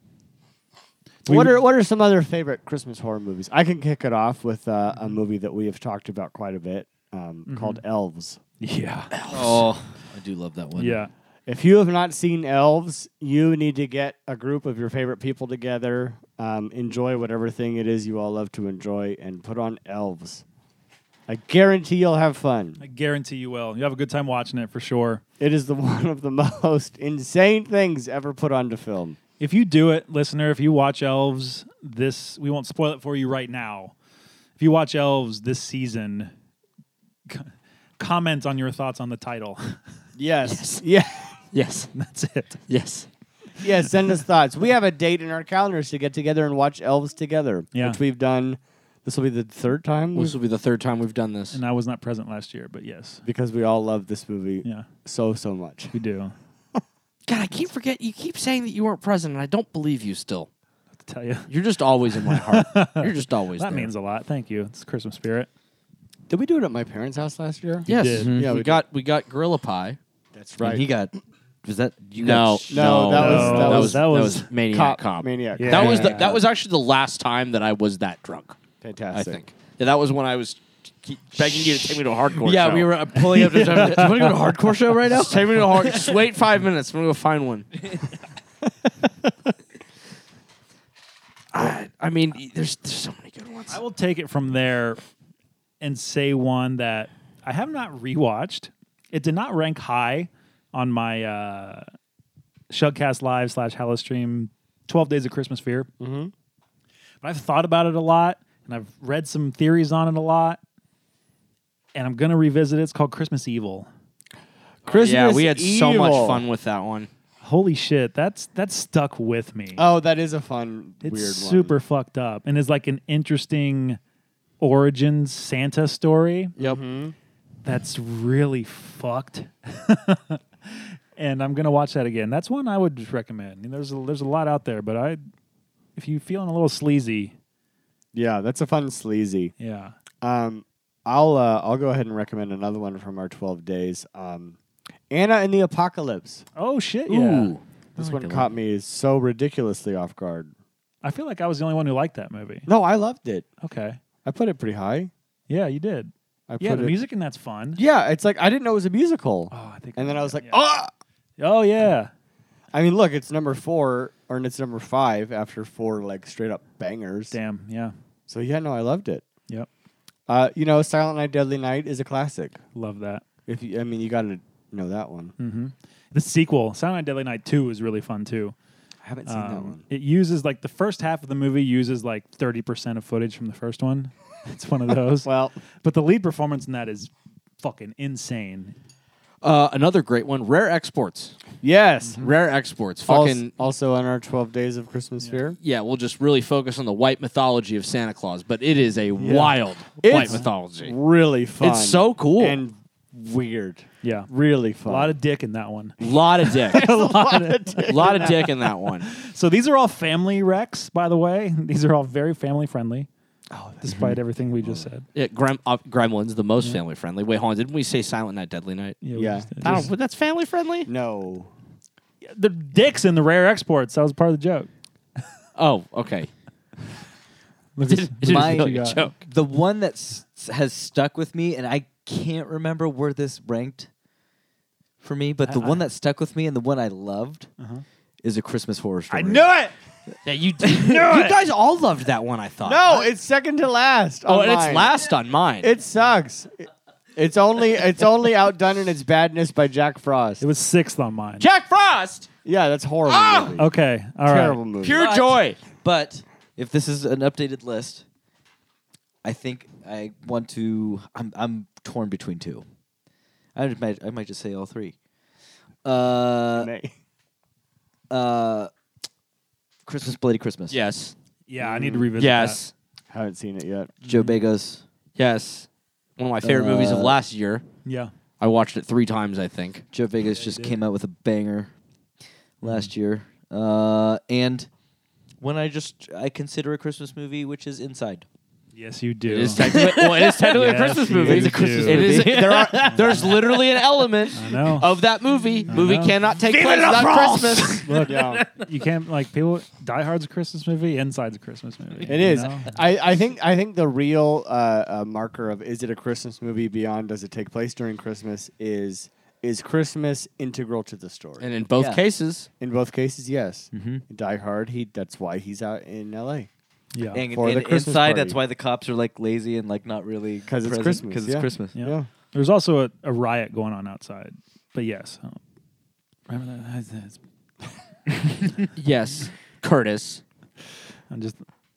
We- what are what are some other favorite Christmas horror movies? I can kick it off with uh, a movie that we have talked about quite a bit um, Mm-hmm. called Elves. Yeah, Oh, I do love that one. yeah. If you have not seen Elves, you need to get a group of your favorite people together, um, enjoy whatever thing it is you all love to enjoy, and put on Elves. I guarantee you'll have fun. I guarantee you will. You have a good time watching it for sure. It is the one of the most insane things ever put onto film. If you do it, listener, if you watch Elves this, we won't spoil it for you right now. If you watch Elves this season, c- comment on your thoughts on the title. Yes. Yeah. Yes. That's it. Yes. Yeah, send us thoughts. We have a date in our calendars to get together and watch Elves together, Yeah. which we've done. This will be the third time This we've- will be the third time we've done this. And I was not present last year, but yes, because we all love this movie yeah, so so much. we do. God, I keep forgetting. You keep saying that you weren't present, and I don't believe you still. to tell you. You're just always in my heart. You're just always That there. means a lot. Thank you. It's Christmas spirit. Did we do it at my parents' house last year? yes. did. Mm-hmm. Yeah, Yeah, we we, did. got we got Gorilla Pie. that's And he got. Was that you? No, Got, No, that was- that was- that that was, was Maniac Cop, Cop. Maniac Yeah. That was the, Yeah. that was actually the last time that I was that drunk. I fantastic. think. Yeah, that was when I was keep begging you to take me to a hardcore. yeah, show. we were were uh, pulling up to. Do you want to go to a hardcore show right now? Just take me to a hard. Just wait five minutes. I'm gonna go find one. I, I mean, there's there's so many good ones. I will take it from there and say one that I have not rewatched. It did not rank high on my uh, Shugcast Live slash Hello Stream 12 Days of Christmas Fear. Mm-hmm. But I've thought about it a lot and I've read some theories on it a lot. And I'm going to revisit it. It's called Christmas Evil. Christmas yeah, we had so much Evil. fun with that one. Holy shit, that's that's stuck with me. Oh, that is a fun It's weird super one. fucked up and is like an interesting origin Santa story Mm-hmm. Yep. that's really fucked. and I'm gonna watch that again. That's one I would just recommend. And There's a, there's a lot out there, but I, if you're feeling a little sleazy, Yeah, that's a fun sleazy. yeah, Um, I'll uh, I'll go ahead and recommend another one from our twelve days. Um, Anna and the Apocalypse. oh shit, yeah. Ooh. This one caught me so ridiculously off guard. I feel like I was the only one who liked that movie. No, I loved it. Okay, I put it pretty high. yeah, you did. I Yeah, put the it, music in that's fun. Yeah, it's like I didn't know it was a musical. Oh, I think. and then I was like, yeah. oh, oh yeah, I mean, look, it's number four, or it's number five after four like straight up bangers. damn, yeah, So yeah, no, I loved it. yep, Uh, you know, Silent Night, Deadly Night is a classic. love that. If you, I mean, you got to know that one. Hmm. The sequel, Silent Night Deadly Night Two, is really fun too. I haven't seen that Um, one. It uses like the first half of the movie uses like thirty percent of footage from the first one. It's one of those. Well, but the lead performance in that is fucking insane. Uh, another great one, Rare Exports. Yes. Rare Exports. Als- Fucking also on our 12 days of Christmas fear. yeah, we'll just really focus on the white mythology of Santa Claus, but it is a wild white It's- mythology. Really fun. It's so cool. And weird. Yeah. Really fun. A lot of dick in that one. lot of dick. a lot of dick. lot of dick in that one. So these are all family wrecks, by the way. These are all very family friendly. Oh, despite everything we just said. Yeah, Grem- uh, Gremlins, the most family friendly. Wait, hold on. Didn't we say Silent Night, Deadly Night? we Yeah. just did. I don't, but that's family friendly. no. the dicks in the rare exports. That was part of the joke. Oh, okay. Look Did, at- did My- really Yeah. joke. The one that s- has stuck with me, and I can't remember where this ranked for me, but the one that stuck with me and the one I loved is a Christmas horror story. Uh-huh. I know. it. Yeah, you you guys all loved that one. Uh, I thought. No, it's second to last. Oh, on and mine. it's last on mine. It sucks. It- It's only it's only outdone in its badness by Jack Frost. It was sixth on mine. Jack Frost. yeah, that's horrible. Ah! movie. Okay. all right. Terrible movie. Pure But- joy. But if this is an updated list, I think I want to. I'm I'm torn between two. I might I might just say all three. Uh, Nay. uh, Christmas, Bloody Christmas. Yes. Yeah, I need to revisit Yes. Haven't seen it yet. Joe Bagos. Yes. One of my favorite movies of Uh, last year. that. Yeah. I watched it three times, I think. Joe Vegas just came out with a banger last year. Uh, and when I just I consider a Christmas movie, which is Inside. Yes, you do. It is technically, well, it is technically Yes, a Christmas you movie. It is a do. Christmas It is- there are, there's literally an element I know. of that movie. Movie know. cannot take place without Christmas. Look, Yeah. you can't like people. Die Hard's a Christmas movie. Inside's a Christmas movie. It is. I, I think I think the real uh, uh, marker of is it a Christmas movie beyond does it take place during Christmas is is Christmas integral to the story. and in both Yeah. cases, in both cases, yes. Die Hard. He that's why he's out in L.A. Yeah. And, For the and Christmas Inside, that's party. why the cops are like lazy and like not really 'Cause it's Christmas, because yeah. it's Christmas. Yeah. There's also a, a riot going on outside. But yes. um, Remember that? That's- that's- yes, Curtis. I'm just.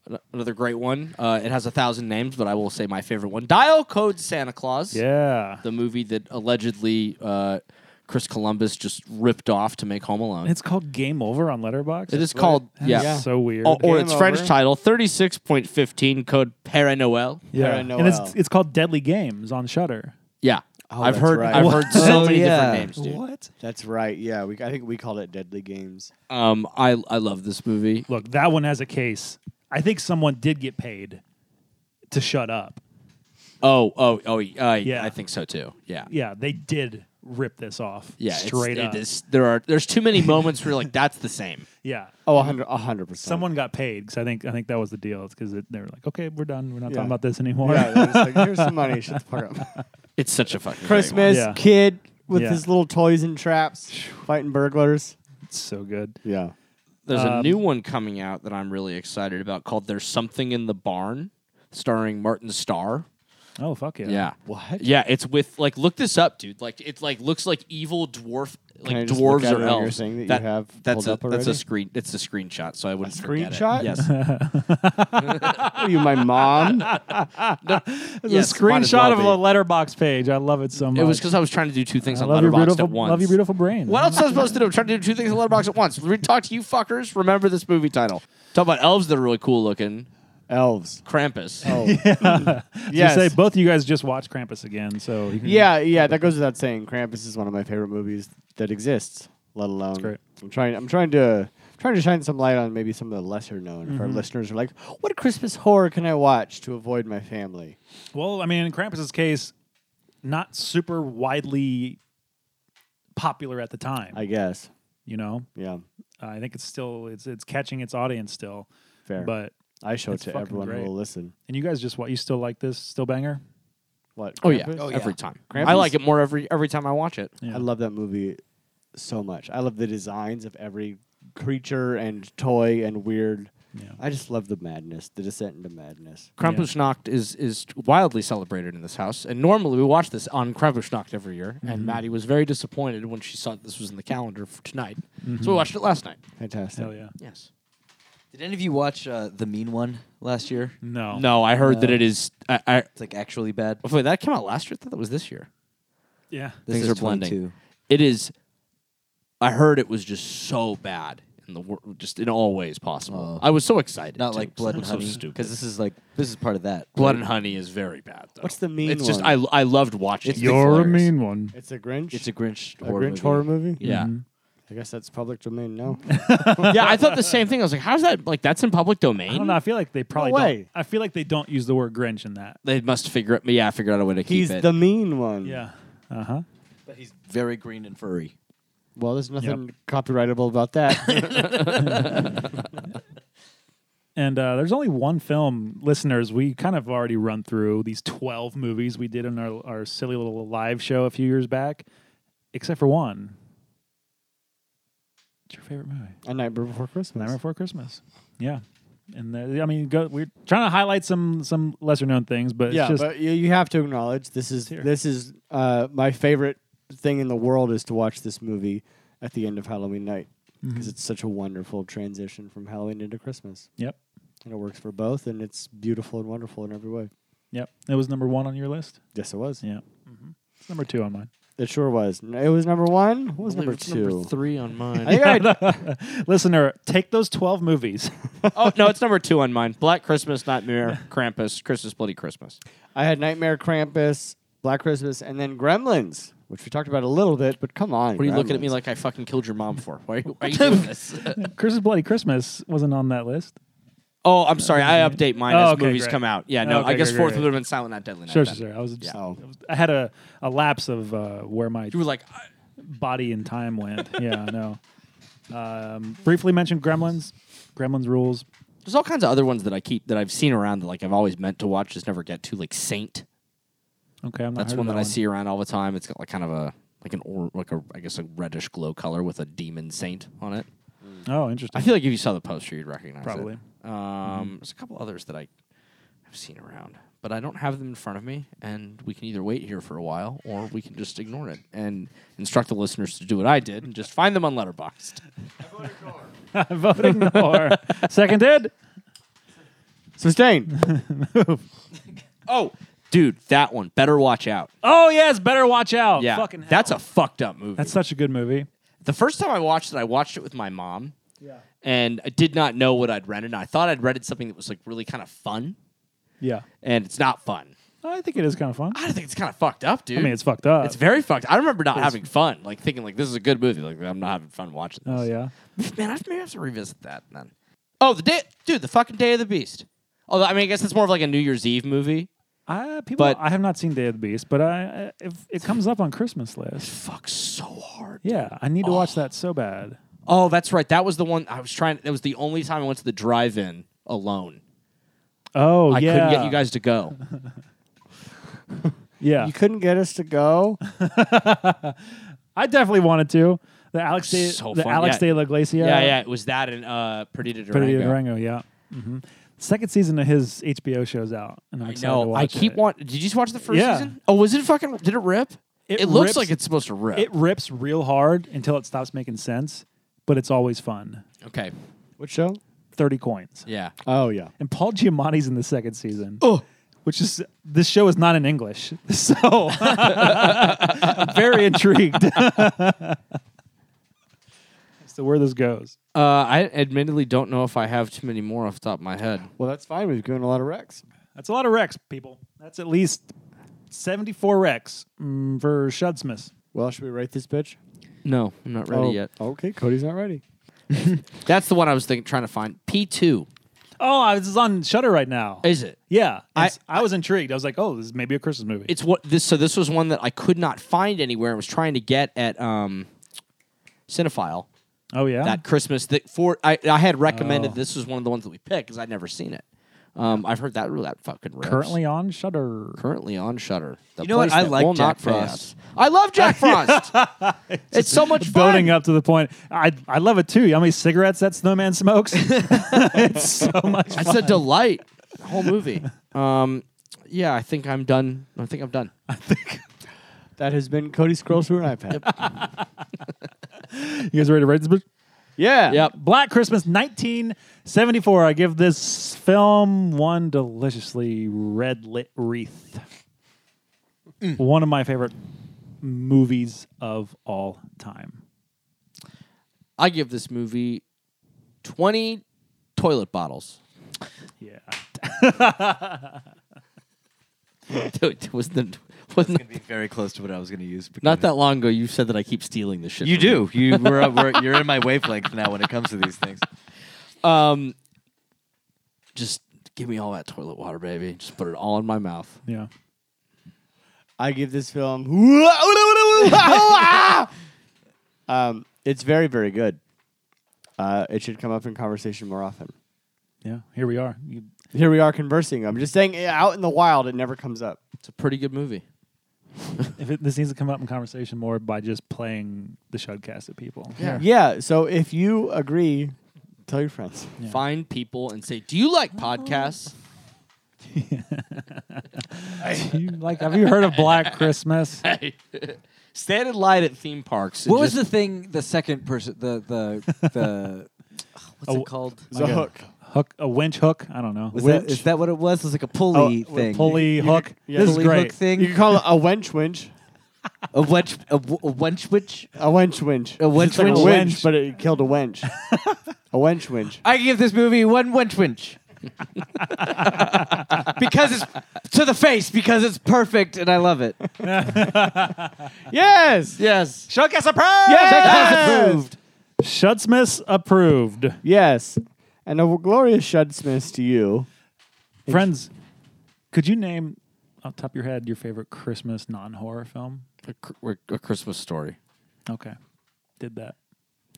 An- Another great one. Uh, it has a thousand names, but I will say my favorite one. Dial Code Santa Claus. Yeah. The movie that allegedly uh, Chris Columbus just ripped off to make Home Alone. It's called Game Over on Letterbox. It is called, yeah. Yeah. So weird. Or, Oh, or Game its French over. title, 36.15 code Père Noël. yeah. Paranoel. And it's it's called Deadly Games on Shutter. Yeah. I've that's heard right. I've heard so Oh, many yeah. different names, dude. What? That's right. Yeah, we I think we called it Deadly Games. Um I I love this movie. Look, that one has a case. I think someone did get paid to shut up. Oh, oh, oh uh, yeah. Yeah. I think so too. Yeah. Yeah, they did rip this off. Yeah, it's- straight it up. is- there are there's too many moments where you're like that's the same. Yeah, Oh, a hundred, a hundred percent. someone got paid because I think I think that was the deal. It's because they were like, okay, we're done. We're not Yeah. talking about this anymore. Yeah, they're just like, here's some money. Shut the fuck up. It's such a fucking great one. Christmas Yeah. kid with Yeah. his little toys and traps, fighting burglars. it's so good. Yeah. There's a Um, new one coming out that I'm really excited about called There's Something in the Barn starring Martin Starr. Oh fuck yeah. Yeah. What? Yeah, it's with like look this up, dude. Like it's like looks like evil dwarf like I just look dwarves at it or on your elves. thing that you have that's pulled a up that's a already? screen it's a screenshot, so I wouldn't forget it. screenshot? Yes, What are you, my mom? It's Yes, a might as screenshot well of be. a letterbox page. I love it so much. it was because I was trying to do two things I on love your Letterboxd beautiful, at once. love your beautiful brain. What else am I supposed to do? I'm trying to do two things on Letterboxd at once. Re- Talk to you fuckers. Remember this movie title. Talk about elves that are really cool looking. Elves. Krampus. Oh. You yes. say both of you guys just watched Krampus again, so you can- yeah, yeah, that goes without saying. Krampus is one of my favorite movies that exists, let alone. great. I'm trying I'm trying to trying to shine some light on maybe some of the lesser known. If our Mm-hmm. listeners are like, what Christmas horror can I watch to avoid my family? Well, I mean, in Krampus's case, not super widely popular at the time. I guess. you know, Uh, Yeah. I think it's still it's it's catching its audience still. Fair. But I show it it's to fucking everyone great. who will listen. and you guys just what you still like this still banger? What? Oh yeah. Krampus? every time. Krampus? I like it more every every time I watch it. Yeah. I love that movie so much. I love the designs of every creature and toy and weird. Yeah. I just love the madness, the descent into madness. Krampusnacht is is wildly celebrated in this house, and normally we watch this on Krampusnacht every year. And Maddie was very disappointed when she saw this was in the calendar for tonight, so we watched it last night. Fantastic. Hell yeah. Yes. Did any of you watch uh, the Mean One last year? No. No, I heard that it is. I, I It's like actually bad. wait, that came out last year. I thought that was this year. Yeah. This Things is are blending. 22. It is. I heard it was just so bad in the wor- just in all ways possible. I was so excited. Oh. Not too, like 'cause blood I'm and so honey, stupid. because this is like this is part of that. Blood and Honey is very bad. Though. What's the mean It's just I, one? I loved watching. It's it. the You're a mean one. It's a Grinch. It's a Grinch Mm-hmm. a horror Grinch movie. horror movie. yeah, I guess that's public domain. No, yeah. I thought the same thing. I was like, "How's that? Like that's in public domain." I don't know. I feel like they probably way. don't. I feel like they don't use the word Grinch in that. They must figure it. Yeah, figure out a way to keep he's it. the mean Hmm. one. Yeah. Uh huh. But he's very green and furry. Well, there's nothing copyrightable about that. And uh, there's only one film, listeners. We kind of already run through these 12 movies we did in our, our silly little live show a few years back, except for one. What's your favorite movie? a Nightmare Nightmare Before Christmas. Before Christmas. Yeah. And there, I mean, go, we're trying to highlight some some lesser known things, but yeah, it's just but you, you have to acknowledge this is Here. this is uh, my favorite thing in the world is to watch this movie at the end of Halloween night because it's such a wonderful transition from Halloween into Christmas, yep, and it works for both, and it's beautiful and wonderful in every way. yep. It was number one on your list. Yes, it was. Yeah, Mm-hmm. it's number two on mine. It sure was. N- It was number one. What was number two? three on I mine. think I Listener, take those 12 movies. oh no, it's number two on mine. Black Christmas, Nightmare, Krampus, Christmas, Bloody Christmas. I had Nightmare Krampus, Black Christmas, and then Gremlins, which we talked about a little bit, but come on. What are you looking at me Gremlins. like I fucking killed your mom for? Why are you, why are you doing this? Christmas Bloody Christmas wasn't on that list. oh, I'm sorry. I update mine Oh, as okay, movies great. come out. Yeah, no, Okay, I guess great, fourth great, would have been Silent Night, Deadly Night. Sure, then. sure, sure. I was just, Oh. I had a, a lapse of uh, where my You were like, body and time went. yeah, I know. Um, briefly mentioned Gremlins. Gremlins rules. there's all kinds of other ones that I keep that I've seen around that like I've always meant to watch, just never get to. Like Saint, Okay, I'm not that's heard of one that I one. see around all the time. It's got like kind of a like an or like a I guess a reddish glow color with a demon saint on it. Oh, I interesting. feel like if you saw the poster, you'd recognize Probably. Mm-hmm. it. Um, There's a couple others that I have seen around, but I don't have them in front of me, and we can either wait here for a while or we can just ignore it and instruct the listeners to do what I did and just find them on Letterboxd. I'm voting no. Seconded. Sustain. Oh, dude, that one. Better watch out. Oh yes, better watch out. yeah, Fucking hell. that's a fucked up movie. that's such a good movie. the first time I watched it, I watched it with my mom. Yeah. And I did not know what I'd rented. And I thought I'd rented something that was like really kind of fun, Yeah, and it's not fun. I think it is kind of fun. I think it's kind of fucked up, dude. I mean, it's fucked up. It's very fucked. I remember not having fun, like thinking like this is a good movie. Like I'm not having fun watching this. oh yeah. man, I maybe I have to revisit that then. Oh, the day, dude, the fucking Day of the Beast. Although I mean, I guess it's more of like a New Year's Eve movie. I people. But- I have not seen Day of the Beast, but I I- if it comes up on Christmas list. Fuck so hard. Yeah, I need to watch that so bad. Oh, that's right. That was the one I was trying. That was the only time I went to the drive-in alone. Oh I yeah. couldn't get you guys to go. Yeah, you couldn't get us to go. I definitely wanted to. The Alex De, So the fun, Alex yeah. De La Glacia. Yeah, yeah. it was that and uh, Pretty to Durango. Pretty Durango. Yeah. hmm Second season of his HBO show's out, and I'm I excited to know. watch I keep it. wanting. Did you just watch the first Yeah. season? Oh, was it fucking? Did it rip? It looks rips- like it's supposed to rip. It rips real hard until it stops making sense, but it's always fun. okay. What show? Thirty coins. Yeah. Oh yeah. and Paul Giamatti's in the second season. Which is this show is not in English, so I'm very intrigued as to where this goes. Uh, I admittedly don't know if I have too many more off the top of my head. Well, that's fine. We've given a lot of Rex. That's a lot of Rex, people. That's at least 74 Rex mm, for Shudsmith. Well, should we rate this bitch? No, I'm not ready oh, yet. Okay, Cody's not ready. That's the one I was thinking, trying to find. P2. Oh, I- this is on Shutter right now. Is it? yeah, I, I was intrigued. I was like, oh, this is maybe a Christmas movie. It's what this. So this was one that I could not find anywhere. I was trying to get at um, Cinephile oh yeah, that Christmas. That for I, I had recommended Oh. this was one of the ones that we picked because I'd never seen it. Um, I've heard that that fucking rips. currently on Shutter. currently on Shutter. The You know what? place I that like will not Jack pay Frost. us. I love Jack Frost. it's so much fun. Voting up to the point, I I love it too. You know how many cigarettes that snowman smokes? it's so much. It's a delight. The whole movie. Um, yeah, I think I'm done. I think I'm done. That has been Cody scrolls through an iPad. You guys ready to rate this? bitch? yeah. Yep. Black Christmas 1974. I give this film one Mm. deliciously red lit wreath. One of my favorite movies of all time? I give this movie 20 toilet bottles. Yeah. Dude, was the was not, Be very close to what I was going to use. because- not that long ago you said that I keep stealing this shit. You from do. You we're, we're, you're in my wavelength now when it comes to these things. Um just give me all that toilet water, baby. Just put it all in my mouth. Yeah. I give this film. um, it's very, very good. Uh, it should come up in conversation more often. Yeah. Here we are. You, Here we are conversing. I'm just saying, eh, out in the wild, it never comes up. It's a pretty good movie. if it, this needs to come up in conversation more by just playing the Shudcast at people. Yeah. Yeah. So if you agree, tell your friends. Find people and say, "Do you like podcasts?" You- like, have you heard of Black Christmas? Stand in line at theme parks. and What was just- the thing? The second person. The the the. What's Oh, it called? It's a hook. Hook, a winch hook? I don't know. Was winch, that, is that what it was? It was like a pulley Oh, thing. pulley hook. yeah. This Pulley is great. hook thing. You can call it a wench winch. A wench. A, w- a wench witch. A wench winch. A wench It's like winch. a Wench. wench, but it killed a wench. a wench winch. I give this movie one wench winch. because it's to the face. Because it's perfect, and I love it. Yes. yes? Showcase a pro! Yes. approved. Shudsmith approved. Yes. And a glorious Shudsmith to you. Friends, could you name off the top of your head your favorite Christmas non horror film? A, cr- a Christmas story. Okay. Did that.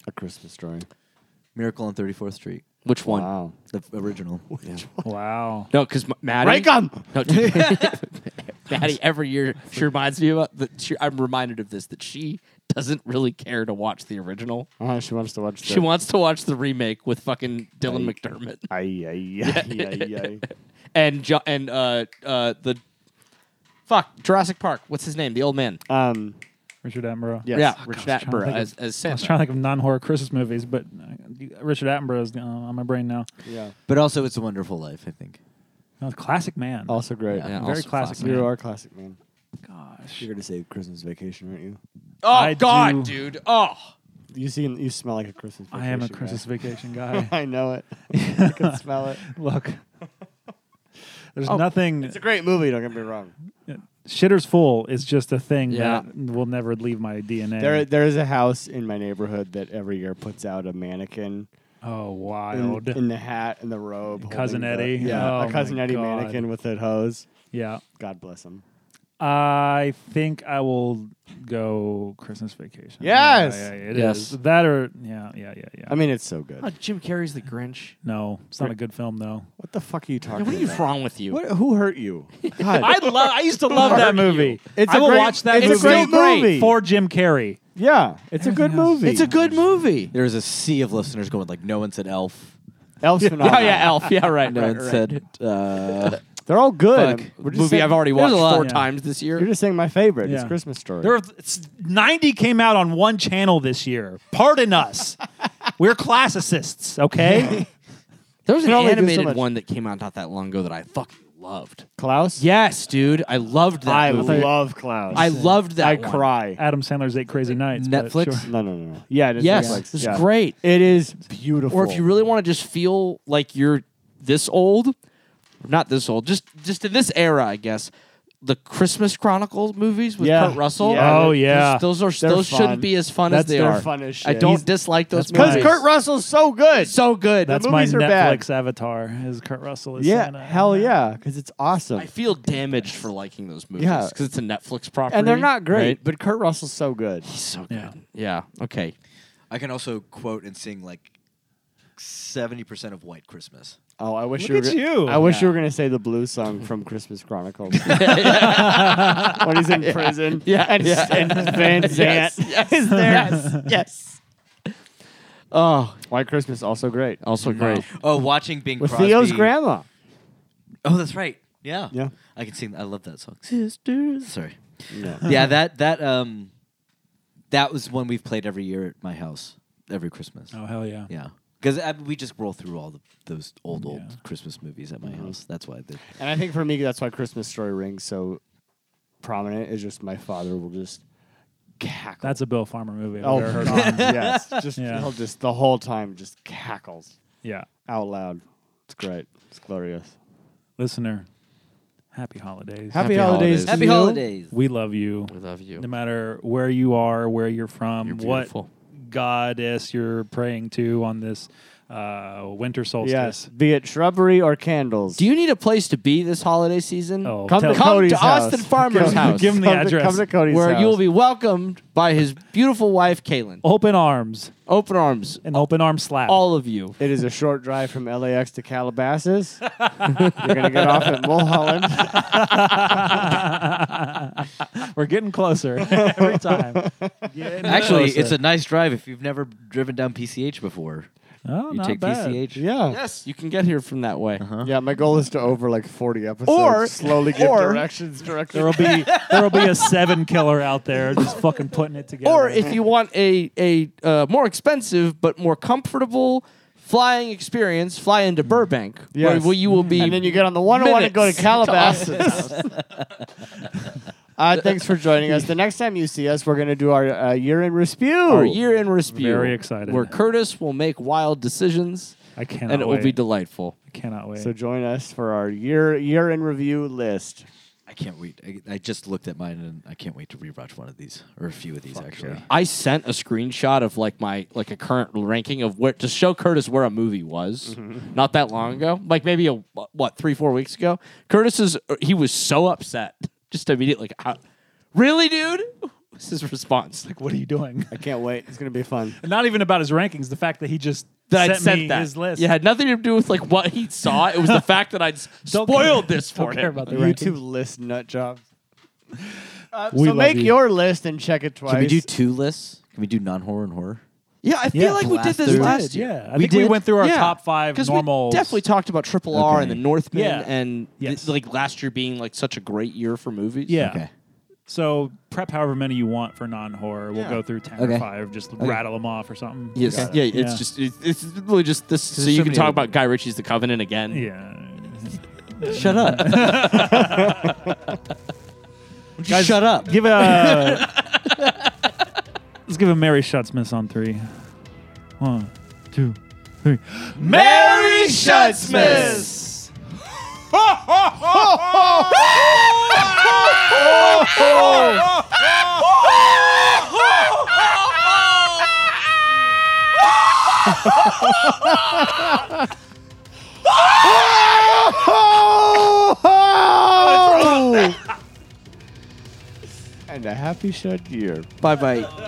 A Christmas story. Miracle on 34th Street, Which one? Wow. the original. Wow. No, because Maddie. Raycom. No, dude. Maddie every year she reminds me about that. She, I'm reminded of this that she doesn't really care to watch the original. Uh, she wants to watch. The, She wants to watch the remake with fucking Dylan McDermott Ay, ay, ay, ay, ay. and jo- and uh uh the fuck Jurassic Park. What's his name? The old man. Um. Richard Attenborough. Yes. Yeah, I Richard was trying to Attenborough think of- as as I Santa. was trying to think of non horror Christmas movies, but uh, Richard Attenborough is uh, on my brain now. Yeah. But also, it's a wonderful life. I think. No, classic man. Also great. Yeah, Very also classic. classic. man. You are classic man. Gosh. You're gonna say Christmas vacation, aren't you? oh I God, do- dude. Oh, You see, you smell like a Christmas. Vacation I am a guy. Christmas vacation guy. I know it. I can smell it. Look. There's nothing. It's a great movie. Don't get me wrong. Shitter's Full is just a thing Yeah. that will never leave my DNA. There, there is a house in my neighborhood that every year puts out a mannequin oh, in, wild. in the hat and the robe. Cousin holding the- Eddie. yeah, Oh a cousin my Eddie God. mannequin with a hose. yeah. God bless him. I think I will go Christmas vacation. Yes. Yeah, yeah, it Yes. is. That or, yeah, yeah, yeah, yeah. I mean, it's so good. Jim Carrey's the Grinch. no, it's not a good film, though. What the fuck are you talking? What are you about? wrong with you? What, who hurt you? God. I love. I used to Love love that that movie. movie. It's I a will great- watch that it's a movie. great Still movie. For Jim Carrey. yeah, it's a good Everything else- movie. It's a good movie. There is a sea of listeners going like, no one said Elf. Elf's Oh phenomenal. yeah, Elf. Yeah, right. No right, one right. said. Uh, They're all good. Fuck. We're just movie saying- I've already there's watched a lot. four Yeah. times this You're year. just saying my favorite. It's Yeah. Christmas Story. There, it's, 90 came out on one channel this year. Pardon us. We're classicists, okay? There was an can only do so animated much. one that came out not that long ago that I fucking loved. Klaus. Yes, dude, I loved that. I movie. love Klaus. I loved that. I one. cry. Adam Sandler's Eight Crazy Nights. but Netflix? sure. No, no, no, no. Yeah, it is Yes, Netflix. it's Yeah. great. It is beautiful. Or if you really want to just feel like you're this old, not this old, just just in this era, I guess. The Christmas Chronicles movies with Yeah. Kurt Russell. Yeah, Oh, they're- yeah. Those, those are They're those fun. shouldn't be as fun as That's- they they're are. fun as I shit. don't He's- dislike those because movies. Kurt Russell's so good. so good. That's The my movies are bad. Netflix avatar. Is Kurt Russell as yeah, Santa. hell yeah, because it's awesome. I feel damaged for liking those movies Yeah. because it's a Netflix property. and they're not great, right? but Kurt Russell's so good. He's so good. Yeah. Yeah. Okay. I can also quote and sing like seventy percent of White Christmas. Oh, I Look wish you. Were, at go- you. I wish you were gonna say the blues song from Christmas Chronicles when he's in prison. Yeah, and, yeah. and Van Zant is there. yes. Oh, White Christmas also great also great. Oh, watching Bing with Crosby. Theo's grandma. Oh, that's right. Yeah. Yeah. I can sing. I love that song. Sisters. Sorry. Yeah. yeah. That that um, that was one we've played every year at my house every Christmas. Oh, hell yeah. Yeah. Because we just roll through all the, those old old Yeah. Mm-hmm. Christmas movies at my house. That's why. The, And I think for me, that's why Christmas Story rings so prominent. Is just my father will just cackles. That's a Bill Farmer movie. I've oh, never heard God, of. yes, just Yeah. he'll just the whole time just cackles Yeah. out loud. It's great. It's glorious. Listener, happy holidays. Happy, Happy holidays. holidays. to Happy you. holidays. we love you. We love you. No matter where you are, where you're from, You're what beautiful. goddess you're praying to on this uh, winter solstice. Yes, be it shrubbery or candles. Do you need a place to be this holiday season? Oh, Come tell- to Come Cody's to house. Austin Farmer's Come- house. Give him the come to- address. come to Cody's where house. you will be welcomed by his beautiful wife, Caitlin. open arms Open arms, an open arm slap. all of you. It is a short drive from LAX to Calabasas. You're gonna get off at Mulholland. We're getting closer every time. Actually, it's a nice drive if you've never driven down PCH before. oh, You not take bad. PCH. Yeah. Yes, you can get here from that way. Yeah, my goal is to over like 40 episodes. Or- slowly give or- directions, There directions. will be there will be a seven killer out there just fucking putting it together. Or if you want a a uh, more expensive but more comfortable flying experience, fly into Burbank, where, Mm-hmm. Yes. where you will be. And then you get on the 101 and go to minutes. Calabasas. uh, thanks for joining us. The next time you see us, we're going to do our uh, year in review. our year in review. Very excited. Where Curtis will make wild decisions, I cannot and it will wait. be delightful. I cannot wait. So join us for our year year in review list. I can't wait. I, I just looked at mine and I can't wait to rewatch one of these or a few of these actually. I sent a screenshot of like my like a current ranking of where to show Curtis where a movie was Mm-hmm. not that long ago, like maybe a what three four weeks ago. Curtis's he was so upset, just immediately like, "How- really, dude? What's his response? Like, what are you doing? I can't wait. It's going to be fun. Not even about his rankings. The fact that he just that sent I'd sent me that. his list. It had nothing to do with like what he saw. It was the fact that I'd s- Don't spoiled care- this for don't him. care about the YouTube rankings. list nut job. Uh, We so love make you. your list and check it twice. Can we do two lists? Can we do non-horror and horror? yeah, I feel Yeah, like we did blast this through. last year. Yeah, I We think we did? went through our Yeah, top five 'cause normals. We definitely talked about Triple R and the Okay. Northman Yeah. and th- Yes. like last year being like such a great year for movies. Yeah. Okay. So prep however many you want for non-horror. We'll go through ten or Okay. five. Just rattle them off or something. Yes. Got it. Yeah, it's Yeah. just it, it's literally just this so there's you so can many talk of them. about Guy Ritchie's The Covenant again. Yeah. Shut up. Guys, Shut up. Give a. let's give a Mary Shutsmith on three. One, two, three. Merry Shutsmas! And a happy shut year. Bye bye.